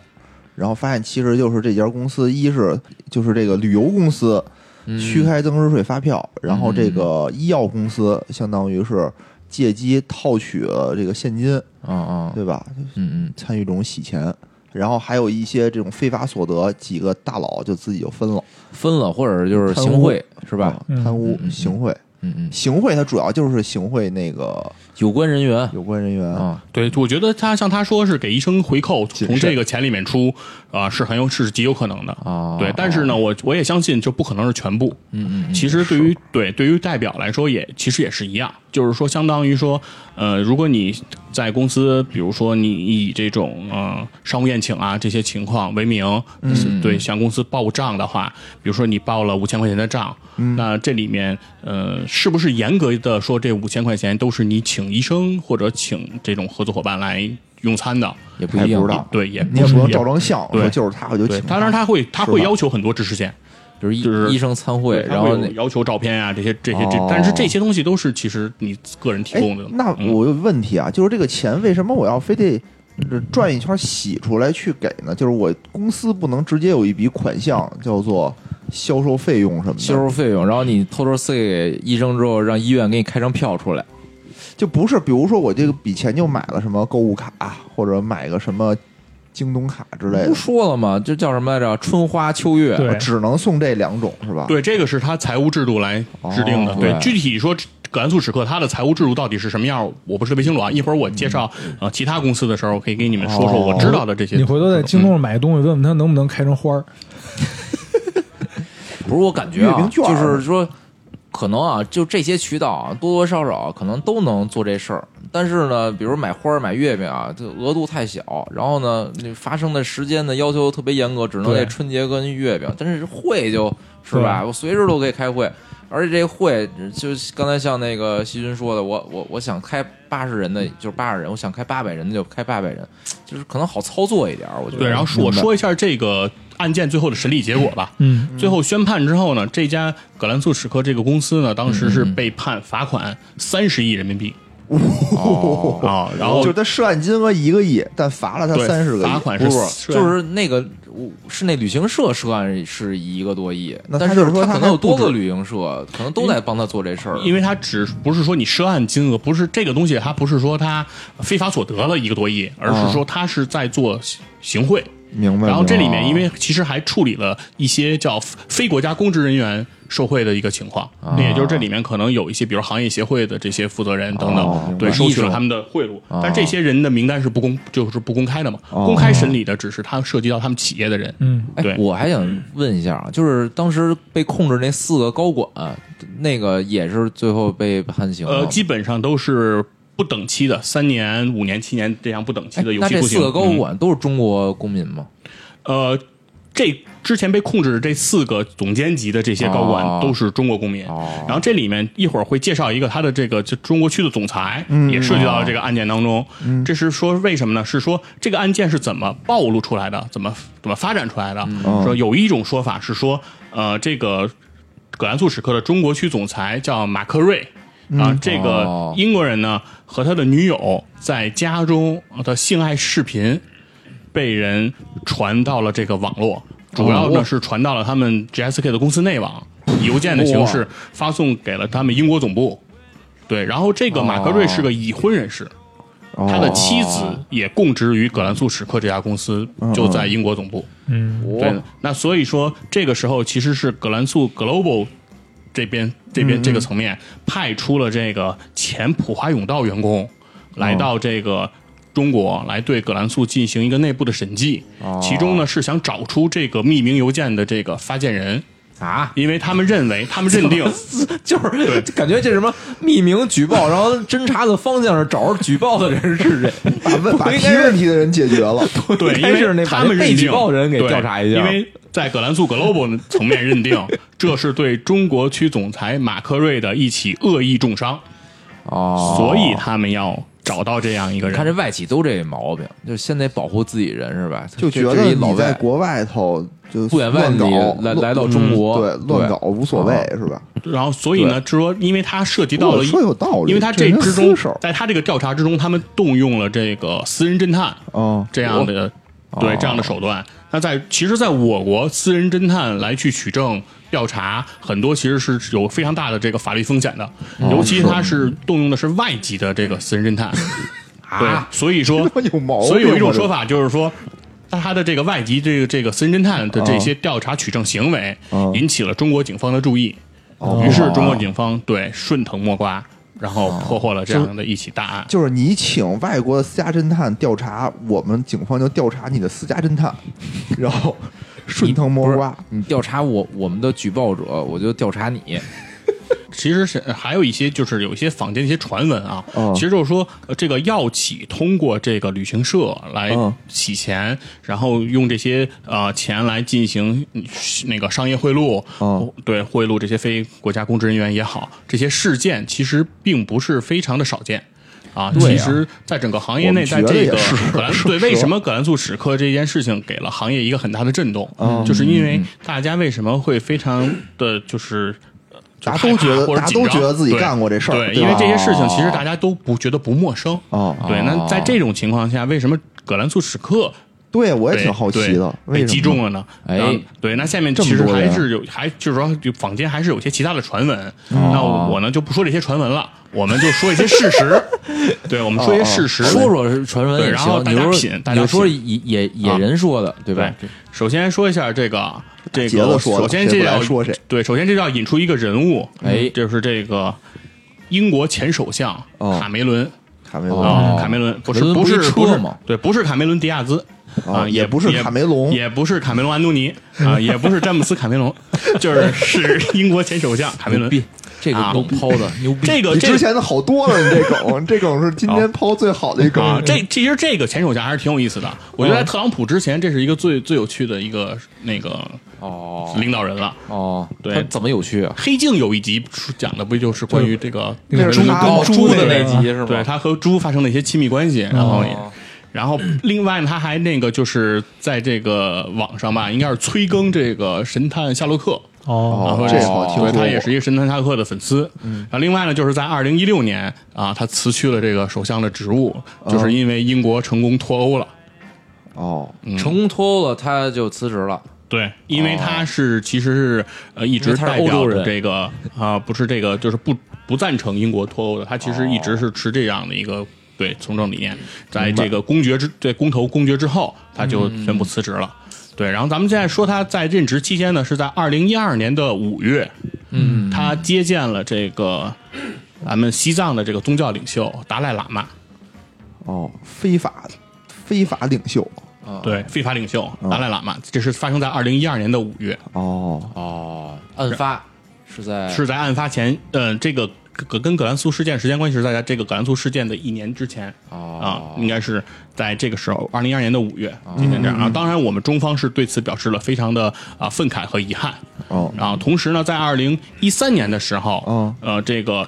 Speaker 1: 然后发现其实就是这家公司，一是就是这个旅游公司虚开增值税发票，然后这个医药公司相当于是借机套取了这个现金，
Speaker 2: 哦哦，
Speaker 1: 对吧？
Speaker 2: 嗯嗯，
Speaker 1: 参与这种洗钱。然后还有一些这种非法所得，几个大佬就自己就分了，
Speaker 2: 分了或者就是
Speaker 1: 贪
Speaker 2: 行
Speaker 1: 污
Speaker 2: 贿是
Speaker 1: 是
Speaker 2: 吧？？
Speaker 3: 嗯
Speaker 1: 啊贪污
Speaker 2: 嗯、嗯
Speaker 1: 行贿，
Speaker 2: 嗯嗯，
Speaker 1: 行贿它主要就是行贿那个
Speaker 2: 有关人员
Speaker 1: 有关人员，
Speaker 2: 啊，
Speaker 4: 对，我觉得他像他说是给医生回扣，
Speaker 1: 谨
Speaker 4: 从
Speaker 1: 慎
Speaker 4: 这个钱里面出，啊、是很有是极有可能的。
Speaker 2: 哦
Speaker 4: 对，但是呢，我我也相信这不可能是全部。嗯嗯其实对于对对于代表来说也，其实也是一样，就是说，相当于说，呃，如果你在公司，比如说你以这种呃商务宴请啊这些情况为名，嗯、对向公司报账的话，比如说你报了五千块钱的账，那这里面呃，是不是严格的说这五千块钱都是你请医生或者请这种合作伙伴来用餐的？
Speaker 2: 也不
Speaker 1: 还
Speaker 2: 一
Speaker 1: 不
Speaker 2: 样
Speaker 1: 知，道，
Speaker 4: 对，也
Speaker 1: 你也不能
Speaker 4: 嗯也
Speaker 1: 照张相，
Speaker 4: 对
Speaker 1: 说就是他，我就
Speaker 4: 对，
Speaker 1: 请
Speaker 4: 当然他会他
Speaker 1: 是
Speaker 4: 会
Speaker 1: 吧
Speaker 4: 要求很多知识线。
Speaker 2: 就是
Speaker 4: 就是
Speaker 2: 医医生参会，
Speaker 4: 对，他
Speaker 2: 然
Speaker 4: 会
Speaker 2: 后
Speaker 4: 有
Speaker 2: 那
Speaker 4: 要求照片啊，这些这些这
Speaker 2: 哦，
Speaker 4: 但是这些东西都是其实你个人提
Speaker 1: 哎
Speaker 4: 供的。，
Speaker 1: 那
Speaker 4: 嗯
Speaker 1: 我有问题啊，就是这个钱为什么我要非得呃转一圈洗出来去给呢？就是我公司不能直接有一笔款项叫做销售费用什么的，
Speaker 2: 销售费用，然后你偷偷塞给医生之后，让医院给你开张票出来，
Speaker 1: 就不是，比如说我这个笔钱就买了什么购物卡，或者买个什么京东卡之类
Speaker 2: 不
Speaker 1: 的，
Speaker 2: 说了吗？这叫什么来着？春花秋月，
Speaker 3: 对
Speaker 1: 只能送这两种是吧？，
Speaker 4: 对，这个是他财务制度来制定的。
Speaker 2: 哦
Speaker 4: 对
Speaker 2: 对，
Speaker 4: 具体说葛安素史克他的财务制度到底是什么样儿，我不是特别清楚啊。一会儿我介绍呃其他公司的时候，可以给你们说说我知道的这些。
Speaker 3: 你回头在京东上买个东西，问问他能不能开成花儿。
Speaker 2: 不是我感觉
Speaker 1: 月
Speaker 2: 啊，
Speaker 1: 饼券儿
Speaker 2: 就是说，可能啊，就这些渠道啊，多多少少可能都能做这事儿。但是呢，比如买花儿、买月饼啊，这额度太小，然后呢，那发生的时间的要求特别严格，只能
Speaker 3: 对
Speaker 2: 在春节跟月饼。但是会就是吧，
Speaker 3: 对
Speaker 2: 我随时都可以开会，而且这会就刚才像那个西军说的，我我我想开八十人的就是八十人，我想开八百人的就开八百人，就是可能好操作一点儿，我觉得。
Speaker 4: 对，然后说我说一下这个案件最后的审理结果吧。
Speaker 3: 嗯，
Speaker 4: 最后宣判之后呢，这家葛兰素史克这个公司呢，当时是被判罚款三十亿人民币
Speaker 2: 哦
Speaker 4: 啊，然后
Speaker 1: 就是他涉案金额一个亿，但罚了他
Speaker 4: 对
Speaker 1: 三十个亿，
Speaker 4: 罚款
Speaker 2: 不
Speaker 4: 是
Speaker 2: 是，就是那个我是那旅行社涉案是一个多亿，
Speaker 1: 那他
Speaker 2: 但
Speaker 1: 就是说
Speaker 2: 他
Speaker 1: 他
Speaker 2: 可能有
Speaker 1: 还不
Speaker 2: 多个
Speaker 1: 止
Speaker 2: 旅行社，可能都在帮他做这事儿。
Speaker 4: 因为他只不是说你涉案金额，不是这个东西，他不是说他非法所得了一个多亿，而是说他是在做行贿。
Speaker 1: 明白。
Speaker 4: 然后这里
Speaker 1: 明白
Speaker 4: 面，因为其实还处理了一些叫非国家公职人员受贿的一个情况，那也就是这里面可能有一些，比如行业协会的这些负责人等等，
Speaker 1: 哦
Speaker 4: 对
Speaker 2: 明白
Speaker 4: 收取了他们的贿赂，
Speaker 2: 哦
Speaker 4: 但这些人的名单是不公，就是不公开的嘛，
Speaker 1: 哦
Speaker 4: 公开审理的只是他涉及到他们企业的人，
Speaker 3: 嗯，
Speaker 2: 哎
Speaker 4: 对，
Speaker 2: 我还想问一下啊，就是当时被控制那四个高管，那个也是最后被判刑了
Speaker 4: 呃，
Speaker 2: 吗。
Speaker 4: 基本上都是不等期的，三年、五年、七年这样不等期
Speaker 2: 哎
Speaker 4: 的有
Speaker 2: 那
Speaker 4: 期
Speaker 2: 这
Speaker 4: 徒
Speaker 2: 四
Speaker 4: 刑。
Speaker 2: 个高
Speaker 4: 嗯
Speaker 2: 管都是中国公民吗？
Speaker 4: 呃，这之前被控制的这四个总监级的这些高
Speaker 2: 哦
Speaker 4: 管都是中国公民。
Speaker 2: 哦
Speaker 4: 然后这里面一会儿会介绍一个他的这个就中国区的总裁、
Speaker 2: 嗯
Speaker 4: 也涉及到了这个案件当中。这是说为什么呢？是说这个案件是怎么暴露出来的，怎么怎么发展出来的？
Speaker 2: 嗯哦
Speaker 4: 说有一种说法是说，呃，这个葛兰素史克的中国区总裁叫马克瑞。啊，这
Speaker 2: 哦
Speaker 4: 个英国人呢和他的女友在家中的性爱视频，被人传到了这个网络，主要呢是传到了他们 GSK 的公司内网，以邮件的形式发送给了他们英国总部。对，然后这个马克瑞是个已婚人士，
Speaker 1: 哦
Speaker 4: 他的妻子也供职于葛兰素史克这家公司，就在英国总部。
Speaker 2: 嗯
Speaker 4: 对
Speaker 2: 我，
Speaker 4: 那所以说这个时候其实是葛兰素 Global 这边这
Speaker 2: 嗯
Speaker 4: 边这个层面派出了这个前普华永道员工
Speaker 2: 哦
Speaker 4: 来到这个中国来对葛兰素进行一个内部的审计，
Speaker 2: 哦
Speaker 4: 其中呢是想找出这个匿名邮件的这个发件人。
Speaker 2: 啊，
Speaker 4: 因为他们认为，他们认定
Speaker 2: 就是感觉这什么匿名举报，然后侦查的方向是找着举报的人是谁？
Speaker 1: 把问把
Speaker 2: 我应
Speaker 1: 提
Speaker 2: 该是
Speaker 1: 问题的人解决了，
Speaker 4: 对，
Speaker 2: 应该是
Speaker 4: 因
Speaker 2: 那
Speaker 4: 为
Speaker 2: 把
Speaker 4: 他们
Speaker 2: 被
Speaker 4: 认
Speaker 2: 举
Speaker 4: 定
Speaker 2: 报人给
Speaker 4: 对
Speaker 2: 调查一下
Speaker 4: 因为在葛兰素 Global 层面 认定，这是对中国区总裁马克瑞的一起恶意重伤。
Speaker 2: 哦，
Speaker 4: 所以他们要找到这样一个
Speaker 2: 你看
Speaker 4: 人。
Speaker 2: 这外企都这毛病，就是先得保护自己人是吧？
Speaker 1: 就觉
Speaker 2: 这这
Speaker 1: 得
Speaker 2: 一老
Speaker 1: 你在
Speaker 2: 外
Speaker 1: 国外头就
Speaker 2: 不远万
Speaker 1: 乱
Speaker 2: 里
Speaker 1: 搞，
Speaker 2: 来
Speaker 1: 乱嗯
Speaker 2: 来到中国，
Speaker 1: 对乱搞无所谓是吧？
Speaker 4: 然后，所以呢，就是说，因为他涉及啊到了，
Speaker 1: 我说有道理
Speaker 4: 因为他
Speaker 1: 这
Speaker 4: 这
Speaker 1: 人
Speaker 4: 之中
Speaker 1: 私手，
Speaker 4: 在他这个调查之中，他们动用了这个私人侦探
Speaker 1: 嗯，
Speaker 4: 这样的
Speaker 1: 哦
Speaker 4: 对这样的手段。那在其实，在我国私人侦探来去取证调查，很多其实是有非常大的这个法律风险的，
Speaker 1: 哦
Speaker 4: 尤其他是动用的是外籍的这个私人 侦探，
Speaker 1: 啊
Speaker 4: 对，所以说
Speaker 1: 他妈 有毛病吧，啊
Speaker 4: 所以有一种
Speaker 1: 这
Speaker 4: 说法就是说，他的这个外籍这个这个私人侦探的这些调查取证行为
Speaker 1: 嗯，哦
Speaker 4: 引起了中国警方的注意，于是中国警方对顺藤摸瓜，然后破获了这样的一起大案。
Speaker 1: 就是你请外国的私家侦探调查，我们警方就调查你的私家侦探，然后顺藤摸瓜。
Speaker 2: 你调查我我们的举报者，我就调查你。
Speaker 4: 其实是呃还有一些就是有一些坊间一些传闻啊
Speaker 1: 嗯，
Speaker 4: 其实就是说呃这个药企通过这个旅行社来
Speaker 1: 嗯
Speaker 4: 洗钱，然后用这些呃钱来进行嗯那个商业贿赂
Speaker 1: 嗯，
Speaker 4: 对贿赂这些非国家公职人员也好，这些事件其实并不是非常的少见。啊，
Speaker 2: 对啊
Speaker 4: 其实，在整个行业内，
Speaker 1: 我
Speaker 4: 在
Speaker 1: 们觉得
Speaker 4: 这
Speaker 1: 也
Speaker 4: 个
Speaker 1: 是
Speaker 4: 葛兰 对为什么葛兰素史克这件事情给了行业一个很大的震动，
Speaker 1: 嗯
Speaker 4: 就是因为大家为什么会非常的就是就
Speaker 1: 大家都
Speaker 4: 害怕
Speaker 1: 觉得
Speaker 4: 或者
Speaker 1: 大家
Speaker 4: 紧
Speaker 1: 都
Speaker 4: 张
Speaker 1: 觉得自己
Speaker 4: 对
Speaker 1: 干过这事儿
Speaker 4: 对，
Speaker 1: 对
Speaker 4: 因为
Speaker 1: 吧
Speaker 4: 这些事情其实大家都不觉得不陌生。
Speaker 1: 哦
Speaker 4: 对，那在这种情况下，为什么葛兰素史克
Speaker 1: 对我也
Speaker 4: 对
Speaker 1: 挺好奇的，
Speaker 4: 对
Speaker 1: 为
Speaker 4: 被
Speaker 1: 什
Speaker 4: 击
Speaker 1: 么
Speaker 4: 中了呢？
Speaker 2: 哎
Speaker 4: 然后，对，那下面
Speaker 1: 这么
Speaker 4: 其实
Speaker 1: 多
Speaker 4: 还
Speaker 1: 人啊哦
Speaker 4: 是有，还就是说，就坊间还是有些其他的传闻。那我呢就不说这些传闻了，我们就说一些事实。 对，我们说一
Speaker 1: 哦
Speaker 4: 些事实。
Speaker 2: 说说传闻也
Speaker 4: 对然后
Speaker 2: 行，
Speaker 4: 大
Speaker 2: 你就说
Speaker 4: 家品大
Speaker 2: 你就
Speaker 4: 家
Speaker 2: 说
Speaker 4: 品
Speaker 2: 野野野
Speaker 4: 啊
Speaker 2: 人说的，对吧
Speaker 4: 对？，首先说一下这个这
Speaker 1: 杰子
Speaker 4: 个，
Speaker 1: 说的
Speaker 4: 首先
Speaker 1: 谁
Speaker 4: 这
Speaker 1: 不来
Speaker 4: 要
Speaker 1: 说谁
Speaker 4: 对，首先这要引出一个人物，嗯
Speaker 2: 哎
Speaker 4: 就是这个英国前首相
Speaker 1: 哦
Speaker 4: 卡梅伦
Speaker 1: 卡梅
Speaker 2: 哦
Speaker 1: 伦
Speaker 4: 啊，卡梅伦不是
Speaker 2: 卡梅伦
Speaker 4: 不
Speaker 2: 不是
Speaker 4: 是
Speaker 2: 车
Speaker 4: 不是
Speaker 2: 吗
Speaker 4: 对，不是卡梅伦迪亚兹啊，
Speaker 1: 哦也不是卡梅隆，
Speaker 4: 也不是卡梅隆·安东尼啊，也不是詹姆斯·卡梅隆，就是 是英国前首相卡梅
Speaker 2: 牛
Speaker 4: 伦。
Speaker 2: 逼，这个
Speaker 4: 啊
Speaker 2: 梗抛的牛逼，
Speaker 4: 呃这个
Speaker 1: 你
Speaker 4: 这
Speaker 1: 之前的好多了，你这梗，这梗是今天抛最好的一梗
Speaker 4: 啊，，这其实这个前首相还是挺有意思的。我
Speaker 1: 哦
Speaker 4: 觉得在特朗普之前，这是一个最最有趣的一个那个
Speaker 2: 哦
Speaker 4: 领导人了。
Speaker 2: 哦，
Speaker 4: 对
Speaker 2: 他怎么有趣啊？
Speaker 4: 黑镜有一集讲的不就是关于这个
Speaker 1: 那是他
Speaker 2: 哦，
Speaker 1: 猪
Speaker 2: 猪的
Speaker 1: 那
Speaker 2: 那
Speaker 1: 个
Speaker 2: 集是吗？
Speaker 4: 对他和猪发生的一些亲密关系，然后也
Speaker 2: 哦
Speaker 4: 然后另外呢他还那个就是在这个网上吧，应该是催更这个神探夏洛克，
Speaker 3: 哦，
Speaker 1: 哦
Speaker 4: 啊，
Speaker 1: 这好听说
Speaker 4: 对他也
Speaker 1: 过嗯
Speaker 4: 是一个神探夏洛克的粉丝。然后另外呢，就是在二零一六年啊，他辞去了这个首相的职务，就是因为英国成功脱欧了。
Speaker 1: 哦，
Speaker 4: 嗯
Speaker 2: 成功脱欧了，他就辞职了。
Speaker 4: 对，因为他是其实是呃一
Speaker 2: 哦因
Speaker 4: 直
Speaker 2: 为他是
Speaker 4: 代
Speaker 2: 欧洲
Speaker 4: 表
Speaker 2: 人
Speaker 4: 着这个啊，不是这个就是不不赞成英国脱欧的，他其实一
Speaker 2: 哦
Speaker 4: 直是持这样的一个对从政理念，在这个公决之对公投公决之后，他就
Speaker 2: 嗯
Speaker 4: 宣布辞职了。对，然后咱们现在说他在任职期间呢，是在二零一二年的五月，
Speaker 2: 嗯，
Speaker 4: 他接见了这个咱们西藏的这个宗教领袖达赖喇嘛，
Speaker 1: 哦，非法非法领袖，
Speaker 2: 哦
Speaker 4: 对，非法领袖达赖喇嘛，这是发生在二零一二年的五月，
Speaker 1: 哦，
Speaker 2: 哦，案发是在
Speaker 4: 是在案发前，嗯，这个跟跟葛兰素事件时间关系是在这个葛兰素事件的一年之前啊
Speaker 2: 哦，
Speaker 4: 应该是在这个时候，二零一二年的五月，今天
Speaker 2: 嗯
Speaker 4: 这样啊。当然，我们中方是对此表示了非常的啊愤慨和遗憾
Speaker 2: 嗯
Speaker 1: 哦，
Speaker 4: 啊。同时呢，在二零一三年的时候
Speaker 2: 哦
Speaker 1: 嗯，
Speaker 4: 呃，这个。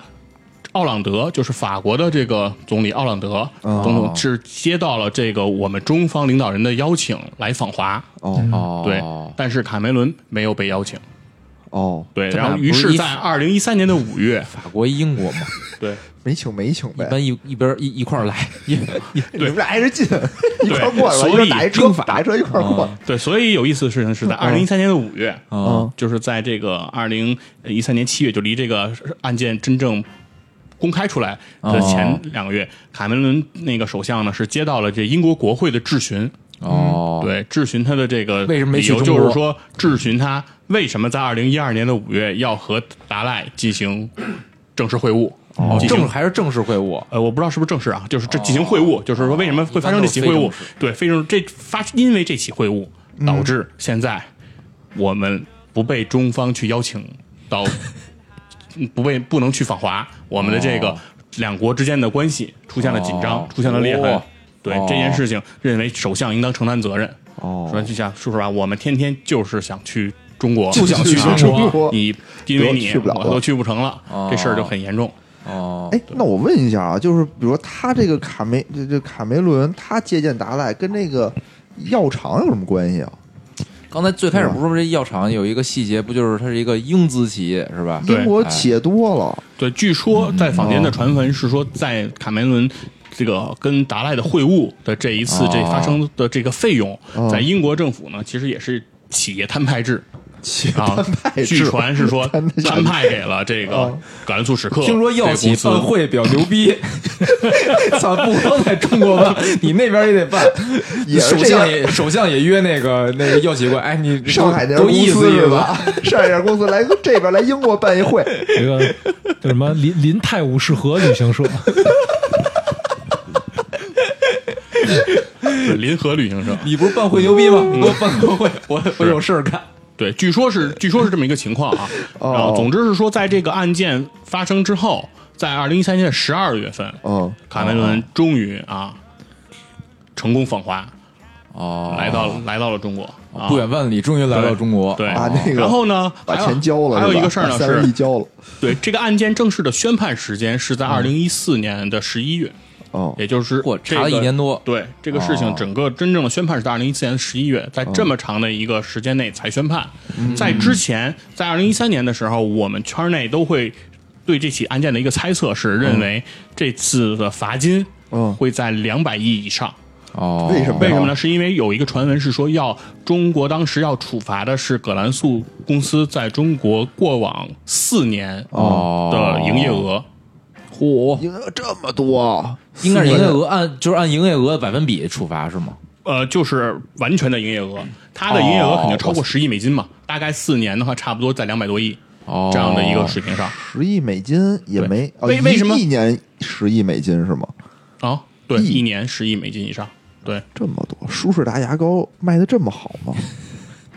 Speaker 4: 奥朗德就是法国的这个总理奥朗德
Speaker 2: 哦
Speaker 4: 总统是接到了这个我们中方领导人的邀请来访华，
Speaker 1: 哦，
Speaker 2: 哦，
Speaker 4: 啊嗯对，但是卡梅伦没有被邀请，
Speaker 1: 哦，
Speaker 4: 对，
Speaker 2: 这俩
Speaker 4: 然后
Speaker 2: 不是
Speaker 4: 于是
Speaker 2: 一
Speaker 4: 在二零一三年的 五月，
Speaker 2: 法国英国嘛，
Speaker 4: 对，
Speaker 1: 没请没请
Speaker 2: 一
Speaker 1: 呗，
Speaker 2: 般一一边一一块儿来，一
Speaker 4: 嗯
Speaker 2: 一
Speaker 1: 你们俩挨着近，一块儿过来吧，
Speaker 4: 所以
Speaker 1: 一人打一车
Speaker 4: 英，法啊
Speaker 1: 打一车一块儿过来，
Speaker 4: 对，所以有意思的事情是
Speaker 2: 嗯
Speaker 4: 在二零一三年的五月，
Speaker 2: 啊
Speaker 4: 就是在这个二零一三年七月，就离这个案件真正公开出来
Speaker 2: 哦
Speaker 4: 的前两个月，卡梅伦那个首相呢是接到了这英国国会的质询，
Speaker 2: 哦，
Speaker 4: 对，质询他的这个
Speaker 2: 为什么没
Speaker 4: 理
Speaker 2: 去
Speaker 4: 由
Speaker 2: 中
Speaker 4: 就
Speaker 2: 国
Speaker 4: 是说质询他为什么在二零一二年的五月要和达赖进行正式会晤，
Speaker 2: 哦，
Speaker 4: 进行
Speaker 2: 正还是正式会晤，
Speaker 4: 呃，我不知道是不是正式啊，就是这进行会晤，就是说为什么会发生这起会
Speaker 2: 哦一般
Speaker 4: 晤
Speaker 2: 都是非正式？嗯
Speaker 4: 对，非正这发因为这起会晤导致现在我们不被中方去邀请到， 嗯不被不能去访华，我们的这个
Speaker 2: 哦
Speaker 4: 两国之间的关系出现了紧张，
Speaker 2: 哦
Speaker 4: 出现了裂痕。
Speaker 2: 哦
Speaker 4: 对、
Speaker 2: 哦
Speaker 4: 这件事情，认为首相应当承担责任。说
Speaker 1: 哦，
Speaker 4: 就像说实话，我们天天就是想去中国，
Speaker 2: 就想去
Speaker 4: 啊
Speaker 2: 中
Speaker 1: 国
Speaker 4: 你因为你
Speaker 1: 去不了
Speaker 4: 我
Speaker 1: 了
Speaker 4: 都去不成了，
Speaker 2: 哦
Speaker 4: 这事儿就很严重。
Speaker 2: 哦，
Speaker 1: 哎，那我问一下啊，就是比如说他这个卡梅这这卡梅伦，他接见达赖跟那个药厂有什么关系啊？
Speaker 2: 刚才最开始不是说这药厂有一个细节，不就是它是一个英资企业是吧？
Speaker 4: 对
Speaker 1: 英国企业多了，
Speaker 4: 对，据说
Speaker 1: 嗯
Speaker 4: 在坊
Speaker 1: 哦
Speaker 4: 间的传闻是说，在卡梅伦这个跟达赖的会晤的这一次
Speaker 2: 哦
Speaker 4: 这发生的这个费用
Speaker 1: 哦，
Speaker 4: 在英国政府呢，其实也是企业摊派制。
Speaker 1: 企业
Speaker 4: 啊
Speaker 1: 摊派，制
Speaker 4: 据传是说
Speaker 1: 摊派制
Speaker 4: 摊派给了这个
Speaker 1: 哦
Speaker 4: 葛兰素史克，
Speaker 2: 听说药企
Speaker 4: 这个
Speaker 2: 办
Speaker 4: 公司
Speaker 2: 会比较牛逼， 操！不光在中国办，你那边也得办。
Speaker 1: 也是
Speaker 2: 哎首
Speaker 1: 这样
Speaker 2: 相也首相也约那个那个药企过来，哎，你
Speaker 1: 上海那
Speaker 2: 都
Speaker 1: 家
Speaker 2: 都
Speaker 1: 公
Speaker 2: 意思
Speaker 1: 司
Speaker 2: 意
Speaker 1: 是
Speaker 2: 思
Speaker 1: 吧？上海那家公司来这边来英国办一会，
Speaker 3: 有一个叫什么林林泰晤士河旅行社，
Speaker 4: 对临河旅行社。
Speaker 2: 你不是办会牛逼吗？你给我办个会，我我有事儿干。
Speaker 4: 对，据说是据说是这么一个情况啊。
Speaker 1: 哦
Speaker 4: 然后，总之是说，在这个案件发生之后，在二零一三年的十二月份，
Speaker 1: 嗯，
Speaker 4: 卡梅伦终于啊成功访华，
Speaker 2: 哦
Speaker 4: 来到来到了中国。啊
Speaker 2: 不远万里，终于来到中国。
Speaker 4: 对
Speaker 1: 把那个
Speaker 4: 然后呢，
Speaker 1: 把
Speaker 4: 还有
Speaker 1: 钱交了，
Speaker 4: 还有
Speaker 1: 是吧
Speaker 4: 一个事儿
Speaker 1: 把
Speaker 4: 呢
Speaker 1: 三十亿嗯
Speaker 4: 是，
Speaker 1: 交了，
Speaker 4: 对这个案件正式的宣判时间是在二零一四年的十一月，
Speaker 1: 哦，
Speaker 4: 也就是
Speaker 2: 嚯
Speaker 4: 这
Speaker 2: 查了
Speaker 4: 个
Speaker 2: 一年多哦
Speaker 4: 对这个事情，整个真正的宣判是在二零一四年十一月，在这么长的一个时间内才宣判。
Speaker 2: 嗯
Speaker 4: 在之前，在二零一三年的时候，我们圈内都会对这起案件的一
Speaker 2: 嗯
Speaker 4: 个猜测是认为这次的罚金
Speaker 1: 嗯
Speaker 4: 会在两百亿以上。
Speaker 2: 哦，
Speaker 1: 为什么
Speaker 4: 哎为什么呢？是因为有一个传闻是说要中国当时要处罚的是葛兰素公司在中国过往四年
Speaker 2: 哦
Speaker 4: 的营业额。
Speaker 2: 嚯，
Speaker 1: 赢了这么多，
Speaker 2: 应该是营业额按就是按营业额的百分比处罚是吗？
Speaker 4: 呃，就是完全的营业额，它的营业额肯定超
Speaker 1: 哦
Speaker 4: 过十亿美金嘛，大概四年的话，差不多在两百多亿
Speaker 2: 哦，
Speaker 4: 这样的一个水平上
Speaker 1: 十亿美金也没，哦
Speaker 4: 为为什么
Speaker 1: 一年十亿美金是吗？
Speaker 4: 啊，对，
Speaker 1: 亿
Speaker 4: 一年十亿美金以上，对，
Speaker 1: 这么多，舒适达牙膏卖的这么好吗？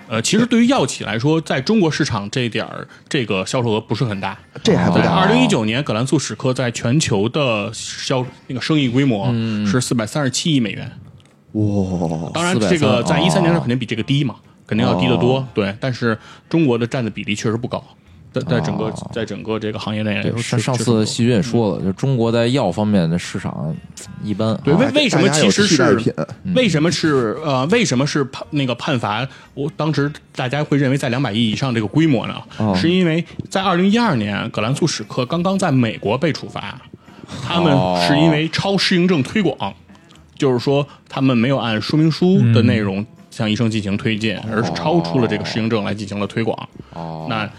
Speaker 4: 呃，其实对于药企来说，在中国市场这点儿这个销售额不是很大。
Speaker 1: 这还不
Speaker 4: 在
Speaker 1: 大
Speaker 4: 哦二零一九年，葛兰素史克在全球的销那个生意规模
Speaker 1: 嗯
Speaker 4: 是四百三十七亿美元。
Speaker 1: 哇！
Speaker 4: 当然，
Speaker 2: 430
Speaker 4: 这个在
Speaker 2: 哦
Speaker 4: 一三年的肯定比这个低嘛，肯定要低得多。对，但是中国的占的比例确实不高，在在整个在整个这个行业内来
Speaker 2: 哦对
Speaker 4: 说，，
Speaker 2: 上
Speaker 4: 确
Speaker 2: 哎上
Speaker 4: 确实不
Speaker 2: 次
Speaker 4: 高
Speaker 2: 细菌也说了，就中国在药方面的市场一般。
Speaker 4: 对，
Speaker 2: 啊
Speaker 4: 为为什么
Speaker 1: 大家
Speaker 4: 其
Speaker 1: 有
Speaker 4: 实
Speaker 1: 替代
Speaker 4: 是
Speaker 1: 品
Speaker 2: 嗯
Speaker 4: 为什么是呃为什么是判那个判罚？我当时大家会认为在两百亿以上这个规模呢，
Speaker 2: 哦
Speaker 4: 是因为在二零一二年葛兰素史克刚刚在美国被处罚，他们
Speaker 2: 哦
Speaker 4: 是因为超适应症推广，就是说他们没有按说明书的内容向医生进行推荐，而是超出了这个适应症来进行了推广。
Speaker 2: 哦，
Speaker 4: 那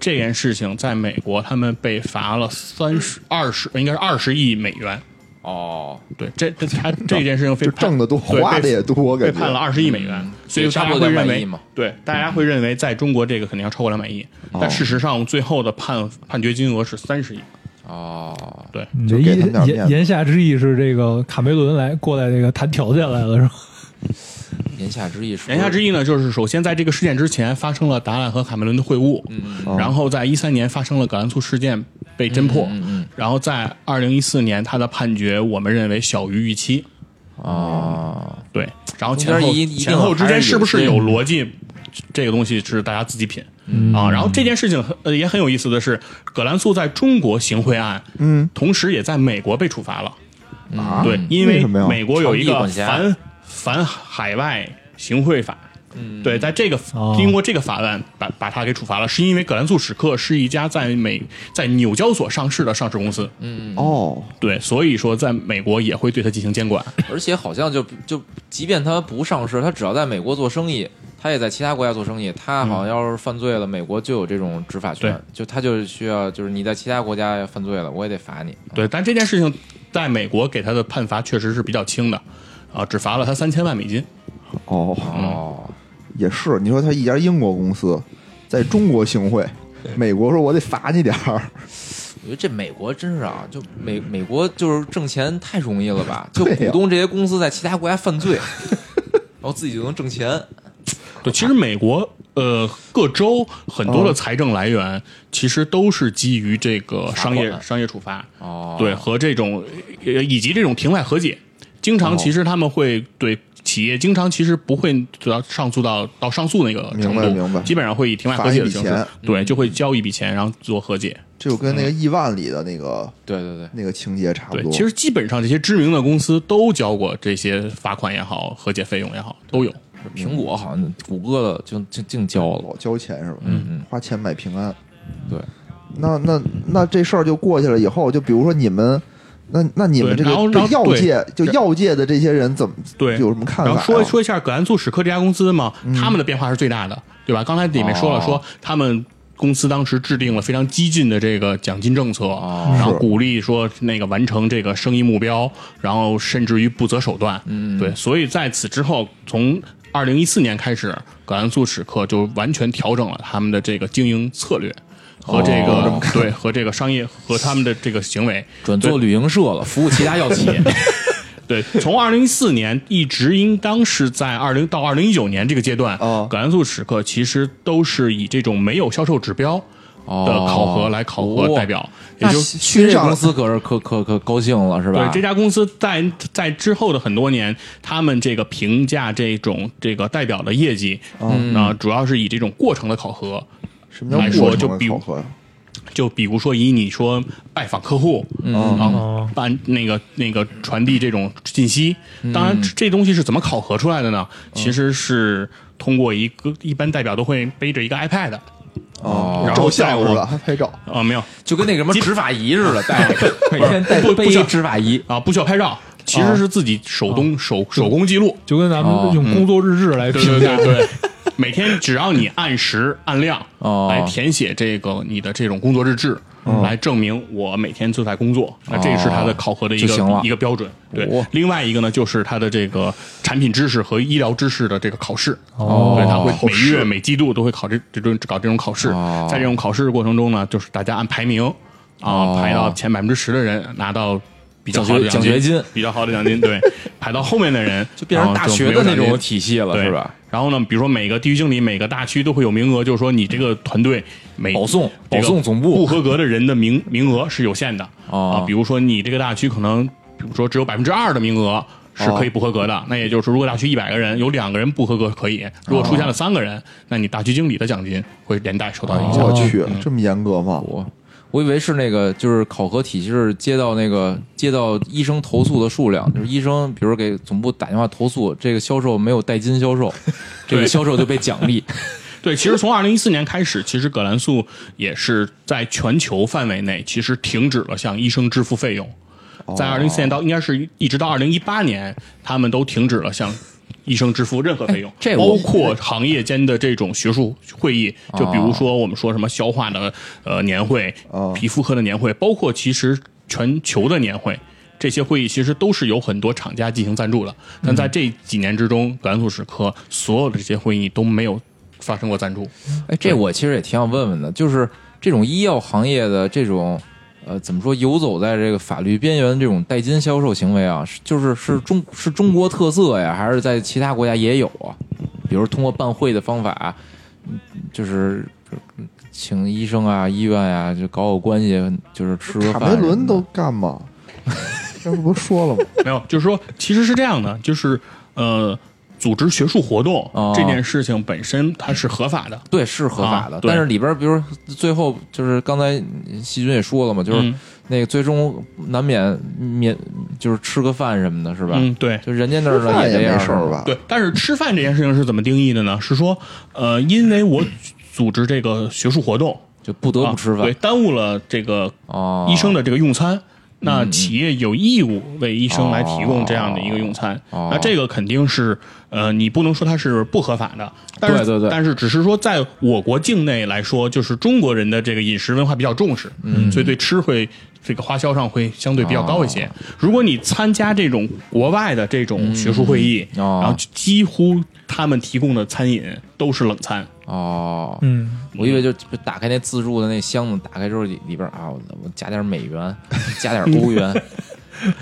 Speaker 4: 这件事情在美国，他们被罚了三十二十，应该是二十亿美元。
Speaker 2: 哦，
Speaker 4: 对，这这他这件事情被
Speaker 1: 就
Speaker 4: 判
Speaker 1: 挣得多，
Speaker 4: 对
Speaker 1: 花的
Speaker 4: 被
Speaker 1: 也多，
Speaker 4: 被
Speaker 1: 感
Speaker 4: 判了
Speaker 1: 觉嗯
Speaker 4: 二十亿美元，所以
Speaker 2: 也差
Speaker 4: 大
Speaker 2: 不
Speaker 4: 家
Speaker 2: 多
Speaker 4: 会认
Speaker 2: 200亿
Speaker 4: 为
Speaker 2: 嘛，
Speaker 4: 对，大家会认为在中国这个肯定要超过两百亿，
Speaker 1: 哦
Speaker 4: 但事实上最后的判判决金额是三十亿。
Speaker 2: 哦，
Speaker 4: 对，
Speaker 3: 你
Speaker 1: 就
Speaker 3: 这
Speaker 1: 给他们点
Speaker 3: 言
Speaker 1: 面
Speaker 3: 言
Speaker 1: 子
Speaker 3: 言下之意是这个卡梅伦来过来这个谈条件来了是吧？
Speaker 2: 言下之意是，
Speaker 4: 言下之
Speaker 2: 意，
Speaker 4: 意呢，就是首先在这个事件之前发生了达赖和卡梅伦的会晤，
Speaker 2: 嗯
Speaker 4: 然后在一三年发生了葛兰素事件被侦破，
Speaker 2: 嗯
Speaker 4: 然后在二零一四年他的判决我们认为小于预期。
Speaker 2: 啊，
Speaker 4: 对，然后
Speaker 2: 中
Speaker 4: 前
Speaker 2: 间
Speaker 4: 后
Speaker 2: 一一定
Speaker 4: 前后之
Speaker 2: 还
Speaker 4: 间
Speaker 2: 是
Speaker 4: 是
Speaker 2: 有嗯
Speaker 4: 不是
Speaker 2: 些
Speaker 4: 有逻辑，这个东西是大家自己品、啊。然后这件事情很呃也很有意思的是，葛兰素在中国行贿案，嗯，同时也在美国被处罚了。
Speaker 1: 啊
Speaker 4: 嗯对，因为
Speaker 1: 什么呀
Speaker 4: 美国有一
Speaker 2: 长臂嗯
Speaker 4: 个
Speaker 2: 管辖
Speaker 4: 反反海外行贿法。
Speaker 2: 嗯
Speaker 4: 对，在这个
Speaker 3: 哦
Speaker 4: 经过这个法案把把他给处罚了，是因为葛兰素史克是一家在美在纽交所上市的上市公司，
Speaker 2: 嗯
Speaker 1: 哦，
Speaker 4: 对，所以说在美国也会对他进行监管。
Speaker 2: 而且好像就就，即便他不上市，他只要在美国做生意，他也在其他国家做生意，他好像要是犯罪了，美国就有这种执法权
Speaker 4: 嗯对，
Speaker 2: 就他就需要，就是你在其他国家犯罪了，我也得罚你。
Speaker 4: 对，但这件事情在美国给他的判罚确实是比较轻的，啊，只罚了他三千万美金。
Speaker 1: 哦，
Speaker 4: 嗯
Speaker 2: 哦，
Speaker 1: 也是。你说他一家英国公司在中国行贿，美国说我得罚你点 儿，
Speaker 2: 我觉得这美国真是啊，就美美国就是挣钱太容易了吧？就
Speaker 1: 对呀
Speaker 2: 股东这些公司在其他国家犯罪， 然后自己就能挣钱。
Speaker 4: 对，其实美国呃各州很多
Speaker 1: 哦
Speaker 4: 的财政来源其实都是基于这个商
Speaker 2: 罚
Speaker 4: 业
Speaker 2: 款
Speaker 4: 商业处罚，
Speaker 2: 哦，
Speaker 4: 对，和这种呃以及这种庭外和解，经常
Speaker 1: 哦
Speaker 4: 其实他们会对。企业经常其实不会到上诉到到上诉那个程
Speaker 1: 明白明白
Speaker 4: 度，基本上会以庭外和解的形
Speaker 1: 罚一
Speaker 4: 式
Speaker 1: 笔，嗯
Speaker 4: 对，就会交一笔钱，然后做和解。
Speaker 1: 这就跟那个亿万里的那个
Speaker 2: 对对对，
Speaker 1: 那个情节差不
Speaker 4: 嗯对，
Speaker 1: 多。
Speaker 4: 其实基本上这些知名的公司都交过这些罚款也好，和解费用也好，都有。
Speaker 2: 苹果好像谷歌的就净净交了。
Speaker 1: 老交钱是吧？嗯嗯，花钱买平安。
Speaker 2: 对，
Speaker 1: 那那那这事儿就过去了以后，就比如说你们。那那你们这
Speaker 4: 对
Speaker 1: 个
Speaker 4: 然后
Speaker 1: 这
Speaker 4: 然后
Speaker 1: 药
Speaker 4: 对
Speaker 1: 界就药界的这些人怎么
Speaker 4: 对
Speaker 1: 有什么看法啊哦
Speaker 4: 然
Speaker 1: 呀？
Speaker 4: 后说说一下葛兰素史克这家公司嘛，他们的变化是最大的，对吧？刚才里面说了，
Speaker 2: 哦
Speaker 4: 说他们公司当时制定了非常激进的这个奖金政策，
Speaker 2: 哦
Speaker 4: 然后
Speaker 1: 是
Speaker 4: 鼓励说那个完成这个生意目标，然后甚至于不择手段。嗯，对，所以在此之后，从二零一四年开始，葛兰素史克就完全调整了他们的这个经营策略。和这个、
Speaker 2: 哦
Speaker 4: 对和这个商业和他们的这个行为，
Speaker 2: 转做旅行社了，服务其他药企。
Speaker 4: 对，从二零一四年一直应当是在二零到二零一九年这个阶段，
Speaker 2: 啊
Speaker 1: 哦
Speaker 4: 葛兰素史克其实都是以这种没有销售指标的
Speaker 2: 哦
Speaker 4: 考核来考核代表，也就
Speaker 2: 那去这公司可是可可可高兴了是吧？
Speaker 4: 对这家公司在在之后的很多年，他们这个评价这种这个代表的业绩，嗯，那主要是以这种过程的考核，
Speaker 1: 什么叫
Speaker 4: 来
Speaker 1: 过
Speaker 4: 说
Speaker 1: 程
Speaker 4: 就
Speaker 1: 的啊
Speaker 4: 比
Speaker 1: 考核呀？
Speaker 4: 就比如说以你说拜访客户，啊，
Speaker 3: 哦
Speaker 4: 办那个那个传递这种信息，当然这东西是怎么考核出来的呢？其实是通过一个一般代表都会背着一个 iPad 的
Speaker 1: 哦
Speaker 4: 然后
Speaker 1: 照相
Speaker 4: 再
Speaker 1: 是
Speaker 4: 我
Speaker 1: 吧？还拍照？
Speaker 4: 啊，没有
Speaker 2: 就跟那个什么执法仪似的，带着每天带
Speaker 4: 不
Speaker 2: 背
Speaker 4: 不
Speaker 2: 一
Speaker 4: 像
Speaker 2: 执法仪，
Speaker 4: 啊，不需要拍照，其实是自己手动、手手工记录。
Speaker 3: 就跟咱们用工作日志来
Speaker 4: 对
Speaker 3: 评
Speaker 4: 对
Speaker 3: 价，
Speaker 4: 对对，每天只要你按时按量
Speaker 2: 哦
Speaker 4: 来填写这个你的这种工作日志，来证明我每天都在工作。那这是它的考核的一
Speaker 2: 哦就行
Speaker 4: 个
Speaker 2: 了
Speaker 4: 一个标准。对
Speaker 2: 哦，
Speaker 4: 另外一个呢，就是它的这个产品知识和医疗知识的这个考试。
Speaker 3: 哦
Speaker 4: 对，它会每月每季度都会考这这种搞这种考试
Speaker 2: 哦。
Speaker 4: 在这种考试的过程中呢，就是大家按排名啊
Speaker 2: 哦
Speaker 4: 排到前百分之十的人拿到。比较好的
Speaker 2: 奖学奖学金，
Speaker 4: 比较好的奖金， 对，排到后面的人
Speaker 2: 就变成
Speaker 4: 然
Speaker 2: 大
Speaker 4: 后哦就
Speaker 2: 学
Speaker 4: 没有
Speaker 2: 的那
Speaker 4: 奖金
Speaker 2: 种体系了，
Speaker 4: 对
Speaker 2: 是吧？？
Speaker 4: 然后呢，比如说每个地区经理、每个大区都会有名额，就是说你这个团队每
Speaker 2: 保送
Speaker 4: 这个
Speaker 2: 保送总部
Speaker 4: 不合格的人的名 名额是有限的、
Speaker 2: 哦
Speaker 4: 啊。比如说你这个大区可能，比如说只有百分之二的名额是可以不合格的，
Speaker 2: 哦
Speaker 4: 那也就是如果大区一百个人有两个人不合格可以，如果出
Speaker 2: 哦
Speaker 4: 现了三个人，那你大区经理的奖金会连带受到
Speaker 2: 哦
Speaker 4: 影响。
Speaker 1: 我去，这么严格吗？
Speaker 2: 我我以为是那个，就是考核体系是接到那个接到医生投诉的数量，就是医生比如给总部打电话投诉这个销售没有带金销售，这个销售就被奖励。
Speaker 4: 对，其实从二零一四年开始，其实葛兰素也是在全球范围内，其实停止了向医生支付费用。在二零一四年到应该是一直到二零一八年，他们都停止了向医生支付任何费用，
Speaker 2: 哎这
Speaker 4: 包
Speaker 2: 我
Speaker 4: 括行业间的这种学术会议，就比如说我们说什么消化的呃年会、
Speaker 2: 啊
Speaker 4: 皮肤科的年会，包括其实全球的年会。这些会议其实都是由很多厂家进行赞助的，
Speaker 2: 嗯
Speaker 4: 但在这几年之中，葛兰素史科所有的这些会议都没有发生过赞助。
Speaker 2: 哎，这我其实也挺想问问的，就是这种医药行业的这种。呃，怎么说游走在这个法律边缘的这种带金销售行为啊，是就是
Speaker 4: 嗯
Speaker 2: 是中是中国特色呀，还是在其他国家也有啊？比如通过办会的方法，嗯就是嗯请医生啊、医院啊，就搞搞关系，就是吃个
Speaker 1: 卡
Speaker 2: 饭。
Speaker 1: 梅伦都干嘛？这不说了吗？
Speaker 4: 没有，就是说，其实是这样的，就是呃，组织学术活动、
Speaker 2: 哦
Speaker 4: 这件事情本身它是合法的，
Speaker 2: 对是合法的，
Speaker 4: 啊对
Speaker 2: 但是里边儿比如最后就是刚才细菌也说了嘛，就是
Speaker 4: 嗯
Speaker 2: 那个最终难免免就是吃个饭什么的，是吧？
Speaker 4: 嗯，对。
Speaker 2: 就人家那儿
Speaker 1: 那
Speaker 2: 呢
Speaker 1: 也
Speaker 2: 这样
Speaker 1: 没事儿吧？
Speaker 4: 对，但是吃饭这件事情是怎么定义的呢？是说，呃，因为我组织这个学术活动，
Speaker 2: 就不得
Speaker 4: 啊
Speaker 2: 不吃饭
Speaker 4: 对，耽误了这个
Speaker 2: 哦。嗯
Speaker 4: 医生的这个用餐，那企业有义务为医生来提供这样的一个用餐。
Speaker 2: 哦
Speaker 4: 那这个肯定是，呃，你不能说它是不合法的，但是
Speaker 2: 对对对
Speaker 4: 但是只是说在我国境内来说，就是中国人的这个饮食文化比较重视，嗯，所以对吃会。这个花销上会相对比较高
Speaker 2: 哦
Speaker 4: 一些。如果你参加这种国外的这种学术会议，
Speaker 2: 嗯哦
Speaker 4: 然后几乎他们提供的餐饮都是冷餐，
Speaker 2: 哦，
Speaker 3: 嗯，
Speaker 2: 我以为就就打开那自助的那箱子，打开之后里里边啊，我我加点美元，加点欧元，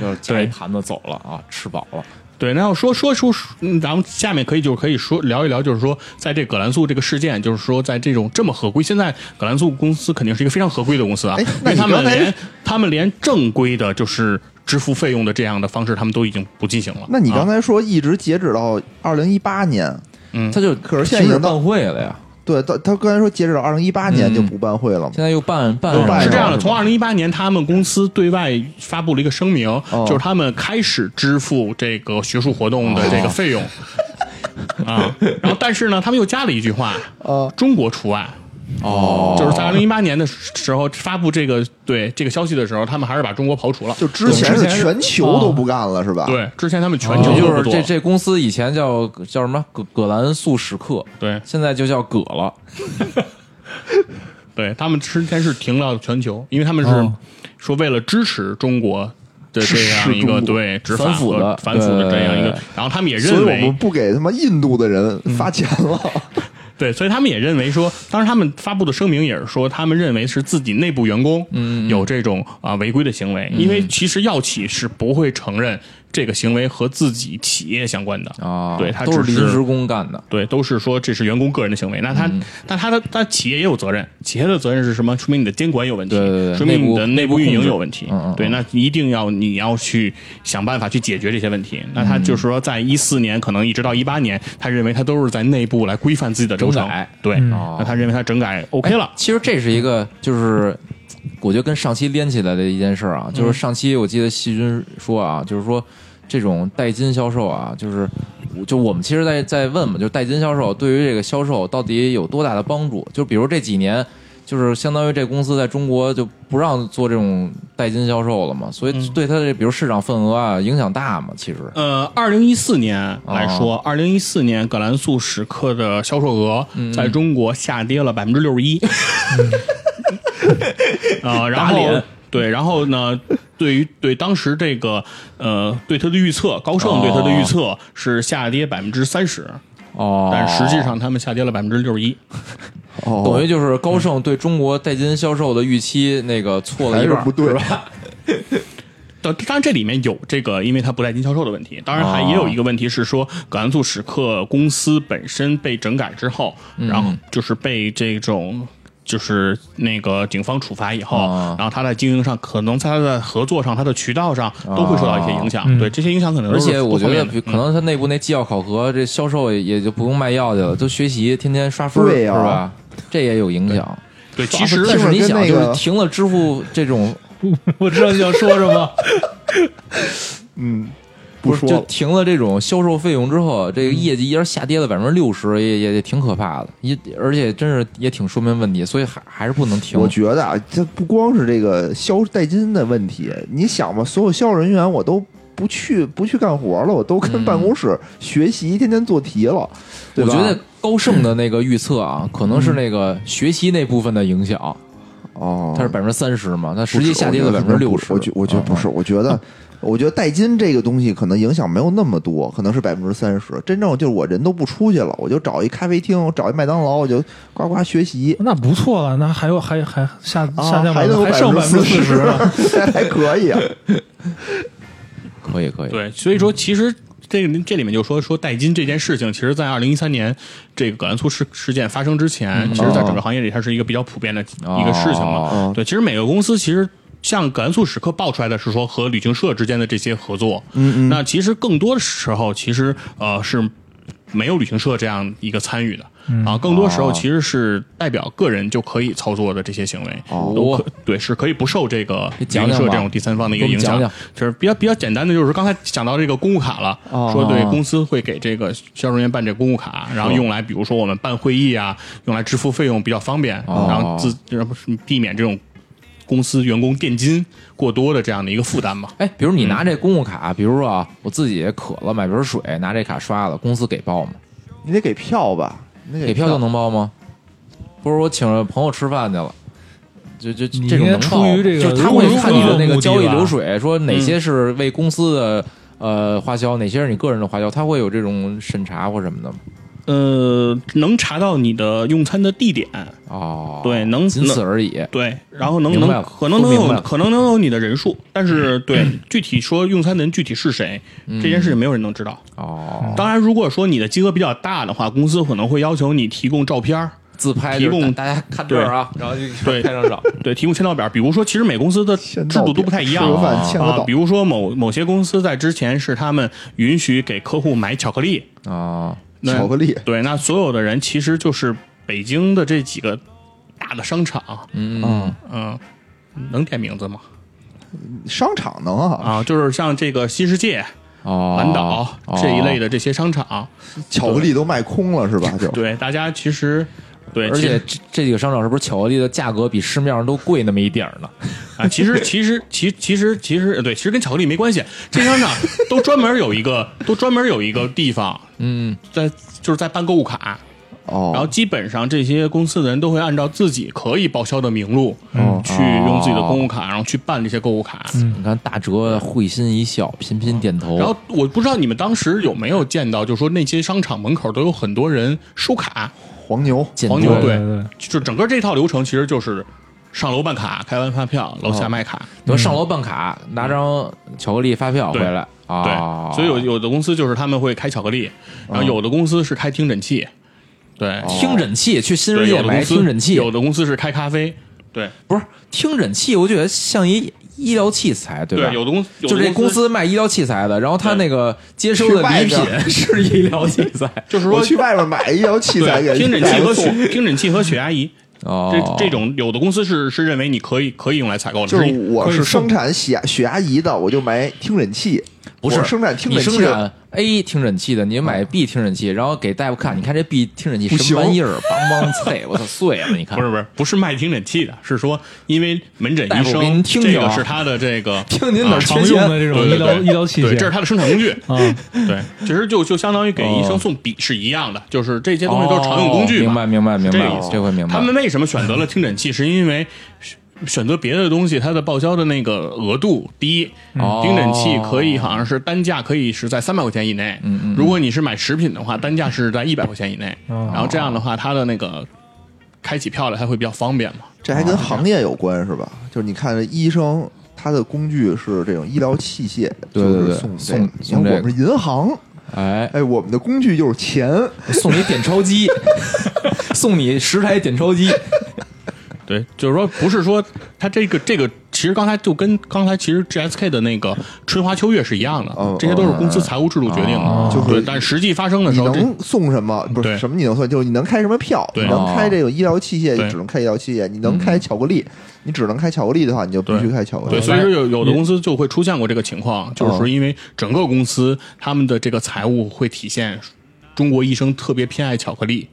Speaker 2: 就是加一
Speaker 4: 对
Speaker 2: 盘子走了啊，吃饱了。
Speaker 4: 对，那要说说说，嗯，咱们下面可以就是可以说聊一聊，就是说，在这葛兰素这个事件，就是说，在这种这么合规，现在葛兰素公司肯定是一个非常合规的公司啊，
Speaker 1: 哎那
Speaker 4: 因为
Speaker 1: 你
Speaker 4: 他们
Speaker 1: 刚才
Speaker 4: 连他们连正规的就是支付费用的这样的方式，他们都已经不进行了。
Speaker 1: 那你刚
Speaker 4: 啊
Speaker 1: 才说一直截止到二零一八年，
Speaker 4: 嗯
Speaker 2: 他就
Speaker 1: 可是现在已
Speaker 2: 停止
Speaker 1: 经到
Speaker 2: 办会了呀，
Speaker 1: 对，他他刚才说截止到二零一八年
Speaker 2: 嗯
Speaker 1: 就不办会了嘛
Speaker 2: 现？在又办办
Speaker 1: 又办
Speaker 4: 是
Speaker 1: 了
Speaker 4: 这样的，
Speaker 1: 是吧
Speaker 4: 从二零一八年，他们公司对外发布了一个声明，
Speaker 1: 哦
Speaker 4: 就是他们开始支付这个学术活动的
Speaker 1: 哦
Speaker 4: 这个 费用、啊。然后，但是呢，他们又加了一句话，
Speaker 1: 呃，
Speaker 4: 中国除外。
Speaker 2: 哦，
Speaker 4: 就是在二零一八年的时候发布这个对这个消息的时候，他们还是把中国刨除了。
Speaker 1: 就之前
Speaker 3: 之
Speaker 1: 是
Speaker 3: 前是
Speaker 1: 全球
Speaker 2: 啊
Speaker 1: 都不干了是哦吧？，
Speaker 4: 对，之前他们全球
Speaker 2: 就就
Speaker 4: 都不
Speaker 2: 是
Speaker 4: 做
Speaker 2: 这这公司以前叫叫什么葛葛兰素史克，
Speaker 4: 对
Speaker 2: 现在就叫葛了。
Speaker 4: 对，他们之前是停到全球，因为他们是
Speaker 3: 哦
Speaker 4: 说为了支持中国的
Speaker 1: 支
Speaker 4: 这
Speaker 1: 持
Speaker 4: 样一个
Speaker 1: 中国
Speaker 4: 对执法
Speaker 2: 反腐
Speaker 4: 和
Speaker 2: 的
Speaker 4: 反腐的这样一
Speaker 2: 对
Speaker 4: 个，然后他们也
Speaker 1: 所以
Speaker 4: 认
Speaker 1: 我们
Speaker 4: 为
Speaker 1: 不给他妈印度的人发钱了。
Speaker 4: 对，所以他们也认为说，当时他们发布的声明也是说，他们认为是自己内部员工有这种啊、违规的行为，因为其实药企是不会承认这个行为和自己企业相关的
Speaker 2: 啊，
Speaker 4: 对，他
Speaker 2: 都是
Speaker 4: 只
Speaker 2: 临时工干的。
Speaker 4: 对，都是说这是员工个人的行为。那他，
Speaker 2: 嗯
Speaker 4: 那他的他企业也有责任，企业的责任是什么？说明你的监管有问题，
Speaker 2: 对对对
Speaker 4: 说明你的
Speaker 2: 内
Speaker 4: 内
Speaker 2: 部
Speaker 4: 部运
Speaker 2: 内部控
Speaker 4: 营
Speaker 2: 制
Speaker 4: 有问题。
Speaker 2: 嗯嗯嗯
Speaker 4: 对，那一定要你要去想办法去解决这些问题。那他
Speaker 2: 嗯
Speaker 4: 就是说，在一四年可能一直到一八年，他认为他都是在内部来规范自己的流程
Speaker 2: 整改。
Speaker 4: 对，
Speaker 2: 哦哎
Speaker 4: 那他认为他整改 OK 了。
Speaker 2: 其实这是一个，就是我觉得跟上期连起来的一件事儿啊，就是上期我记得细菌说啊，就是说这种代金销售啊，就是就我们其实在在问嘛，就是代金销售对于这个销售到底有多大的帮助？就比如这几年。就是相当于这公司在中国就不让做这种代金销售了嘛，所以对它的这比如市场份额啊影响大嘛，其实
Speaker 4: 呃，二零一四年来
Speaker 2: 哦
Speaker 4: 说，二零一四年葛兰素史克的销售额
Speaker 2: 嗯
Speaker 4: 在中国下跌了百分之六 十一，啊，然后
Speaker 2: 脸
Speaker 4: 对，然后呢，对于对当时这个呃对它的预测，高盛对它的预测是下跌百分之三十，
Speaker 2: 哦，
Speaker 4: 但实际上他们下跌了百分之六十一，
Speaker 1: 哦，
Speaker 2: 等于就是高盛对中国代金销售的预期那个错了
Speaker 1: 还
Speaker 2: 嗯一
Speaker 1: 是
Speaker 2: 半，
Speaker 1: 不对
Speaker 2: 是吧？
Speaker 4: 当当然这里面有这个，因为它不带金销售的问题。当然还
Speaker 2: 哦
Speaker 4: 也有一个问题是说，葛兰素史克公司本身被整改之后，
Speaker 2: 嗯
Speaker 4: 然后就是被这种。就是那个警方处罚以后，
Speaker 2: 哦
Speaker 4: 然后他在经营上，可能在他的合作上、他的渠道上都会受到一些影响。对这些影响可能
Speaker 2: 哦嗯而
Speaker 4: 都是
Speaker 2: 且我觉
Speaker 4: 多
Speaker 2: 得
Speaker 4: 方面的嗯
Speaker 1: 嗯
Speaker 2: 可能他内部那绩效考核，这销售也也就不用卖药去了，都学习，天天刷分儿，
Speaker 1: 对
Speaker 2: 是
Speaker 1: 呀
Speaker 2: 吧？这也有影响。啊
Speaker 4: 对，其实
Speaker 2: 但是你
Speaker 1: 跟
Speaker 2: 想，
Speaker 1: 那
Speaker 2: 就
Speaker 1: 个
Speaker 2: 是停了支付这种，
Speaker 3: 我知道你想说什么，
Speaker 1: 嗯，不
Speaker 2: 是
Speaker 1: 说
Speaker 2: 就
Speaker 1: 了，嗯
Speaker 2: 停了这种销售费用之后，这个业绩一下下跌了百分之六十，也也也挺可怕的，也而且真是也挺说明问题，所以还还是不能停
Speaker 1: 我。觉得啊，这不光是这个销代金的问题，你想吧，所有销售人员我都不去不去干活了，我都跟办公室学习，天天做题了，对
Speaker 2: 我
Speaker 1: 吧？嗯
Speaker 2: 觉得高盛的那个预测啊，可能是那个学习那部分的影响，
Speaker 1: 哦，
Speaker 2: 它是百分之三十嘛，它实际
Speaker 1: 不是
Speaker 2: 下跌了
Speaker 1: 我觉
Speaker 2: 百
Speaker 1: 得
Speaker 2: 分之
Speaker 1: 可能
Speaker 2: 六
Speaker 1: 不
Speaker 2: 十。啊
Speaker 1: 我觉我觉得不是，我觉得。我觉得代金这个东西可能影响没有那么多，可能是百分之三十。真正就是我人都不出去了，我就找一咖啡厅，我找一麦当劳，我就呱呱学习，
Speaker 3: 那不错了，那还有还还下嗯下
Speaker 1: 啊
Speaker 3: 降，
Speaker 1: 还
Speaker 3: 百分
Speaker 1: 能
Speaker 3: 还剩百分之四十呢。
Speaker 1: 十， 还可以啊。
Speaker 2: 可以可以。
Speaker 4: 对，所以说其实这个这里面就说说代金这件事情，其实在二零一三年这个葛兰素事事件发生之前，其实在整个行业里它是一个比较普遍的一个事情嘛。
Speaker 2: 嗯哦
Speaker 4: 对，其实每个公司其实。像葛兰素史克爆出来的是说和旅行社之间的这些合作，嗯嗯，那其实更多的时候其实呃是没有旅行社这样一个参与的、
Speaker 2: 嗯
Speaker 4: 啊，更多时
Speaker 2: 哦
Speaker 4: 候其实是代表个人就可以操作的这些行为，
Speaker 1: 哦
Speaker 4: 都可对是可以不受这个旅
Speaker 2: 讲
Speaker 4: 行
Speaker 2: 讲
Speaker 4: 社
Speaker 2: 吧
Speaker 4: 这种第三方的一个
Speaker 2: 给我
Speaker 4: 影
Speaker 2: 们讲
Speaker 4: 响
Speaker 2: 讲，
Speaker 4: 就是比较比较简单的，就是刚才讲到这个公务卡了，
Speaker 2: 哦
Speaker 4: 说对公司会给这个销售人员办这公务卡，然后用来比如说我们办会议啊，用来支付费用比较方便，
Speaker 2: 哦
Speaker 4: 然后自然后避免这种公司员工垫金过多的这样的一个负担嘛。
Speaker 2: 哎，比如你拿这公务卡，比如说啊，我自己渴了买瓶水，拿这卡刷了，公司给报吗？
Speaker 1: 你得给票吧？你得
Speaker 2: 给票就能报吗？不是我请了朋友吃饭去了，就就
Speaker 3: 你
Speaker 2: 这种
Speaker 3: 应该
Speaker 2: 能报吗？
Speaker 3: 出于这个
Speaker 2: 就是他
Speaker 3: 如
Speaker 2: 会
Speaker 3: 果
Speaker 2: 看你的那个
Speaker 3: 如果
Speaker 2: 交
Speaker 3: 目的
Speaker 2: 易
Speaker 3: 吧
Speaker 2: 流水，说哪些是为公司的呃花销，哪些是你个人的花销，他会有这种审查或什么的吗？
Speaker 4: 呃，能查到你的用餐的地点，
Speaker 2: 哦，
Speaker 4: 对能
Speaker 2: 仅此而已。
Speaker 4: 对，然后能
Speaker 2: 明白
Speaker 4: 能
Speaker 2: 了
Speaker 4: 可能
Speaker 2: 都
Speaker 4: 能
Speaker 2: 明白
Speaker 4: 有
Speaker 2: 了
Speaker 4: 可能能有你的人数，但是对、具体说用餐的人具体是谁、
Speaker 2: 嗯
Speaker 4: 这件事情没有人能知道。
Speaker 2: 哦，
Speaker 4: 当然，如果说你的金额比较大的话，公司可能会要求你提供照片儿，
Speaker 2: 自拍
Speaker 4: 提
Speaker 2: 就是
Speaker 4: 供
Speaker 2: 大大家看这儿啊，然后就
Speaker 4: 对
Speaker 2: 拍张照。
Speaker 4: 对，提供签到表儿。比如说，其实每公司的制
Speaker 1: 签到
Speaker 4: 度都
Speaker 1: 表
Speaker 4: 不太一样
Speaker 1: 吃
Speaker 2: 个
Speaker 1: 个
Speaker 4: 啊。
Speaker 1: 饭签个到
Speaker 4: 比如说某某些公司在之前是他们允许给客户买巧克力，
Speaker 2: 哦，
Speaker 4: 那
Speaker 1: 巧克力，
Speaker 4: 对，那所有的人其实就是北京的这几个大的商场，
Speaker 2: 嗯
Speaker 1: 嗯
Speaker 2: 嗯，
Speaker 4: 嗯、能点名字吗？
Speaker 1: 商场能啊？
Speaker 4: 啊，就是像这个新世界、
Speaker 2: 哦，
Speaker 4: 环岛、
Speaker 1: 啊
Speaker 4: 这一类
Speaker 2: 的，
Speaker 4: 的这些商场，
Speaker 1: 巧克力都卖空了是吧？就
Speaker 4: 对大家其实。对，
Speaker 2: 而
Speaker 4: 其实
Speaker 2: 且这这几个商场是不是巧克力的价格比市面上都贵那么一点儿呢？
Speaker 4: 啊，其实其实其其实其实呃对，其实跟巧克力没关系。这些商场都专门有一个，都专门有一个地方
Speaker 2: 嗯，
Speaker 4: 在，就是在办购物卡。
Speaker 1: 哦，
Speaker 4: 然后基本上这些公司的人都会按照自己可以报销的名录，
Speaker 1: 嗯
Speaker 4: 去用自己的公务卡，然后去办这些购物卡。
Speaker 2: 你看大哲会心一笑，频频点头。
Speaker 4: 然后我不知道你们当时有没有见到，就是说那些商场门口都有很多人收卡，
Speaker 1: 黄牛，哦
Speaker 2: 见
Speaker 4: 黄牛
Speaker 2: 多了
Speaker 4: 对
Speaker 3: 对对，
Speaker 4: 就整个这套流程其实就是上楼办卡，开完发票，楼下卖卡。
Speaker 1: 嗯
Speaker 2: 等上楼办卡，拿张巧克力发票回来啊。嗯
Speaker 4: 对，所以有有的公司就是他们会开巧克力，然后有的公司是开听诊器，对，
Speaker 2: 哦听诊器，去新世
Speaker 4: 对，
Speaker 2: 界
Speaker 4: 有的
Speaker 2: 买
Speaker 4: 公司
Speaker 2: 听诊器，
Speaker 4: 有的公司是开咖啡，对
Speaker 2: 不是听诊器，我觉得像一医疗器材，对吧？
Speaker 4: 有的公有
Speaker 2: 就
Speaker 4: 的
Speaker 2: 这
Speaker 4: 公
Speaker 2: 公司卖医疗器材的，然后他
Speaker 4: 对
Speaker 2: 那个接收的礼
Speaker 1: 去外
Speaker 2: 品是医疗器材
Speaker 4: 就是
Speaker 1: 我
Speaker 4: 说
Speaker 1: 去外面买医疗器材给
Speaker 4: 对听诊器和
Speaker 1: 送
Speaker 4: 血听诊器和血压仪。
Speaker 2: 哦
Speaker 4: 这这种有的公司是是认为你可以可以用来采购的，
Speaker 1: 就是
Speaker 4: 是
Speaker 1: 我是生产血血压仪的，我就买听诊器。
Speaker 2: 不是
Speaker 1: 我生产听
Speaker 2: 你
Speaker 1: 诊器
Speaker 2: 生产 A 听诊器的，你
Speaker 4: 嗯
Speaker 2: 买 B 听诊器，然后给大夫看，你看这 B 听诊器
Speaker 1: 不
Speaker 2: 什
Speaker 1: 行
Speaker 2: 么玩意儿，梆梆脆，我操碎了，你看
Speaker 4: 不是不是不是卖听诊器的，是说因为门诊
Speaker 2: 大
Speaker 4: 医
Speaker 2: 夫给您
Speaker 4: 生
Speaker 2: 听听
Speaker 4: 这个
Speaker 2: 啊
Speaker 4: 是他的这个
Speaker 2: 听您哪
Speaker 4: 啊
Speaker 2: 儿缺
Speaker 3: 常用的
Speaker 2: 钱？
Speaker 3: 这种
Speaker 4: 对
Speaker 3: 医
Speaker 4: 对
Speaker 3: 疗
Speaker 4: 对
Speaker 3: 医疗器
Speaker 4: 对，这是
Speaker 3: 械
Speaker 4: 他的生产工具。
Speaker 3: 啊，
Speaker 4: 对，其实就就相当于给医生送笔是一样的，就是这些东西都是常用工具
Speaker 2: 哦
Speaker 4: 嘛。
Speaker 2: 明白明白明
Speaker 4: 这个
Speaker 2: 白
Speaker 4: 意，思
Speaker 2: 这回明白。
Speaker 4: 他们为什么选择了听诊器？是因为选择别的东西，它的报销的那个额度低。嗯
Speaker 2: 哦
Speaker 4: 听诊器可以好像是单价可以是在三百块钱以内，
Speaker 2: 嗯嗯嗯
Speaker 4: 如果你是买食品的话，单价是在一百块钱以内。
Speaker 3: 哦
Speaker 4: 然后这样的话，它的那个开起票来，它会比较方便嘛。
Speaker 1: 这还跟行业有关是吧？就是你看这医生。他的工具是这种医疗器械，
Speaker 2: 对
Speaker 1: 就是
Speaker 2: 对对
Speaker 1: 送
Speaker 2: 送
Speaker 1: 这
Speaker 2: 送
Speaker 1: 你看
Speaker 2: 这
Speaker 1: 我们是银行，
Speaker 2: 哎，
Speaker 1: 哎，我们的工具就是钱，
Speaker 2: 送你点钞 机，送你十台点钞机。
Speaker 4: 对，就是说不是说它这个这个，其实刚才就跟刚才其实 GSK 的那个春花秋月是一样的，
Speaker 1: 哦
Speaker 4: 这些都是公司财务制度决定的，
Speaker 2: 哦
Speaker 1: 就是
Speaker 4: 对，但实际发生的
Speaker 1: 你
Speaker 4: 时候，这
Speaker 1: 能送什么？不是
Speaker 4: 对
Speaker 1: 什么你能送，就是你能开什么票，
Speaker 4: 对
Speaker 1: 你能开这种医疗器械，
Speaker 4: 对嗯
Speaker 1: 你只能开医疗器械；你能开巧克力，你只能开巧克力的话，你就必须开巧克力
Speaker 4: 对，。所以说有有的公司就会出现过这个情况，就是说因为整个公司他们的这个财务会体现。中国医生特别偏爱巧克力，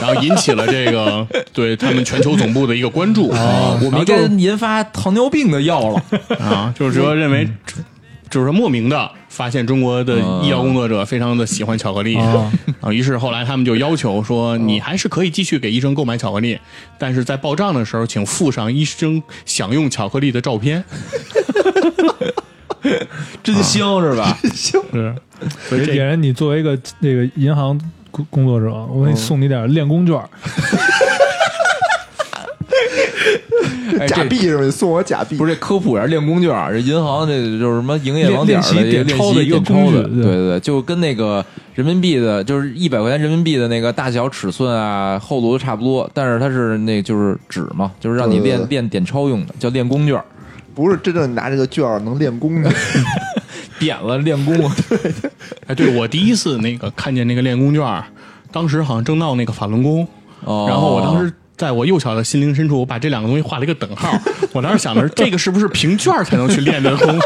Speaker 4: 然后引起了这个对他们全球总部的一个关注。
Speaker 2: 哎我们应该研发糖尿病的药 了。
Speaker 4: 啊，就是说认为，就是说莫名的发现中国的医药工作者非常的喜欢巧克力，
Speaker 3: 啊
Speaker 4: 啊，于是后来他们就要求说，你还是可以继续给医生购买巧克力，但是在报账的时候，请附上医生享用巧克力的照片。
Speaker 2: 真香是吧？
Speaker 4: 哦
Speaker 3: 是
Speaker 4: 所以
Speaker 3: 野
Speaker 4: 这
Speaker 3: 人，你作为一个那个银行工工作者，我给你送你点练功券儿，
Speaker 2: 哎
Speaker 1: 假
Speaker 2: 这
Speaker 1: 币是吧？你送我假币，
Speaker 2: 不
Speaker 1: 是
Speaker 2: 是这科普一下练功券儿，这银行这就是什么营业
Speaker 3: 练
Speaker 2: 网点儿的
Speaker 3: 练习点
Speaker 2: 练
Speaker 3: 钞
Speaker 2: 习
Speaker 3: 的一个
Speaker 2: 点
Speaker 3: 工
Speaker 2: 钞
Speaker 3: 具
Speaker 2: 的
Speaker 3: 对
Speaker 2: 对对对，就跟那个人民币的，就是一百块钱人民币的那个大小尺寸啊、厚度都差不多，但是它是那就是纸嘛，就是让你
Speaker 1: 对对
Speaker 2: 练
Speaker 1: 对
Speaker 2: 练点钞用的，叫练功券儿，
Speaker 1: 不是真正拿这个券儿能练功的，
Speaker 2: 点了练功。
Speaker 4: 哎，对我第一次那个看见那个练功券儿，当时好像正闹那个法轮功，
Speaker 2: 哦
Speaker 4: 然后我当时。在我幼小的心灵深处，我把这两个东西画了一个等号。我当时想的是，这个是不是凭券儿才能去练的 功？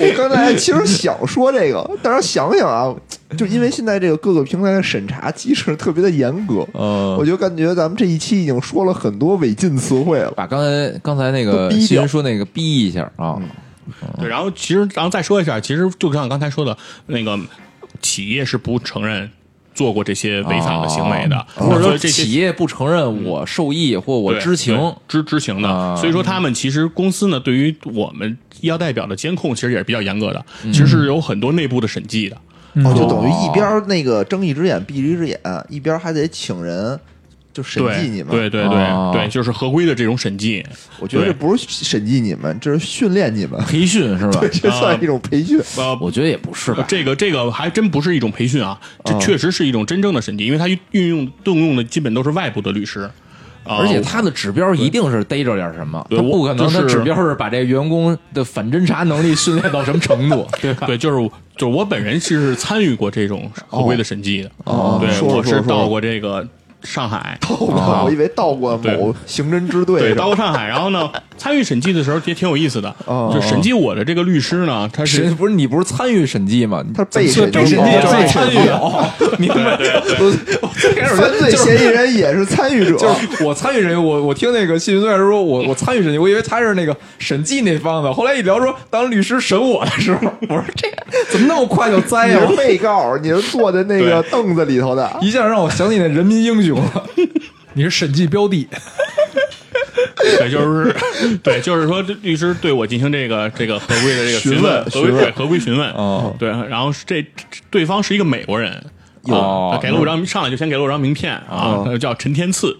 Speaker 1: 我刚才其实想说这个，但是想想啊，就因为现在这个各个平台的审查机制特别的严格，
Speaker 2: 呃，
Speaker 1: 我就感觉咱们这一期已经说了很多违禁词汇了。
Speaker 2: 把刚才刚才那
Speaker 1: 都
Speaker 2: 个
Speaker 1: 逼掉
Speaker 2: 新人说那个逼一下啊，
Speaker 4: 对，然后其实，然后再说一下，其实就像刚才说的，那个企业是不承认做过这些违法的行为的，
Speaker 2: 或者
Speaker 4: 所
Speaker 2: 说
Speaker 4: 以这些
Speaker 2: 哦企业不承认我受益或我
Speaker 4: 对
Speaker 2: 知情，
Speaker 4: 对知知情的。
Speaker 2: 啊
Speaker 4: 所以说，他们其实公司呢，对于我们医药代表的监控其实也是比较严格的，
Speaker 2: 嗯
Speaker 4: 其实是有很多内部的审计的。
Speaker 1: 哦，就等于一边儿那个睁一只眼闭一只眼，一边儿还得请人就审
Speaker 4: 对
Speaker 1: 计你哦们。
Speaker 4: 对对对、
Speaker 2: 啊
Speaker 4: 对，就是合规的这种审计。
Speaker 1: 我觉得这
Speaker 4: 对
Speaker 1: 不是审计你们，这是训练你们，
Speaker 2: 培训是吧？
Speaker 1: 这算一种培训。
Speaker 4: 呃，
Speaker 2: 我觉得也不是吧，
Speaker 4: 这个这个还真不是一种培训啊，这
Speaker 1: 嗯
Speaker 4: 确实是一种真正的审计，因为它运用动用的基本都是外部的律师，啊
Speaker 2: 而且他的指标一定是逮着点什么，他
Speaker 4: 对我
Speaker 2: 不可能他
Speaker 4: 就是
Speaker 2: 指标是把这员工的反侦查能力训练到什么程度，对吧？
Speaker 4: 呃对，就是就是我本人其实是参与过这种合规的审计的，
Speaker 1: 哦
Speaker 4: 对，
Speaker 1: 说说
Speaker 4: 我是
Speaker 1: 说说
Speaker 4: 到过这个上海，啊
Speaker 1: 到
Speaker 2: 啊
Speaker 1: 过，我以为到过某刑侦支队
Speaker 4: 对，
Speaker 1: 是
Speaker 4: 到
Speaker 1: 吧，
Speaker 4: 过上海，然后呢，参与审计的时候也挺有意思的，
Speaker 1: 哦
Speaker 4: 就审计我的这个律师呢，他是
Speaker 2: 谁不是你不是参与审计吗？
Speaker 1: 他是被审
Speaker 3: 被
Speaker 1: 计，
Speaker 3: 审计
Speaker 1: 哦
Speaker 3: 被
Speaker 2: 参
Speaker 3: 审
Speaker 2: 与哦，明白？我我最开始
Speaker 1: 犯罪嫌疑人也是参与者，
Speaker 2: 就是啊我参与审计，我我听那个谢云队说，我我参与审计，我以为他是那个审计那方的，后来一聊说当律师审我的时候，我说这怎么那么快就栽
Speaker 1: 你
Speaker 2: 呀、
Speaker 1: 是被告，你是坐在那个凳子里头的。
Speaker 2: 一下让我想起那人民英雄 了，
Speaker 3: 你是审计标的，
Speaker 4: 对，就是对，就是说这律师对我进行这个这个合规的这个询问，合
Speaker 1: 询问
Speaker 4: 规
Speaker 1: 询问
Speaker 4: 对合规询问
Speaker 2: 哦，
Speaker 4: 对，然后是这对方是一个美国人，
Speaker 2: 哦
Speaker 4: 啊他给了我张上来就先给了我张名片啊，他就叫陈天赐。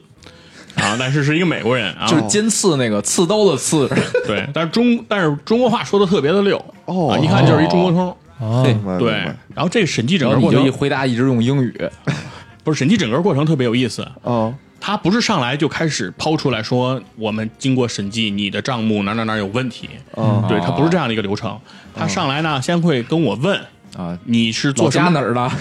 Speaker 4: 啊，但是是一个美国人啊，
Speaker 2: 就是尖刺那个刺刀的刺，
Speaker 4: 对，但是中但是中国话说的特别的溜
Speaker 1: 哦
Speaker 4: 啊一看就是一中国通。
Speaker 3: 啊
Speaker 2: 对
Speaker 1: 明白
Speaker 4: 对
Speaker 1: 明白，
Speaker 4: 然后这个审计整
Speaker 2: 然
Speaker 4: 个
Speaker 2: 后哦你
Speaker 4: 过
Speaker 2: 就一
Speaker 4: 程
Speaker 2: 回答一直用英语，
Speaker 4: 不是审计整个过程特别有意思，
Speaker 1: 哦，
Speaker 4: 他不是上来就开始抛出来说我们经过审计，你的账目哪哪哪有问题，
Speaker 2: 嗯
Speaker 1: 哦
Speaker 4: 对他不是这样的一个流程，他上来呢先会跟我问
Speaker 2: 啊，
Speaker 4: 你是
Speaker 2: 老
Speaker 4: 做什
Speaker 2: 家
Speaker 4: 么
Speaker 2: 哪儿的？
Speaker 4: 啊？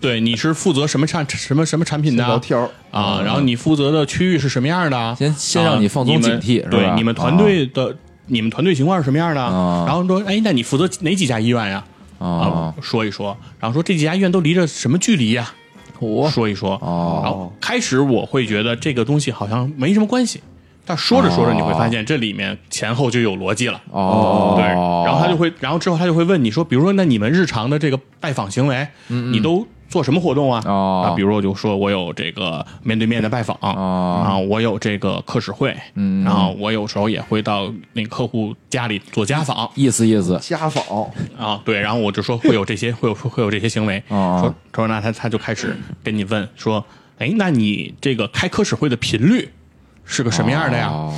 Speaker 4: 对，你是负责什么产什么什么产品的
Speaker 1: 聊
Speaker 4: 啊
Speaker 1: 天儿
Speaker 4: 啊？然后你负责的区域是什么样的啊？
Speaker 2: 嗯先先让你放松
Speaker 4: 啊
Speaker 2: 警惕
Speaker 4: 你们
Speaker 2: 是吧
Speaker 4: 对，你们团队的你们团队情况是什么样的？
Speaker 2: 啊
Speaker 4: 然后说，哎，那你负责哪几家医院呀、
Speaker 2: 啊，
Speaker 4: 说一说，然后说这几家医院都离着什么距离呀、
Speaker 2: 我
Speaker 4: 说一说。
Speaker 2: 哦
Speaker 4: 然后开始我会觉得这个东西好像没什么关系，但说着说着你会发现这里面前后就有逻辑了。
Speaker 2: 哦，
Speaker 4: 对，然后他就会，然后之后他就会问你说，比如说，那你们日常的这个拜访行为，你都做什么活动啊？
Speaker 2: 嗯哦
Speaker 4: 啊，比如我就说我有这个面对面的拜访，
Speaker 2: 哦
Speaker 4: 啊，我有这个客室会，嗯，然后我有时候也会到那个客户家里做家访
Speaker 2: 意思意思，
Speaker 1: 家访
Speaker 4: 啊，对，然后我就说会有这些，会有会有这些行为，
Speaker 2: 哦
Speaker 4: 说说那他他就开始跟你问说，哎，那你这个开客室会的频率是个什么样的呀？
Speaker 2: 哦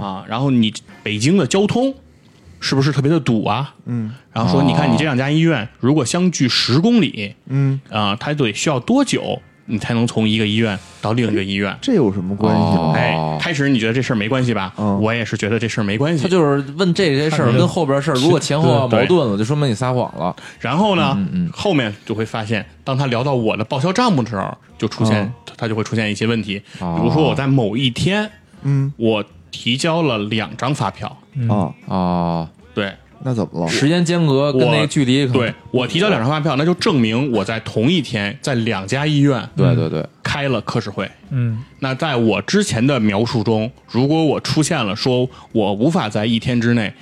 Speaker 4: 啊，然后你北京的交通是不是特别的堵啊？嗯，然后说你看
Speaker 2: 哦
Speaker 4: 你这两家医院如果相距十公里，
Speaker 1: 嗯，
Speaker 4: 啊，它得需要多久你才能从一个医院到另一个医院？
Speaker 1: 这有什么关系吗？
Speaker 2: 哦
Speaker 4: 哎，开始你觉得这事儿没关系吧？
Speaker 1: 嗯
Speaker 4: 我也是觉得这事儿没关
Speaker 2: 他
Speaker 4: 系。
Speaker 2: 就是问这些事儿
Speaker 3: 看着
Speaker 2: 跟后边事儿，如果前后要
Speaker 4: 对
Speaker 2: 矛盾了，就说明你撒谎了。
Speaker 4: 然后呢，后面就会发现，当他聊到我的报销账目的时候，就出现、他就会出现一些问题，
Speaker 2: 哦
Speaker 4: 比如说我在某一天
Speaker 1: 嗯
Speaker 4: 我提交了两张发票，
Speaker 1: 啊，
Speaker 2: 哦，
Speaker 4: 对，
Speaker 1: 那怎么了？
Speaker 2: 时间间隔跟
Speaker 4: 我
Speaker 2: 那个距离可能，
Speaker 4: 对我提交两张发票，那就证明我在同一天在两家医院
Speaker 2: 对对对，
Speaker 4: 开了科室会。
Speaker 3: 嗯
Speaker 4: 那在我之前的描述中，如果我出现了说我无法在一天之内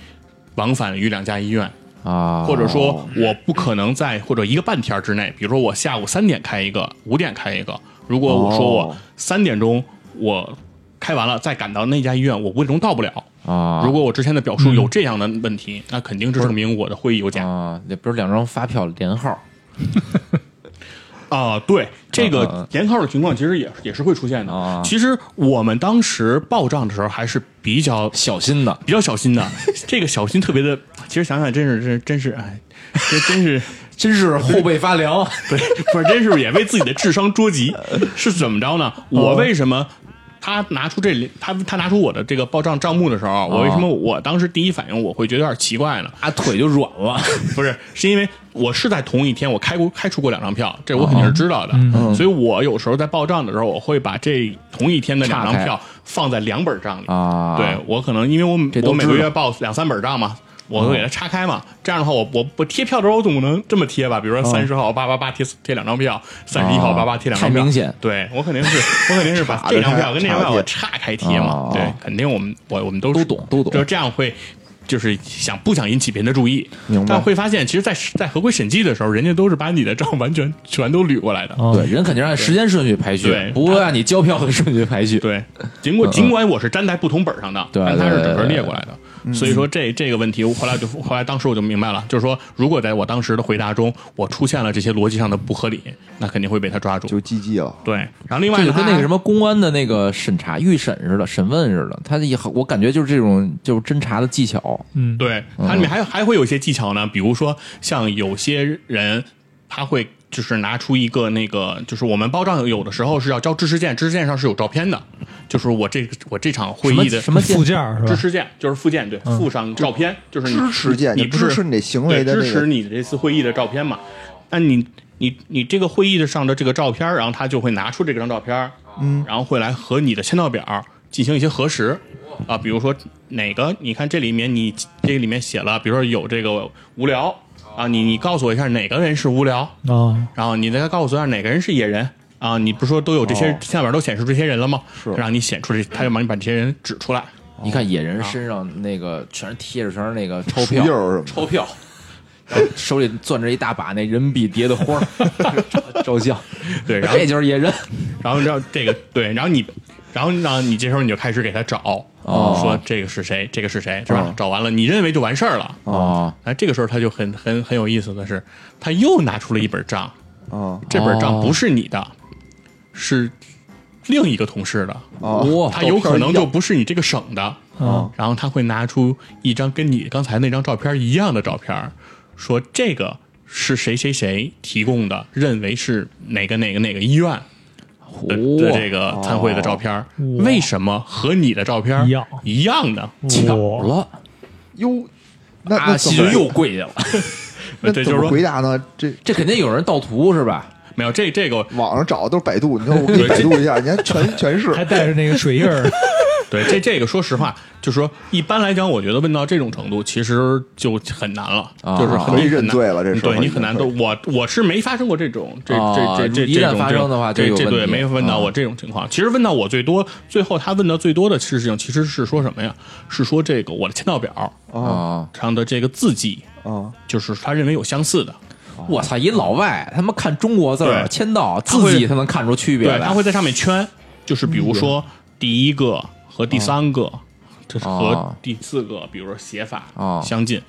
Speaker 4: 往返于两家医院，
Speaker 2: 啊，
Speaker 4: 或者说我不可能在或者一个半天之内，比如说我下午三点开一个，五点开一个，如果我说我
Speaker 1: 哦
Speaker 4: 三点钟我开完了再赶到那家医院，我五点钟到不了。
Speaker 2: 啊，
Speaker 4: 如果我之前的表述有这样的问题，那肯定是证明我的会议有假。
Speaker 2: 啊，那不是两张发票连号
Speaker 4: 啊，对，
Speaker 2: 嗯
Speaker 4: 这
Speaker 2: 嗯
Speaker 4: 个延号的情况其实也也是会出现的。
Speaker 2: 啊
Speaker 4: 其实我们当时报账的时候还是比较
Speaker 2: 小心的，
Speaker 4: 比较小心的，这个小心特别的，其实想想真是真真是哎，这真是
Speaker 2: 真是后背发凉。
Speaker 4: 对，不是真是也为自己的智商捉急，是怎么着呢？我为什么？他拿出这里，他他拿出我的这个报账账目的时候，啊我为什么我当时第一反应我会觉得有点奇怪呢？
Speaker 2: 啊，腿就软 了，
Speaker 4: 不是，是因为我是在同一天我开过开出过两张票，这我肯定是知道的，所以我有时候在报账的时候，我会把这同一天的两张
Speaker 2: 岔
Speaker 4: 票放在两本账里。
Speaker 2: 啊
Speaker 4: 对我可能因为
Speaker 2: 这
Speaker 4: 我
Speaker 2: 都
Speaker 4: 我每
Speaker 2: 知
Speaker 4: 个
Speaker 2: 道嗯
Speaker 4: 月报两三本账嘛，我会给它岔开嘛。这样的话，我我我贴票的时候，我总不能这么贴吧？比
Speaker 2: 嗯
Speaker 4: 如说三十号八八八贴贴两张票，三十一号八八贴两张
Speaker 2: 哦太
Speaker 4: 票，
Speaker 2: 明显。
Speaker 4: 对我肯定是，我肯定是把
Speaker 1: 着
Speaker 4: 这张
Speaker 1: 开
Speaker 4: 票跟那张
Speaker 1: 岔
Speaker 4: 票
Speaker 1: 开
Speaker 4: 我岔开贴嘛
Speaker 2: 哦。
Speaker 4: 对，肯定我们我我们都是
Speaker 2: 都懂都懂
Speaker 4: 就这样会。就是想不想引起别人的注意，
Speaker 1: 明白
Speaker 4: 但会发现，其实在，在合规审计的时候，人家都是把你的账完全全都捋过来的。
Speaker 3: 哦
Speaker 2: 对，人肯定是按时间顺序排序
Speaker 4: 对，
Speaker 2: 不会按你交票的顺序排序。
Speaker 4: 对，尽管尽管我是粘在不同本上的，
Speaker 2: 嗯对
Speaker 4: 但它是整
Speaker 2: 对
Speaker 4: 个
Speaker 2: 对
Speaker 4: 列过来的。所以说这这个问题，我后来就后来当时我就明白了，就是说，如果在我当时的回答中，我出现了这些逻辑上的不合理，那肯定会被他抓住。
Speaker 1: 就 GG 了，
Speaker 4: 对，然后另外
Speaker 2: 这
Speaker 4: 呢，
Speaker 2: 就跟
Speaker 4: 他
Speaker 2: 那个什么公安的那个审查预审似的，审问似的，他也好我感觉就是这种就是侦查的技
Speaker 4: 哦
Speaker 2: 巧，
Speaker 3: 嗯，
Speaker 4: 对，它里面还、还会有一些技巧呢，比如说像有些人他会就是拿出一个那个，就是我们报账有的时候是要交知识件，知识件上是有照片的，就是我这我这场会
Speaker 2: 什么
Speaker 4: 议的
Speaker 2: 什么建
Speaker 3: 附件儿是
Speaker 4: 支
Speaker 3: 吧？
Speaker 4: 持件就是附件，对，附上照片，就是你
Speaker 1: 嗯支持件
Speaker 4: 你
Speaker 1: 就
Speaker 4: 不是
Speaker 1: 支持你行为的
Speaker 4: 对
Speaker 1: 那个
Speaker 4: 支持你这次会议的照片嘛？那你你你这个会议的上的这个照片，然后他就会拿出这张照片，嗯，然后会来和你的签到表进行一些核实啊，比如说哪个，你看这里面你这里面写了，比如说有这个无聊啊，你你告诉我一下哪个人是无聊，
Speaker 3: 哦，
Speaker 4: 然后你再告诉我一下哪个人是野人啊？你不是说都有这些
Speaker 1: 哦
Speaker 4: 下边都显示这些人了吗？
Speaker 1: 是
Speaker 4: 让你显出这，他就帮你把这些人指出来。
Speaker 2: 一看野
Speaker 4: 啊
Speaker 2: 人身上那 个全是贴着全是那个钞
Speaker 1: 树叶
Speaker 2: 票，
Speaker 1: 儿什么
Speaker 2: 钞票，然后手里攥着一大把那人民币叠的花 儿 照相，
Speaker 4: 对，然后
Speaker 2: 这就是野 人。
Speaker 4: 然后让这个对，然后你，然后呢，你这时候你就开始给他找，
Speaker 2: 哦
Speaker 4: 说这个是谁，这个是谁，是吧？找完了，你认为就完事儿了。
Speaker 2: 哦，
Speaker 4: 哎，这个时候他就很很很有意思的是，他又拿出了一本账，
Speaker 1: 啊
Speaker 4: 这本账
Speaker 2: 哦
Speaker 4: 不是你的，是另一个同事的，
Speaker 1: 啊
Speaker 2: 哦哇
Speaker 4: 哦他有可
Speaker 1: 照片
Speaker 4: 能
Speaker 1: 一
Speaker 4: 就
Speaker 1: 样
Speaker 4: 不是你这个省的。
Speaker 1: 啊
Speaker 4: 然后他会拿出一张跟你刚才那张照片一样的照片，说这个是谁谁谁提供的，认为是哪个哪个哪个医院。的
Speaker 2: 哦
Speaker 4: 的这个参会的照片儿，
Speaker 3: 哇
Speaker 4: 为什么和你的照片儿
Speaker 3: 一样
Speaker 4: 一样呢？
Speaker 2: 巧
Speaker 3: 哇，
Speaker 2: 了，
Speaker 1: 哟，那
Speaker 2: 啊，
Speaker 1: 那怎
Speaker 2: 细菌
Speaker 1: 么
Speaker 2: 又跪下了，
Speaker 1: 那
Speaker 4: 对
Speaker 1: 怎
Speaker 4: 就是
Speaker 1: 么
Speaker 4: 说
Speaker 1: 回答呢？这
Speaker 2: 这肯定有人盗图是吧？
Speaker 4: 没有这这个
Speaker 1: 网上找的都是百度，你看我给你百度一下，你看全全是
Speaker 3: 还带着那个水印儿，
Speaker 4: 对，这这个说实话，就是说一般来讲，我觉得问到这种程度，其实就很难了，
Speaker 2: 啊
Speaker 4: 就是很
Speaker 1: 可以
Speaker 4: 你很
Speaker 1: 认
Speaker 4: 难
Speaker 1: 罪了这事儿
Speaker 4: 对你很难都
Speaker 1: 可以
Speaker 4: 我我是没发生过这种这
Speaker 2: 哦
Speaker 4: 这这这
Speaker 2: 一
Speaker 4: 这
Speaker 2: 旦
Speaker 4: 种
Speaker 2: 发生的话
Speaker 4: 这
Speaker 2: 就有
Speaker 4: 这
Speaker 2: 问
Speaker 4: 对
Speaker 2: 题
Speaker 4: 没问到
Speaker 2: 啊
Speaker 4: 我这种情况。其实问到我最多，最后他问到最多的事情其实是说什么呀？是说这个我的签到表
Speaker 1: 啊
Speaker 2: 啊！
Speaker 4: 上的这个字迹，
Speaker 1: 啊！
Speaker 4: 就是他认为有相似的，
Speaker 2: 我操，一老外他妈看中国字儿
Speaker 4: 对
Speaker 2: 签到，
Speaker 4: 他会
Speaker 2: 自己他能看出区别
Speaker 4: 对，他
Speaker 2: 来。
Speaker 4: 会在上面圈，就是比如说第一个和第三个，这是和
Speaker 2: 哦
Speaker 4: 第四个，比如说写法
Speaker 2: 哦
Speaker 4: 相近，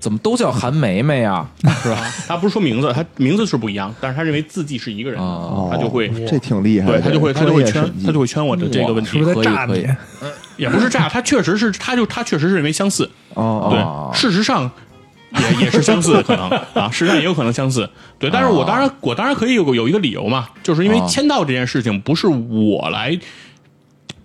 Speaker 2: 怎么都叫韩梅梅呀？
Speaker 4: 是吧？他不是说名字，他名字是不一样，但是他认为字迹是一个人的，
Speaker 2: 哦
Speaker 4: 他就会。
Speaker 1: 这挺厉害
Speaker 4: 对
Speaker 1: 的，
Speaker 4: 他就会他就
Speaker 1: 专
Speaker 4: 会
Speaker 1: 业
Speaker 4: 圈
Speaker 1: 审计
Speaker 4: 他就会圈我的这个问
Speaker 3: 是
Speaker 4: 题
Speaker 3: 不，是
Speaker 2: 可
Speaker 3: 在
Speaker 2: 以
Speaker 3: 炸
Speaker 2: 可
Speaker 3: 你
Speaker 2: 以？
Speaker 4: 也不是这样，他确实是他就他确实是认为相似，
Speaker 1: 哦
Speaker 4: 对，
Speaker 2: 哦
Speaker 4: 事实上也也是相似的可能啊，事实上也有可能相似。对，但是我当然、我当然可以有个有一个理由嘛，就是因为
Speaker 2: 哦
Speaker 4: 签到这件事情不是我来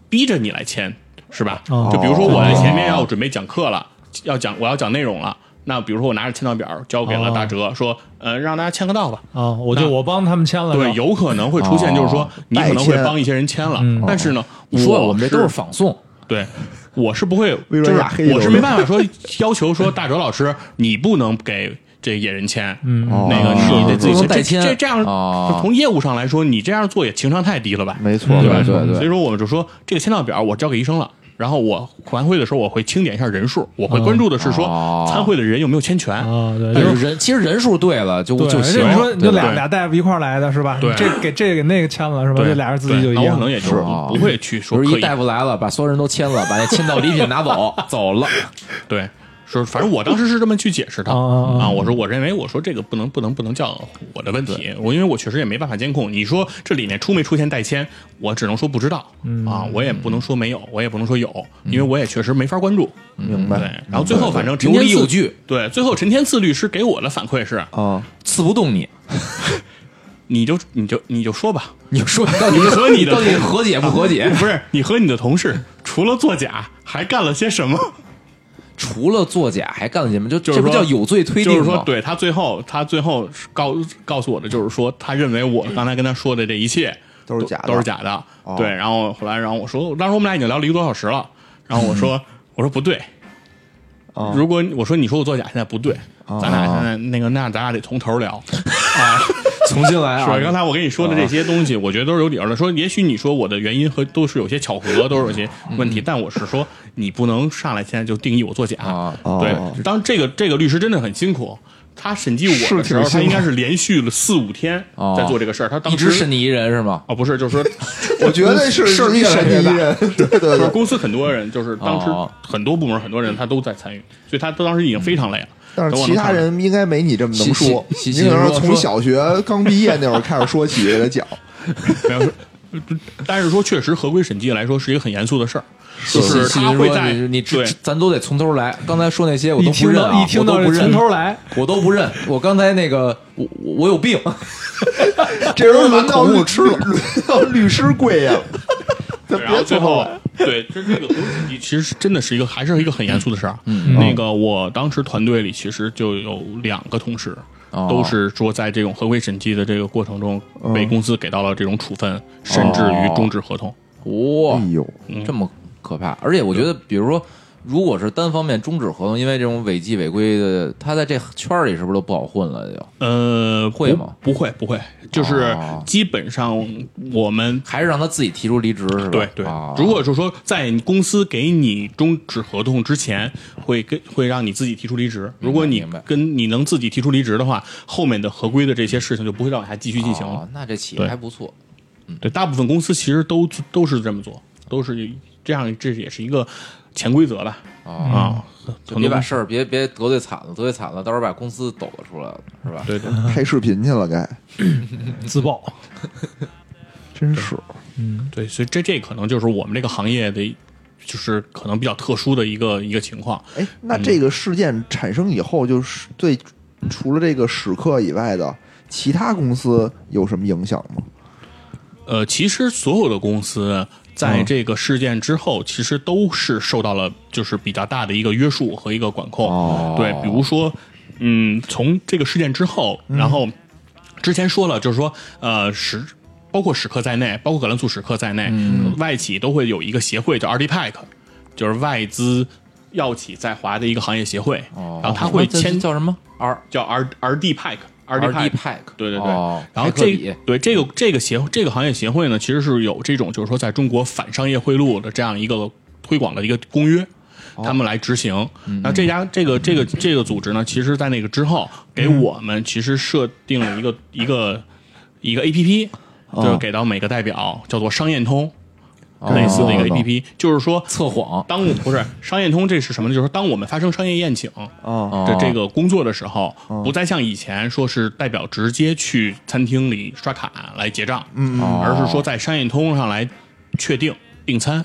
Speaker 4: 逼着你来签，是吧？
Speaker 3: 哦
Speaker 4: 就比如说我
Speaker 2: 哦
Speaker 4: 前面要准备讲课了，要讲我要讲内容了。那比如说，我拿着签到表交给了
Speaker 3: 哦
Speaker 4: 大哲，说，呃，让大家签个到吧。
Speaker 3: 啊，我就
Speaker 4: 那
Speaker 3: 我帮他们签了，
Speaker 4: 对，
Speaker 3: 是吧
Speaker 4: 有可能会出现，就是说
Speaker 1: 哦，
Speaker 4: 你可能会
Speaker 1: 代签
Speaker 4: 帮一些人签了，但是呢，
Speaker 2: 你说了，我们这
Speaker 4: 是
Speaker 2: 都是仿送。
Speaker 4: 对，我是不会，
Speaker 1: 微
Speaker 4: 就
Speaker 1: 软
Speaker 4: 是
Speaker 1: 雅黑
Speaker 4: 我是
Speaker 1: 有
Speaker 4: 没
Speaker 1: 的
Speaker 4: 办法说要求说大哲老师你不能给这野人签，
Speaker 3: 嗯
Speaker 1: 哦
Speaker 4: 那个
Speaker 1: 是
Speaker 4: 你得
Speaker 1: 是
Speaker 4: 自己
Speaker 2: 不能
Speaker 4: 这
Speaker 2: 代签
Speaker 4: 这这样
Speaker 2: 哦
Speaker 4: 就从业务上来说，你这样做也情商太低了吧？
Speaker 1: 没错
Speaker 4: 对吧？
Speaker 2: 对对对
Speaker 4: 所以说我们就说这个签到表我交给医生了。然后我晚会的时候，我会清点一下人数，我会关注的是说
Speaker 2: 哦
Speaker 4: 参会的人有没有签全。
Speaker 3: 啊，对，
Speaker 2: 就是人其实人数对了就
Speaker 3: 对，
Speaker 2: 就
Speaker 3: 而
Speaker 2: 行
Speaker 3: 且。你说你就
Speaker 2: 对吧
Speaker 3: 俩俩大夫一块儿来的是吧？
Speaker 4: 对
Speaker 3: 这给这给那个签了是吧？
Speaker 4: 对，
Speaker 3: 这俩人自己就
Speaker 4: 对
Speaker 3: 一
Speaker 4: 那我可
Speaker 3: 样哦
Speaker 4: 能。也就是不不会去
Speaker 2: 不
Speaker 4: 说
Speaker 2: 是
Speaker 4: 刻
Speaker 2: 一
Speaker 4: 意
Speaker 2: 大夫来了，把所有人都签了，把那签到礼品拿走，走了。
Speaker 4: 对，说反正我当时是这么去解释他
Speaker 1: 哦
Speaker 3: 啊啊啊
Speaker 4: 啊，我说我认为我说这个不能不能不能叫我的问题，我因为我确实也没办法监控。你说这里面出没出现代签，我只能说不知道
Speaker 1: 嗯
Speaker 4: 啊，我也不能说没有，我也不能说有，因为我也确实没法关注。
Speaker 1: 嗯明
Speaker 4: 对
Speaker 1: 白。，
Speaker 4: 然后最后反正陈
Speaker 2: 有
Speaker 4: 天
Speaker 2: 理有
Speaker 4: 赐
Speaker 2: 据，
Speaker 4: 对，最后陈天赐律师给我的反馈是，
Speaker 1: 啊，
Speaker 2: 刺不动你，
Speaker 4: 你就你就你就说吧，
Speaker 2: 你说你到底
Speaker 4: 你和你的
Speaker 2: 到底和解不和解？
Speaker 4: 不是你和你的同事除了作假还干了些什么？
Speaker 2: 除了作假还干了什么？就
Speaker 4: 就是
Speaker 2: 这不
Speaker 4: 说
Speaker 2: 叫有罪推定
Speaker 4: 就是说
Speaker 2: 吗，
Speaker 4: 对他最后，他最后是告告诉我的就是说，他认为我刚才跟他说的这一切
Speaker 1: 都是假的
Speaker 4: 都是假的。
Speaker 1: 哦
Speaker 4: 对，然后后来，然后我说，当时我们俩已经聊了一个多小时了，然后 我说，我说不对，
Speaker 1: 哦
Speaker 4: 如果我说你说我作假，现在不对，咱俩现在那个那咱俩得从头聊啊。
Speaker 2: 重新来
Speaker 4: 是吧？刚
Speaker 2: 啊！
Speaker 4: 才我跟你说的这些东西，我觉得都是有理由的。说，也许你说我的原因和都是有些巧合，都是有些问题，但我是说，你不能上来现在就定义我作假
Speaker 2: 啊
Speaker 1: 哦
Speaker 4: 对，当这个这个律师真的很辛苦，他审计我的时候，
Speaker 1: 是挺辛苦
Speaker 4: 他应该是连续了四五天
Speaker 2: 哦
Speaker 4: 在做这个事儿。他当
Speaker 2: 一直
Speaker 4: 时
Speaker 2: 审你一人是吗？
Speaker 4: 哦，不是，就是说，
Speaker 1: 我觉得是
Speaker 4: 事儿
Speaker 1: 一
Speaker 4: 越来
Speaker 1: 神
Speaker 4: 越
Speaker 1: 一
Speaker 4: 大
Speaker 1: 人，对对
Speaker 4: 就是
Speaker 1: 对，
Speaker 4: 公司很多人，就是当时
Speaker 2: 哦
Speaker 4: 很多部门很多人他都在参与，所以他当时已经非常累了。
Speaker 1: 嗯但是
Speaker 4: 等我
Speaker 1: 其
Speaker 4: 能
Speaker 1: 他
Speaker 4: 看完
Speaker 1: 人应该没你这么能
Speaker 2: 细细
Speaker 1: 说，
Speaker 2: 细
Speaker 1: 你
Speaker 2: 细
Speaker 1: 可能是
Speaker 2: 说
Speaker 1: 从
Speaker 2: 说
Speaker 1: 小学刚毕业那会儿开始说起给他讲，
Speaker 4: 没有，呃但是说确实合规审计来说是一个很严肃的事儿，就
Speaker 2: 信
Speaker 4: 是
Speaker 2: 信
Speaker 4: 他
Speaker 2: 息
Speaker 4: 会
Speaker 2: 说
Speaker 4: 在
Speaker 2: 你你这
Speaker 4: 对
Speaker 2: 咱都得从头来。刚才说那些我
Speaker 3: 一
Speaker 2: 都不
Speaker 3: 听
Speaker 2: 认啊，
Speaker 3: 到一听到
Speaker 2: 我都不
Speaker 3: 这从
Speaker 2: 认，
Speaker 3: 头来，
Speaker 2: 我都不认。我刚才那个我我我有病，
Speaker 1: 这时候轮到律师，轮到律师跪 下了。他
Speaker 4: 然后
Speaker 1: 别
Speaker 4: 最
Speaker 1: 最
Speaker 4: 后，对，这这个东西其实真的是一个，还是一个很严肃的事儿。啊
Speaker 2: 嗯
Speaker 4: 那个我当时团队里其实就有两个同事，
Speaker 2: 哦嗯
Speaker 4: 都是说在这种合规审计的这个过程中，被公司给到了这种处分，甚至于终止合同。
Speaker 2: 哇
Speaker 1: 哎，呦，
Speaker 4: 嗯
Speaker 2: 这么可怕！而且我觉得，比如说，如果是单方面终止合同，因为这种违纪违规的，他在这圈儿里是不是都不好混了？就
Speaker 4: 呃，
Speaker 2: 会吗
Speaker 4: 不？不会，不会，就是
Speaker 2: 哦
Speaker 4: 基本上我们
Speaker 2: 还是让他自己提出离职是吧？
Speaker 4: 对对
Speaker 2: 啊，
Speaker 4: 如果是说在你公司给你终止合同之前，会跟会让你自己提出离职。如果你
Speaker 2: 明白
Speaker 4: 跟你能自己提出离职的话，后面的合规的这些事情就不会再往下继续进行了
Speaker 2: 哦。那这企业
Speaker 4: 对
Speaker 2: 还不错。
Speaker 4: 对，大部分公司其实都都是这么做，都是这样，这也是一个潜规则吧？啊，
Speaker 2: 哦就
Speaker 4: 很
Speaker 2: 别
Speaker 4: 多
Speaker 2: 把
Speaker 4: 公司
Speaker 2: 事儿别别得罪惨了，得罪惨了，到时候把公司抖了出来了，是吧？
Speaker 4: 对对，
Speaker 1: 拍视频去了，该
Speaker 2: 嗯
Speaker 3: 自爆。
Speaker 1: 真是
Speaker 4: 对，所以这这可能就是我们这个行业的，就是可能比较特殊的一个一个情况。
Speaker 1: 哎，那这个事件产生以后，就是对除了这个史克以外的其他公司有什么影响吗？
Speaker 4: 呃，其实所有的公司在
Speaker 2: 嗯
Speaker 4: 这个事件之后，其实都是受到了就是比较大的一个约束和一个管控。
Speaker 2: 哦
Speaker 4: 对，比如说，
Speaker 2: 嗯
Speaker 4: 嗯，从这个事件之后，然后之前说了，就是说，呃，是。包括史克在内，包括葛兰素史克在内，
Speaker 2: 嗯
Speaker 4: 外企都会有一个协会叫 RDPAC，就是外资药企在华的一个行业协会，
Speaker 2: 哦
Speaker 4: 然后他会
Speaker 2: 这
Speaker 4: 签
Speaker 2: 叫什么 R
Speaker 4: 叫 R RDPAC，RDPAC。
Speaker 2: D Pack，
Speaker 4: 对对对，
Speaker 2: 哦
Speaker 4: 然后
Speaker 2: 派克
Speaker 4: 这
Speaker 2: 比
Speaker 4: 对这个这个协这个行业协会呢，其实是有这种就是说在中国反商业贿赂的这样一个推广的一个公约，他们来执行。那这家这个这个这个组织呢，其实在那个之后给我们其实设定了一个一个一个 A P P，就是给到每个代表叫做商验通。类似的一个 A P P，就是说，
Speaker 2: 测谎
Speaker 4: 当我不是商验通，这是什么呢？就是说，当我们发生商业宴请，
Speaker 1: 啊
Speaker 2: 哦嗯
Speaker 4: 这这个工作的时候，不再像以前说是代表直接去餐厅里刷卡来结账，嗯，
Speaker 1: 啊
Speaker 2: 哦
Speaker 4: 而是说在商业通上来确定订餐，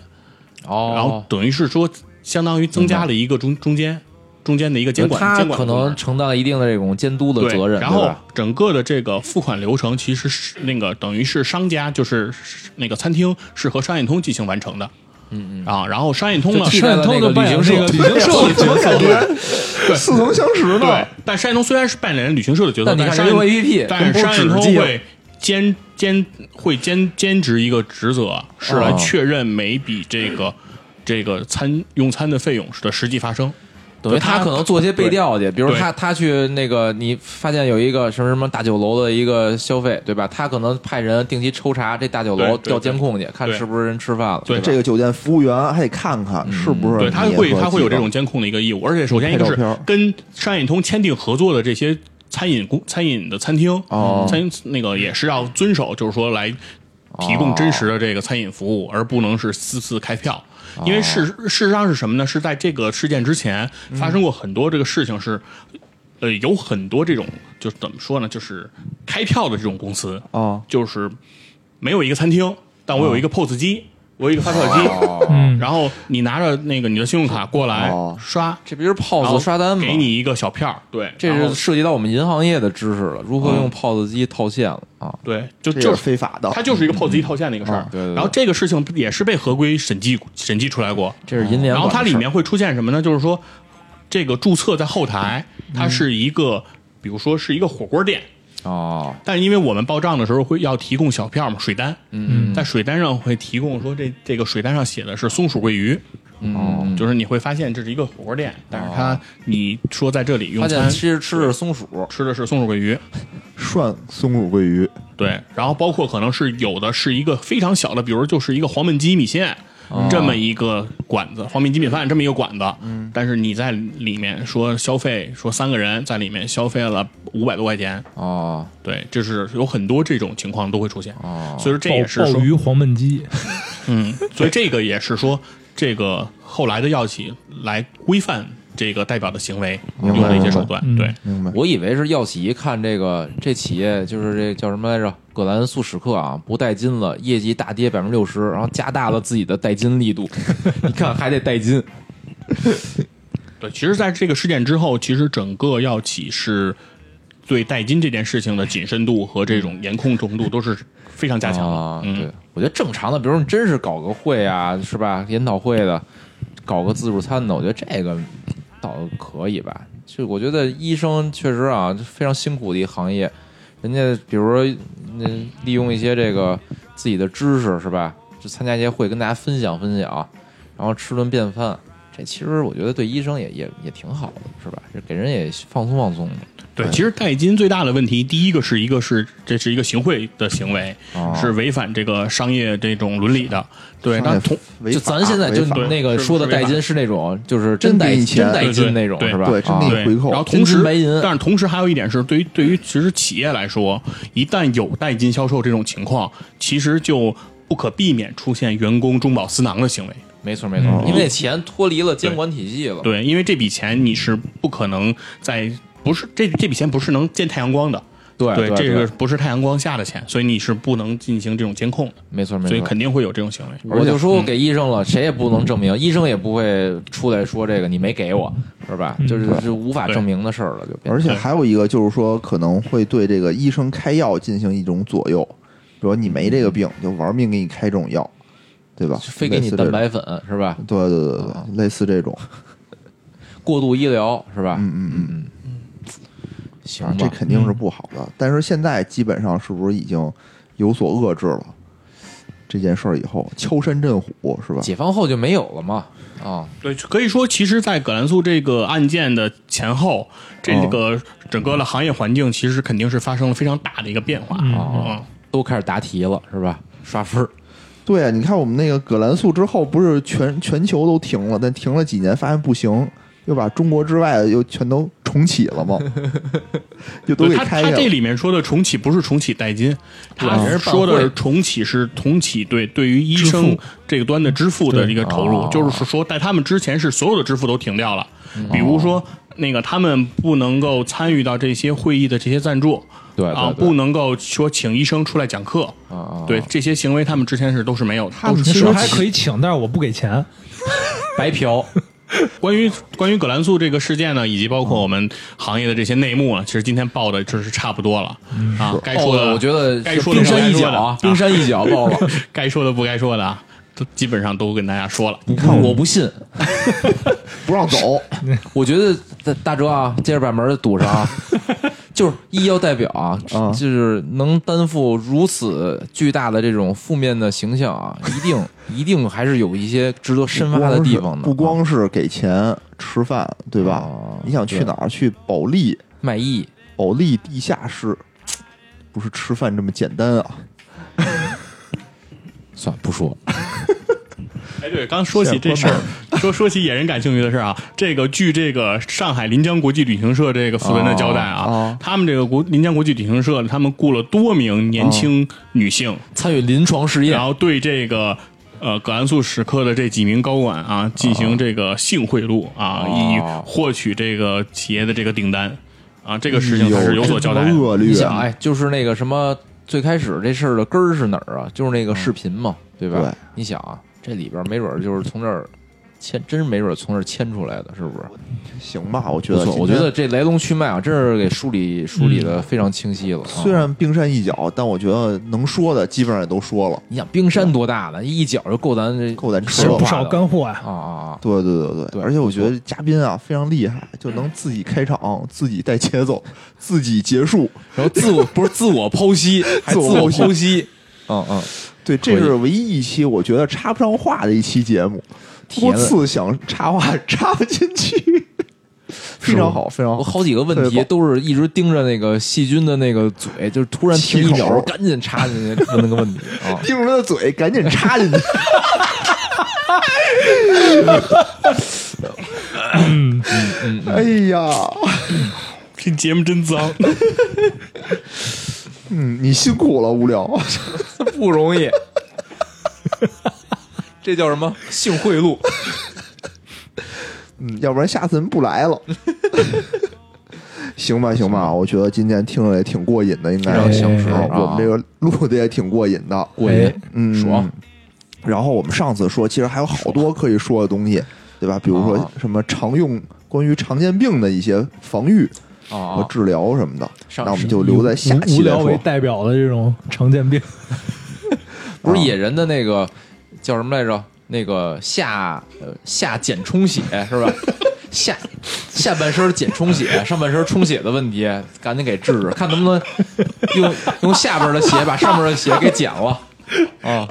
Speaker 2: 哦，
Speaker 4: 然后等于是说相当于增加了一个中中间中间的一个监管
Speaker 2: 他
Speaker 4: 监管
Speaker 2: 可
Speaker 4: 部门
Speaker 2: 能承担了一定的这种监督的
Speaker 4: 对
Speaker 2: 责任，
Speaker 4: 然后
Speaker 2: 对吧
Speaker 4: 整个的这个付款流程其实是那个等于是商家就是那个餐厅是和商业通进行完成的，嗯嗯啊，然后商业通呢
Speaker 2: 就替
Speaker 4: 是
Speaker 2: 代
Speaker 3: 山
Speaker 2: 了
Speaker 3: 偷
Speaker 2: 那个
Speaker 3: 的
Speaker 2: 旅
Speaker 3: 扮
Speaker 2: 行
Speaker 3: 演
Speaker 2: 社
Speaker 3: 这个旅行社的角色，
Speaker 1: 似曾相识呢
Speaker 4: 对，，但商业通虽然是扮演旅行社的角色，
Speaker 2: 但你
Speaker 4: 但
Speaker 2: 看
Speaker 4: 商
Speaker 2: 人
Speaker 4: 业
Speaker 2: 用 A P P，
Speaker 4: 但是
Speaker 1: 跟
Speaker 4: 商业
Speaker 1: 不
Speaker 4: 通
Speaker 1: 止这
Speaker 4: 会兼兼会兼兼职一个职责，是来
Speaker 2: 哦
Speaker 4: 确认每笔这个这个餐用餐的费用的实际发生。
Speaker 2: 等于他可能做一些背调去，比如
Speaker 4: 对
Speaker 2: 他他去那个你发现有一个什么什么大酒楼的一个消费，对吧？他可能派人定期抽查这大酒楼
Speaker 4: 对对
Speaker 2: 调监控去，看
Speaker 4: 对
Speaker 2: 是不是人吃饭了。
Speaker 4: 对
Speaker 2: 吧
Speaker 1: 这个酒店服务员还得看看是不是
Speaker 4: 对，
Speaker 1: 你
Speaker 4: 他
Speaker 1: 嗯也
Speaker 4: 会
Speaker 1: 和
Speaker 4: 他会有
Speaker 1: 几个
Speaker 4: 这种监控的一个义务，而且首先一个
Speaker 1: 拍照片
Speaker 4: 是
Speaker 1: 儿
Speaker 4: 跟商业通签订合作的这些餐饮公餐饮的餐厅，嗯
Speaker 2: 哦
Speaker 4: 餐饮那个也是要遵守，就是说来
Speaker 1: 哦
Speaker 4: 提供真实的这个餐饮服务，而不能是私自开票。
Speaker 1: 哦
Speaker 4: 因为事事实上是什么呢？是在这个事件之前
Speaker 1: 嗯
Speaker 4: 发生过很多这个事情是，呃，有很多这种就是怎么说呢？就是开票的这种公司，
Speaker 1: 啊
Speaker 4: 就是没有一个餐厅，但我有一个 POS 机，我有一个发票机，
Speaker 2: 哦
Speaker 3: 嗯，
Speaker 4: 然后你拿着那个你的信用卡过来
Speaker 1: 哦
Speaker 4: 刷，
Speaker 2: 这不就是
Speaker 4: 然后
Speaker 2: POS 刷单吗？
Speaker 4: 给你一个小票儿，对，
Speaker 2: 这
Speaker 4: 然后
Speaker 2: 是嗯涉及到我们银行业的知识了，如何用 POS 机套现了啊？
Speaker 4: 对，就
Speaker 1: 这也
Speaker 4: 就是
Speaker 1: 非法的，
Speaker 4: 它就是一个 POS 机套现的一个事儿
Speaker 1: 嗯。
Speaker 2: 哦对对对
Speaker 4: 然后这个事情也是被合规审计审计出来过，
Speaker 2: 这是银联
Speaker 4: 然
Speaker 2: 管
Speaker 4: 后
Speaker 2: 的事
Speaker 4: 它
Speaker 2: 儿。
Speaker 4: 里面会出现什么呢？就是说这个注册在后台，它是一个，比如说是一个火锅店。
Speaker 2: 哦，
Speaker 4: 但因为我们报账的时候会要提供小票嘛，水单，
Speaker 2: 嗯
Speaker 4: 在水单上会提供说这这个水单上写的是松鼠桂鱼，
Speaker 2: 嗯，
Speaker 4: 就是你会发现这是一个火锅店，但是它你说在这里用
Speaker 2: 哦发
Speaker 4: 餐
Speaker 2: 现吃吃的是松鼠，
Speaker 4: 吃的是松鼠桂鱼，
Speaker 1: 涮松鼠桂鱼，
Speaker 4: 对，然后包括可能是有的是一个非常小的，比如就是一个黄焖鸡米线、
Speaker 2: 哦
Speaker 4: 这么一个馆子，黄焖鸡米饭这么一个馆子，嗯，但是你在里面说消费，说三个人在里面消费了五百多块钱，
Speaker 2: 哦
Speaker 4: 对，就是有很多这种情况都会出现，
Speaker 2: 哦，
Speaker 4: 所以说这也是
Speaker 3: 鲍
Speaker 4: 说
Speaker 3: 鲍，鱼黄焖鸡，
Speaker 4: 嗯，所以这个也是说这个后来的药企来规范这个代表的行为
Speaker 1: 明
Speaker 4: 用
Speaker 1: 白
Speaker 4: 的一些手段，
Speaker 3: 明白
Speaker 4: 对。
Speaker 1: 明白？
Speaker 2: 我以为是药企一看这个这企业就是这叫什么来着，葛兰素史克啊，不带金了，业绩大跌百分之六十，然后加大了自己的带金力度， 你看还得带金，
Speaker 4: 对，其实在这个事件之后，其实整个药企是对代金这件事情的谨慎度和这种严控程度都是非常加强的。
Speaker 2: 啊，
Speaker 4: 嗯，
Speaker 2: 对，我觉得正常的，比如你真是搞个会啊，是吧？研讨会的，搞个自助餐的，我觉得这个倒可以吧。就我觉得医生确实啊，非常辛苦的一行业，人家比如说那利用一些这个自己的知识是吧，就参加一些会跟大家分享分享，然后吃顿便饭。这其实我觉得对医生也也也挺好的，是吧？这给人也放松放松的。
Speaker 4: 对，其实代金最大的问题，第一个是一个是这是一个行贿的行为，
Speaker 2: 哦
Speaker 4: 是违反这个商业这种伦理的。对，
Speaker 1: 商
Speaker 4: 那
Speaker 1: 业
Speaker 4: 同
Speaker 1: 违
Speaker 2: 就
Speaker 1: 法
Speaker 2: 咱现在就
Speaker 1: 违法
Speaker 4: 对
Speaker 2: 那个
Speaker 4: 是
Speaker 2: 说的
Speaker 4: 是违
Speaker 2: 代
Speaker 4: 法
Speaker 2: 金是那种，就是真
Speaker 1: 真
Speaker 2: 代
Speaker 1: 给你
Speaker 2: 真
Speaker 1: 钱
Speaker 2: 代金
Speaker 4: 对对
Speaker 2: 那种，
Speaker 4: 对
Speaker 2: 是吧？
Speaker 1: 对真
Speaker 2: 啊
Speaker 1: 给
Speaker 4: 对，
Speaker 1: 回扣
Speaker 4: 然后
Speaker 2: 真
Speaker 4: 同时
Speaker 2: 金白银，
Speaker 4: 但是同时还有一点是，对于对于其实企业来说，一旦有代金销售这种情况，其实就不可避免出现员工中饱私囊的行为。
Speaker 2: 没错没错，因为那钱脱离了监管体系了。
Speaker 4: 对，因为这笔钱你是不可能在不是这这笔钱不是能见太阳光的，
Speaker 2: 对对
Speaker 4: 这个不是太阳光下的钱，所以你是不能进行这种监控的，
Speaker 2: 没错没
Speaker 4: 所以
Speaker 2: 错。嗯
Speaker 4: 肯定会有这种行为。
Speaker 2: 我就
Speaker 1: 嗯
Speaker 2: 说我给医生了，谁也不能证明，医生也不会出来说这个你没给我，是吧？
Speaker 4: 嗯
Speaker 2: 就是是无法证明的事儿了，就变
Speaker 1: 而且还有一个就是说，可能会对这个医生开药进行一种左右，比如你没这个病，就玩命给你开这种药，对吧？
Speaker 2: 非给你
Speaker 1: 类似这种，
Speaker 2: 蛋白哦粉是吧？
Speaker 1: 对对对对对，类似这种，
Speaker 2: 过度医疗是吧？
Speaker 1: 嗯嗯嗯，啊
Speaker 2: 行
Speaker 1: 啊这
Speaker 2: 吧，嗯
Speaker 1: 肯定是不好的。但是现在基本上是不是已经有所遏制了。这件事儿以后，敲山震虎是吧？
Speaker 2: 解放后就没有了嘛？啊，
Speaker 4: 对，可以说，其实，在葛兰素这个案件的前后，这
Speaker 2: 嗯
Speaker 1: 哦
Speaker 4: 个整个的行业环境其实肯定是发生了非常大的一个变化。
Speaker 3: 嗯
Speaker 4: 嗯，
Speaker 2: 都开始答题了是吧？刷分儿
Speaker 1: 对啊，你看我们那个葛兰素之后，不是全全球都停了，但停了几年，发现不行，又把中国之外又全都重启了 嘛，又都
Speaker 4: 对
Speaker 1: 给
Speaker 4: 他
Speaker 1: 开
Speaker 4: 他
Speaker 1: 下
Speaker 4: 这
Speaker 1: 来。
Speaker 4: 里面说的重启不是重启代金，他
Speaker 2: 对
Speaker 4: 说
Speaker 2: 人是
Speaker 4: 的
Speaker 2: 办会
Speaker 4: 重启是重启对对于医
Speaker 3: 支
Speaker 4: 生
Speaker 3: 付
Speaker 4: 这个端的支付的一个投入
Speaker 2: 哦，
Speaker 4: 就是说在他们之前是所有的支付都停掉了，比如说那个他们不能够参与到这些会议的这些赞助
Speaker 2: 对
Speaker 4: 啊，
Speaker 2: 对对
Speaker 4: 不能够说请医生出来讲课，
Speaker 2: 啊啊，
Speaker 4: 对这些行为他们之前是都是没有的。
Speaker 1: 他
Speaker 4: 都
Speaker 1: 们
Speaker 4: 是
Speaker 1: 其
Speaker 3: 其
Speaker 1: 实
Speaker 3: 实
Speaker 1: 还
Speaker 3: 还可以请，但是我不给钱。
Speaker 2: 白嫖，
Speaker 4: 关于关于葛兰素这个事件呢，以及包括我们行业的这些内幕啊，其实今天报的就是差不多了啊，该
Speaker 2: 爆
Speaker 4: 说
Speaker 2: 了
Speaker 4: 的
Speaker 2: 哦我觉得
Speaker 4: 该
Speaker 2: 是
Speaker 4: 说的
Speaker 2: 冰山一角
Speaker 4: 啊
Speaker 2: 啊，，冰山一 角爆了，
Speaker 4: 该说的不该说的啊，都基本上都跟大家说了。
Speaker 2: 你看我不信，
Speaker 1: 不让走，
Speaker 2: 我觉得大大哲啊，接着把门儿堵上啊， 就是医药代表啊，
Speaker 1: 啊
Speaker 2: 就是能担负如此巨大的这种负面的形象啊，一定一定还是有一些值得深挖的地方的。啊
Speaker 1: 不光是给钱吃饭，对吧？
Speaker 2: 哦
Speaker 1: 你想去哪儿？去保利，
Speaker 2: 啊卖艺，
Speaker 1: 保利地下室，不是吃饭这么简单啊！
Speaker 2: 算了不说，
Speaker 4: 哎，对，刚说起这事儿，说说起野人感兴趣的事儿啊， 这个据这个上海临江国际旅行社这个负责人的交代啊，
Speaker 1: 哦哦
Speaker 4: 他们这个国临江国际旅行社，他们雇了多名年轻女性，
Speaker 2: 参与临床试验
Speaker 4: 然，后对这个。呃，葛兰素史克的这几名高管啊，进行这个性贿赂啊，以
Speaker 2: 哦
Speaker 4: 获取这个企业的这个订单啊，这个事情他是有所交代
Speaker 1: 哎这
Speaker 4: 的。
Speaker 1: 么恶
Speaker 2: 你
Speaker 1: 劣
Speaker 2: 想，
Speaker 1: 啊，
Speaker 2: 哎，就是那个什么，最开始这事儿的根儿是哪儿啊？就是那个视频嘛，对吧？
Speaker 1: 嗯对
Speaker 2: 你想啊，这里边儿没准儿就是从这儿牵，真是没准儿从这儿牵出来的，是不是？
Speaker 1: 行吧？我觉
Speaker 2: 不
Speaker 1: 得今
Speaker 2: 错，
Speaker 1: 天，
Speaker 2: 我觉得这来龙去脉啊，真是给梳理梳理的非常清晰了。啊
Speaker 1: 虽然冰山一角，但我觉得能说的基本上也都说了。
Speaker 2: 你想冰山多大呢，一脚就够咱这
Speaker 1: 够咱吃
Speaker 2: 消
Speaker 1: 了
Speaker 2: 化
Speaker 3: 有不
Speaker 1: 吧
Speaker 3: 少
Speaker 2: 的
Speaker 3: 干货呀、
Speaker 2: 啊啊啊！
Speaker 1: 对对对对
Speaker 2: 对嗯
Speaker 1: 而且我
Speaker 2: 不
Speaker 1: 觉
Speaker 2: 错
Speaker 1: 得嘉宾啊非常厉害，就能自己开场、自己带节奏、自己结束。
Speaker 2: 然后自 我不是自我剖析，还自我
Speaker 1: 自我
Speaker 2: 剖析，嗯嗯，
Speaker 1: 对，这
Speaker 2: 可以
Speaker 1: 是唯一一期我觉得插不上话的一期节目，多
Speaker 2: 铁了
Speaker 1: 次想插话插不进去，非常好，非常
Speaker 2: 我
Speaker 1: 好。
Speaker 2: 好几个问
Speaker 1: 特别
Speaker 2: 题
Speaker 1: 棒
Speaker 2: 都是一直盯着那个细菌的那个嘴，就是突然停一秒
Speaker 1: 气口，。
Speaker 2: 赶紧插进去问那个 问题啊
Speaker 1: 盯住他的嘴，赶紧插进去。 哎呀，
Speaker 4: 这节目真脏。
Speaker 1: 嗯，你辛苦了，无聊。
Speaker 2: 不容易。这叫什么性贿赂？
Speaker 1: 嗯，要不然下次人不来了。 行吧，行吧，我觉得今天听着也挺过瘾的，应该
Speaker 2: 非常
Speaker 3: 享
Speaker 1: 是
Speaker 3: 受
Speaker 1: 啊我
Speaker 2: 啊
Speaker 1: 们这个录的也挺过瘾的，
Speaker 2: 过瘾，
Speaker 1: 嗯，
Speaker 2: 爽。
Speaker 1: 然后我们上次说，其实还有好多可以说的东西，对吧？比如
Speaker 2: 啊
Speaker 1: 说什么常用关于常见病的一些防御
Speaker 2: 啊
Speaker 1: 和
Speaker 2: 啊！
Speaker 1: 治疗什么的，
Speaker 2: 上
Speaker 1: 那我们就留在下
Speaker 3: 无
Speaker 1: 期再
Speaker 3: 聊为
Speaker 1: 说。
Speaker 3: 代表的这种常见病，
Speaker 2: 不是
Speaker 1: 啊
Speaker 2: 野人的那个叫什么来着？那个下呃下睑充血是吧？下下半身睑充血，上半身充血的问题，赶紧给治治，看能不能用用下边的血把上面的血给减了啊，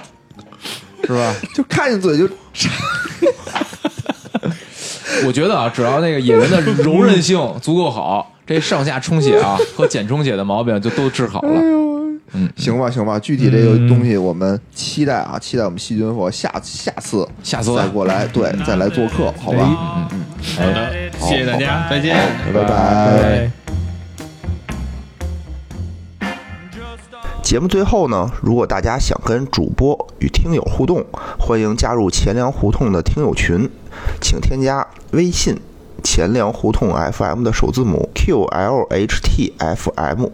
Speaker 2: 是吧？
Speaker 1: 就看见嘴就
Speaker 2: 我觉得啊，只要那个野人的柔韧性足够好，这上下充血啊和减充血的毛病就都治好了。
Speaker 1: 行吧，行吧。具体这个东西，我们期待啊，期待我们细菌佛下下次
Speaker 2: 下次
Speaker 1: 再过来，对，再来做客，好
Speaker 3: 哎
Speaker 1: 吧？
Speaker 4: 好的，谢谢大家，再见。
Speaker 1: 拜拜。节目最后呢，如果大家想跟主播与听友互动，欢迎加入钱粮胡同的听友群，请添加微信“钱粮胡同 FM” 的首字母 “QLHTFM”，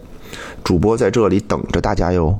Speaker 1: 主播在这里等着大家哟。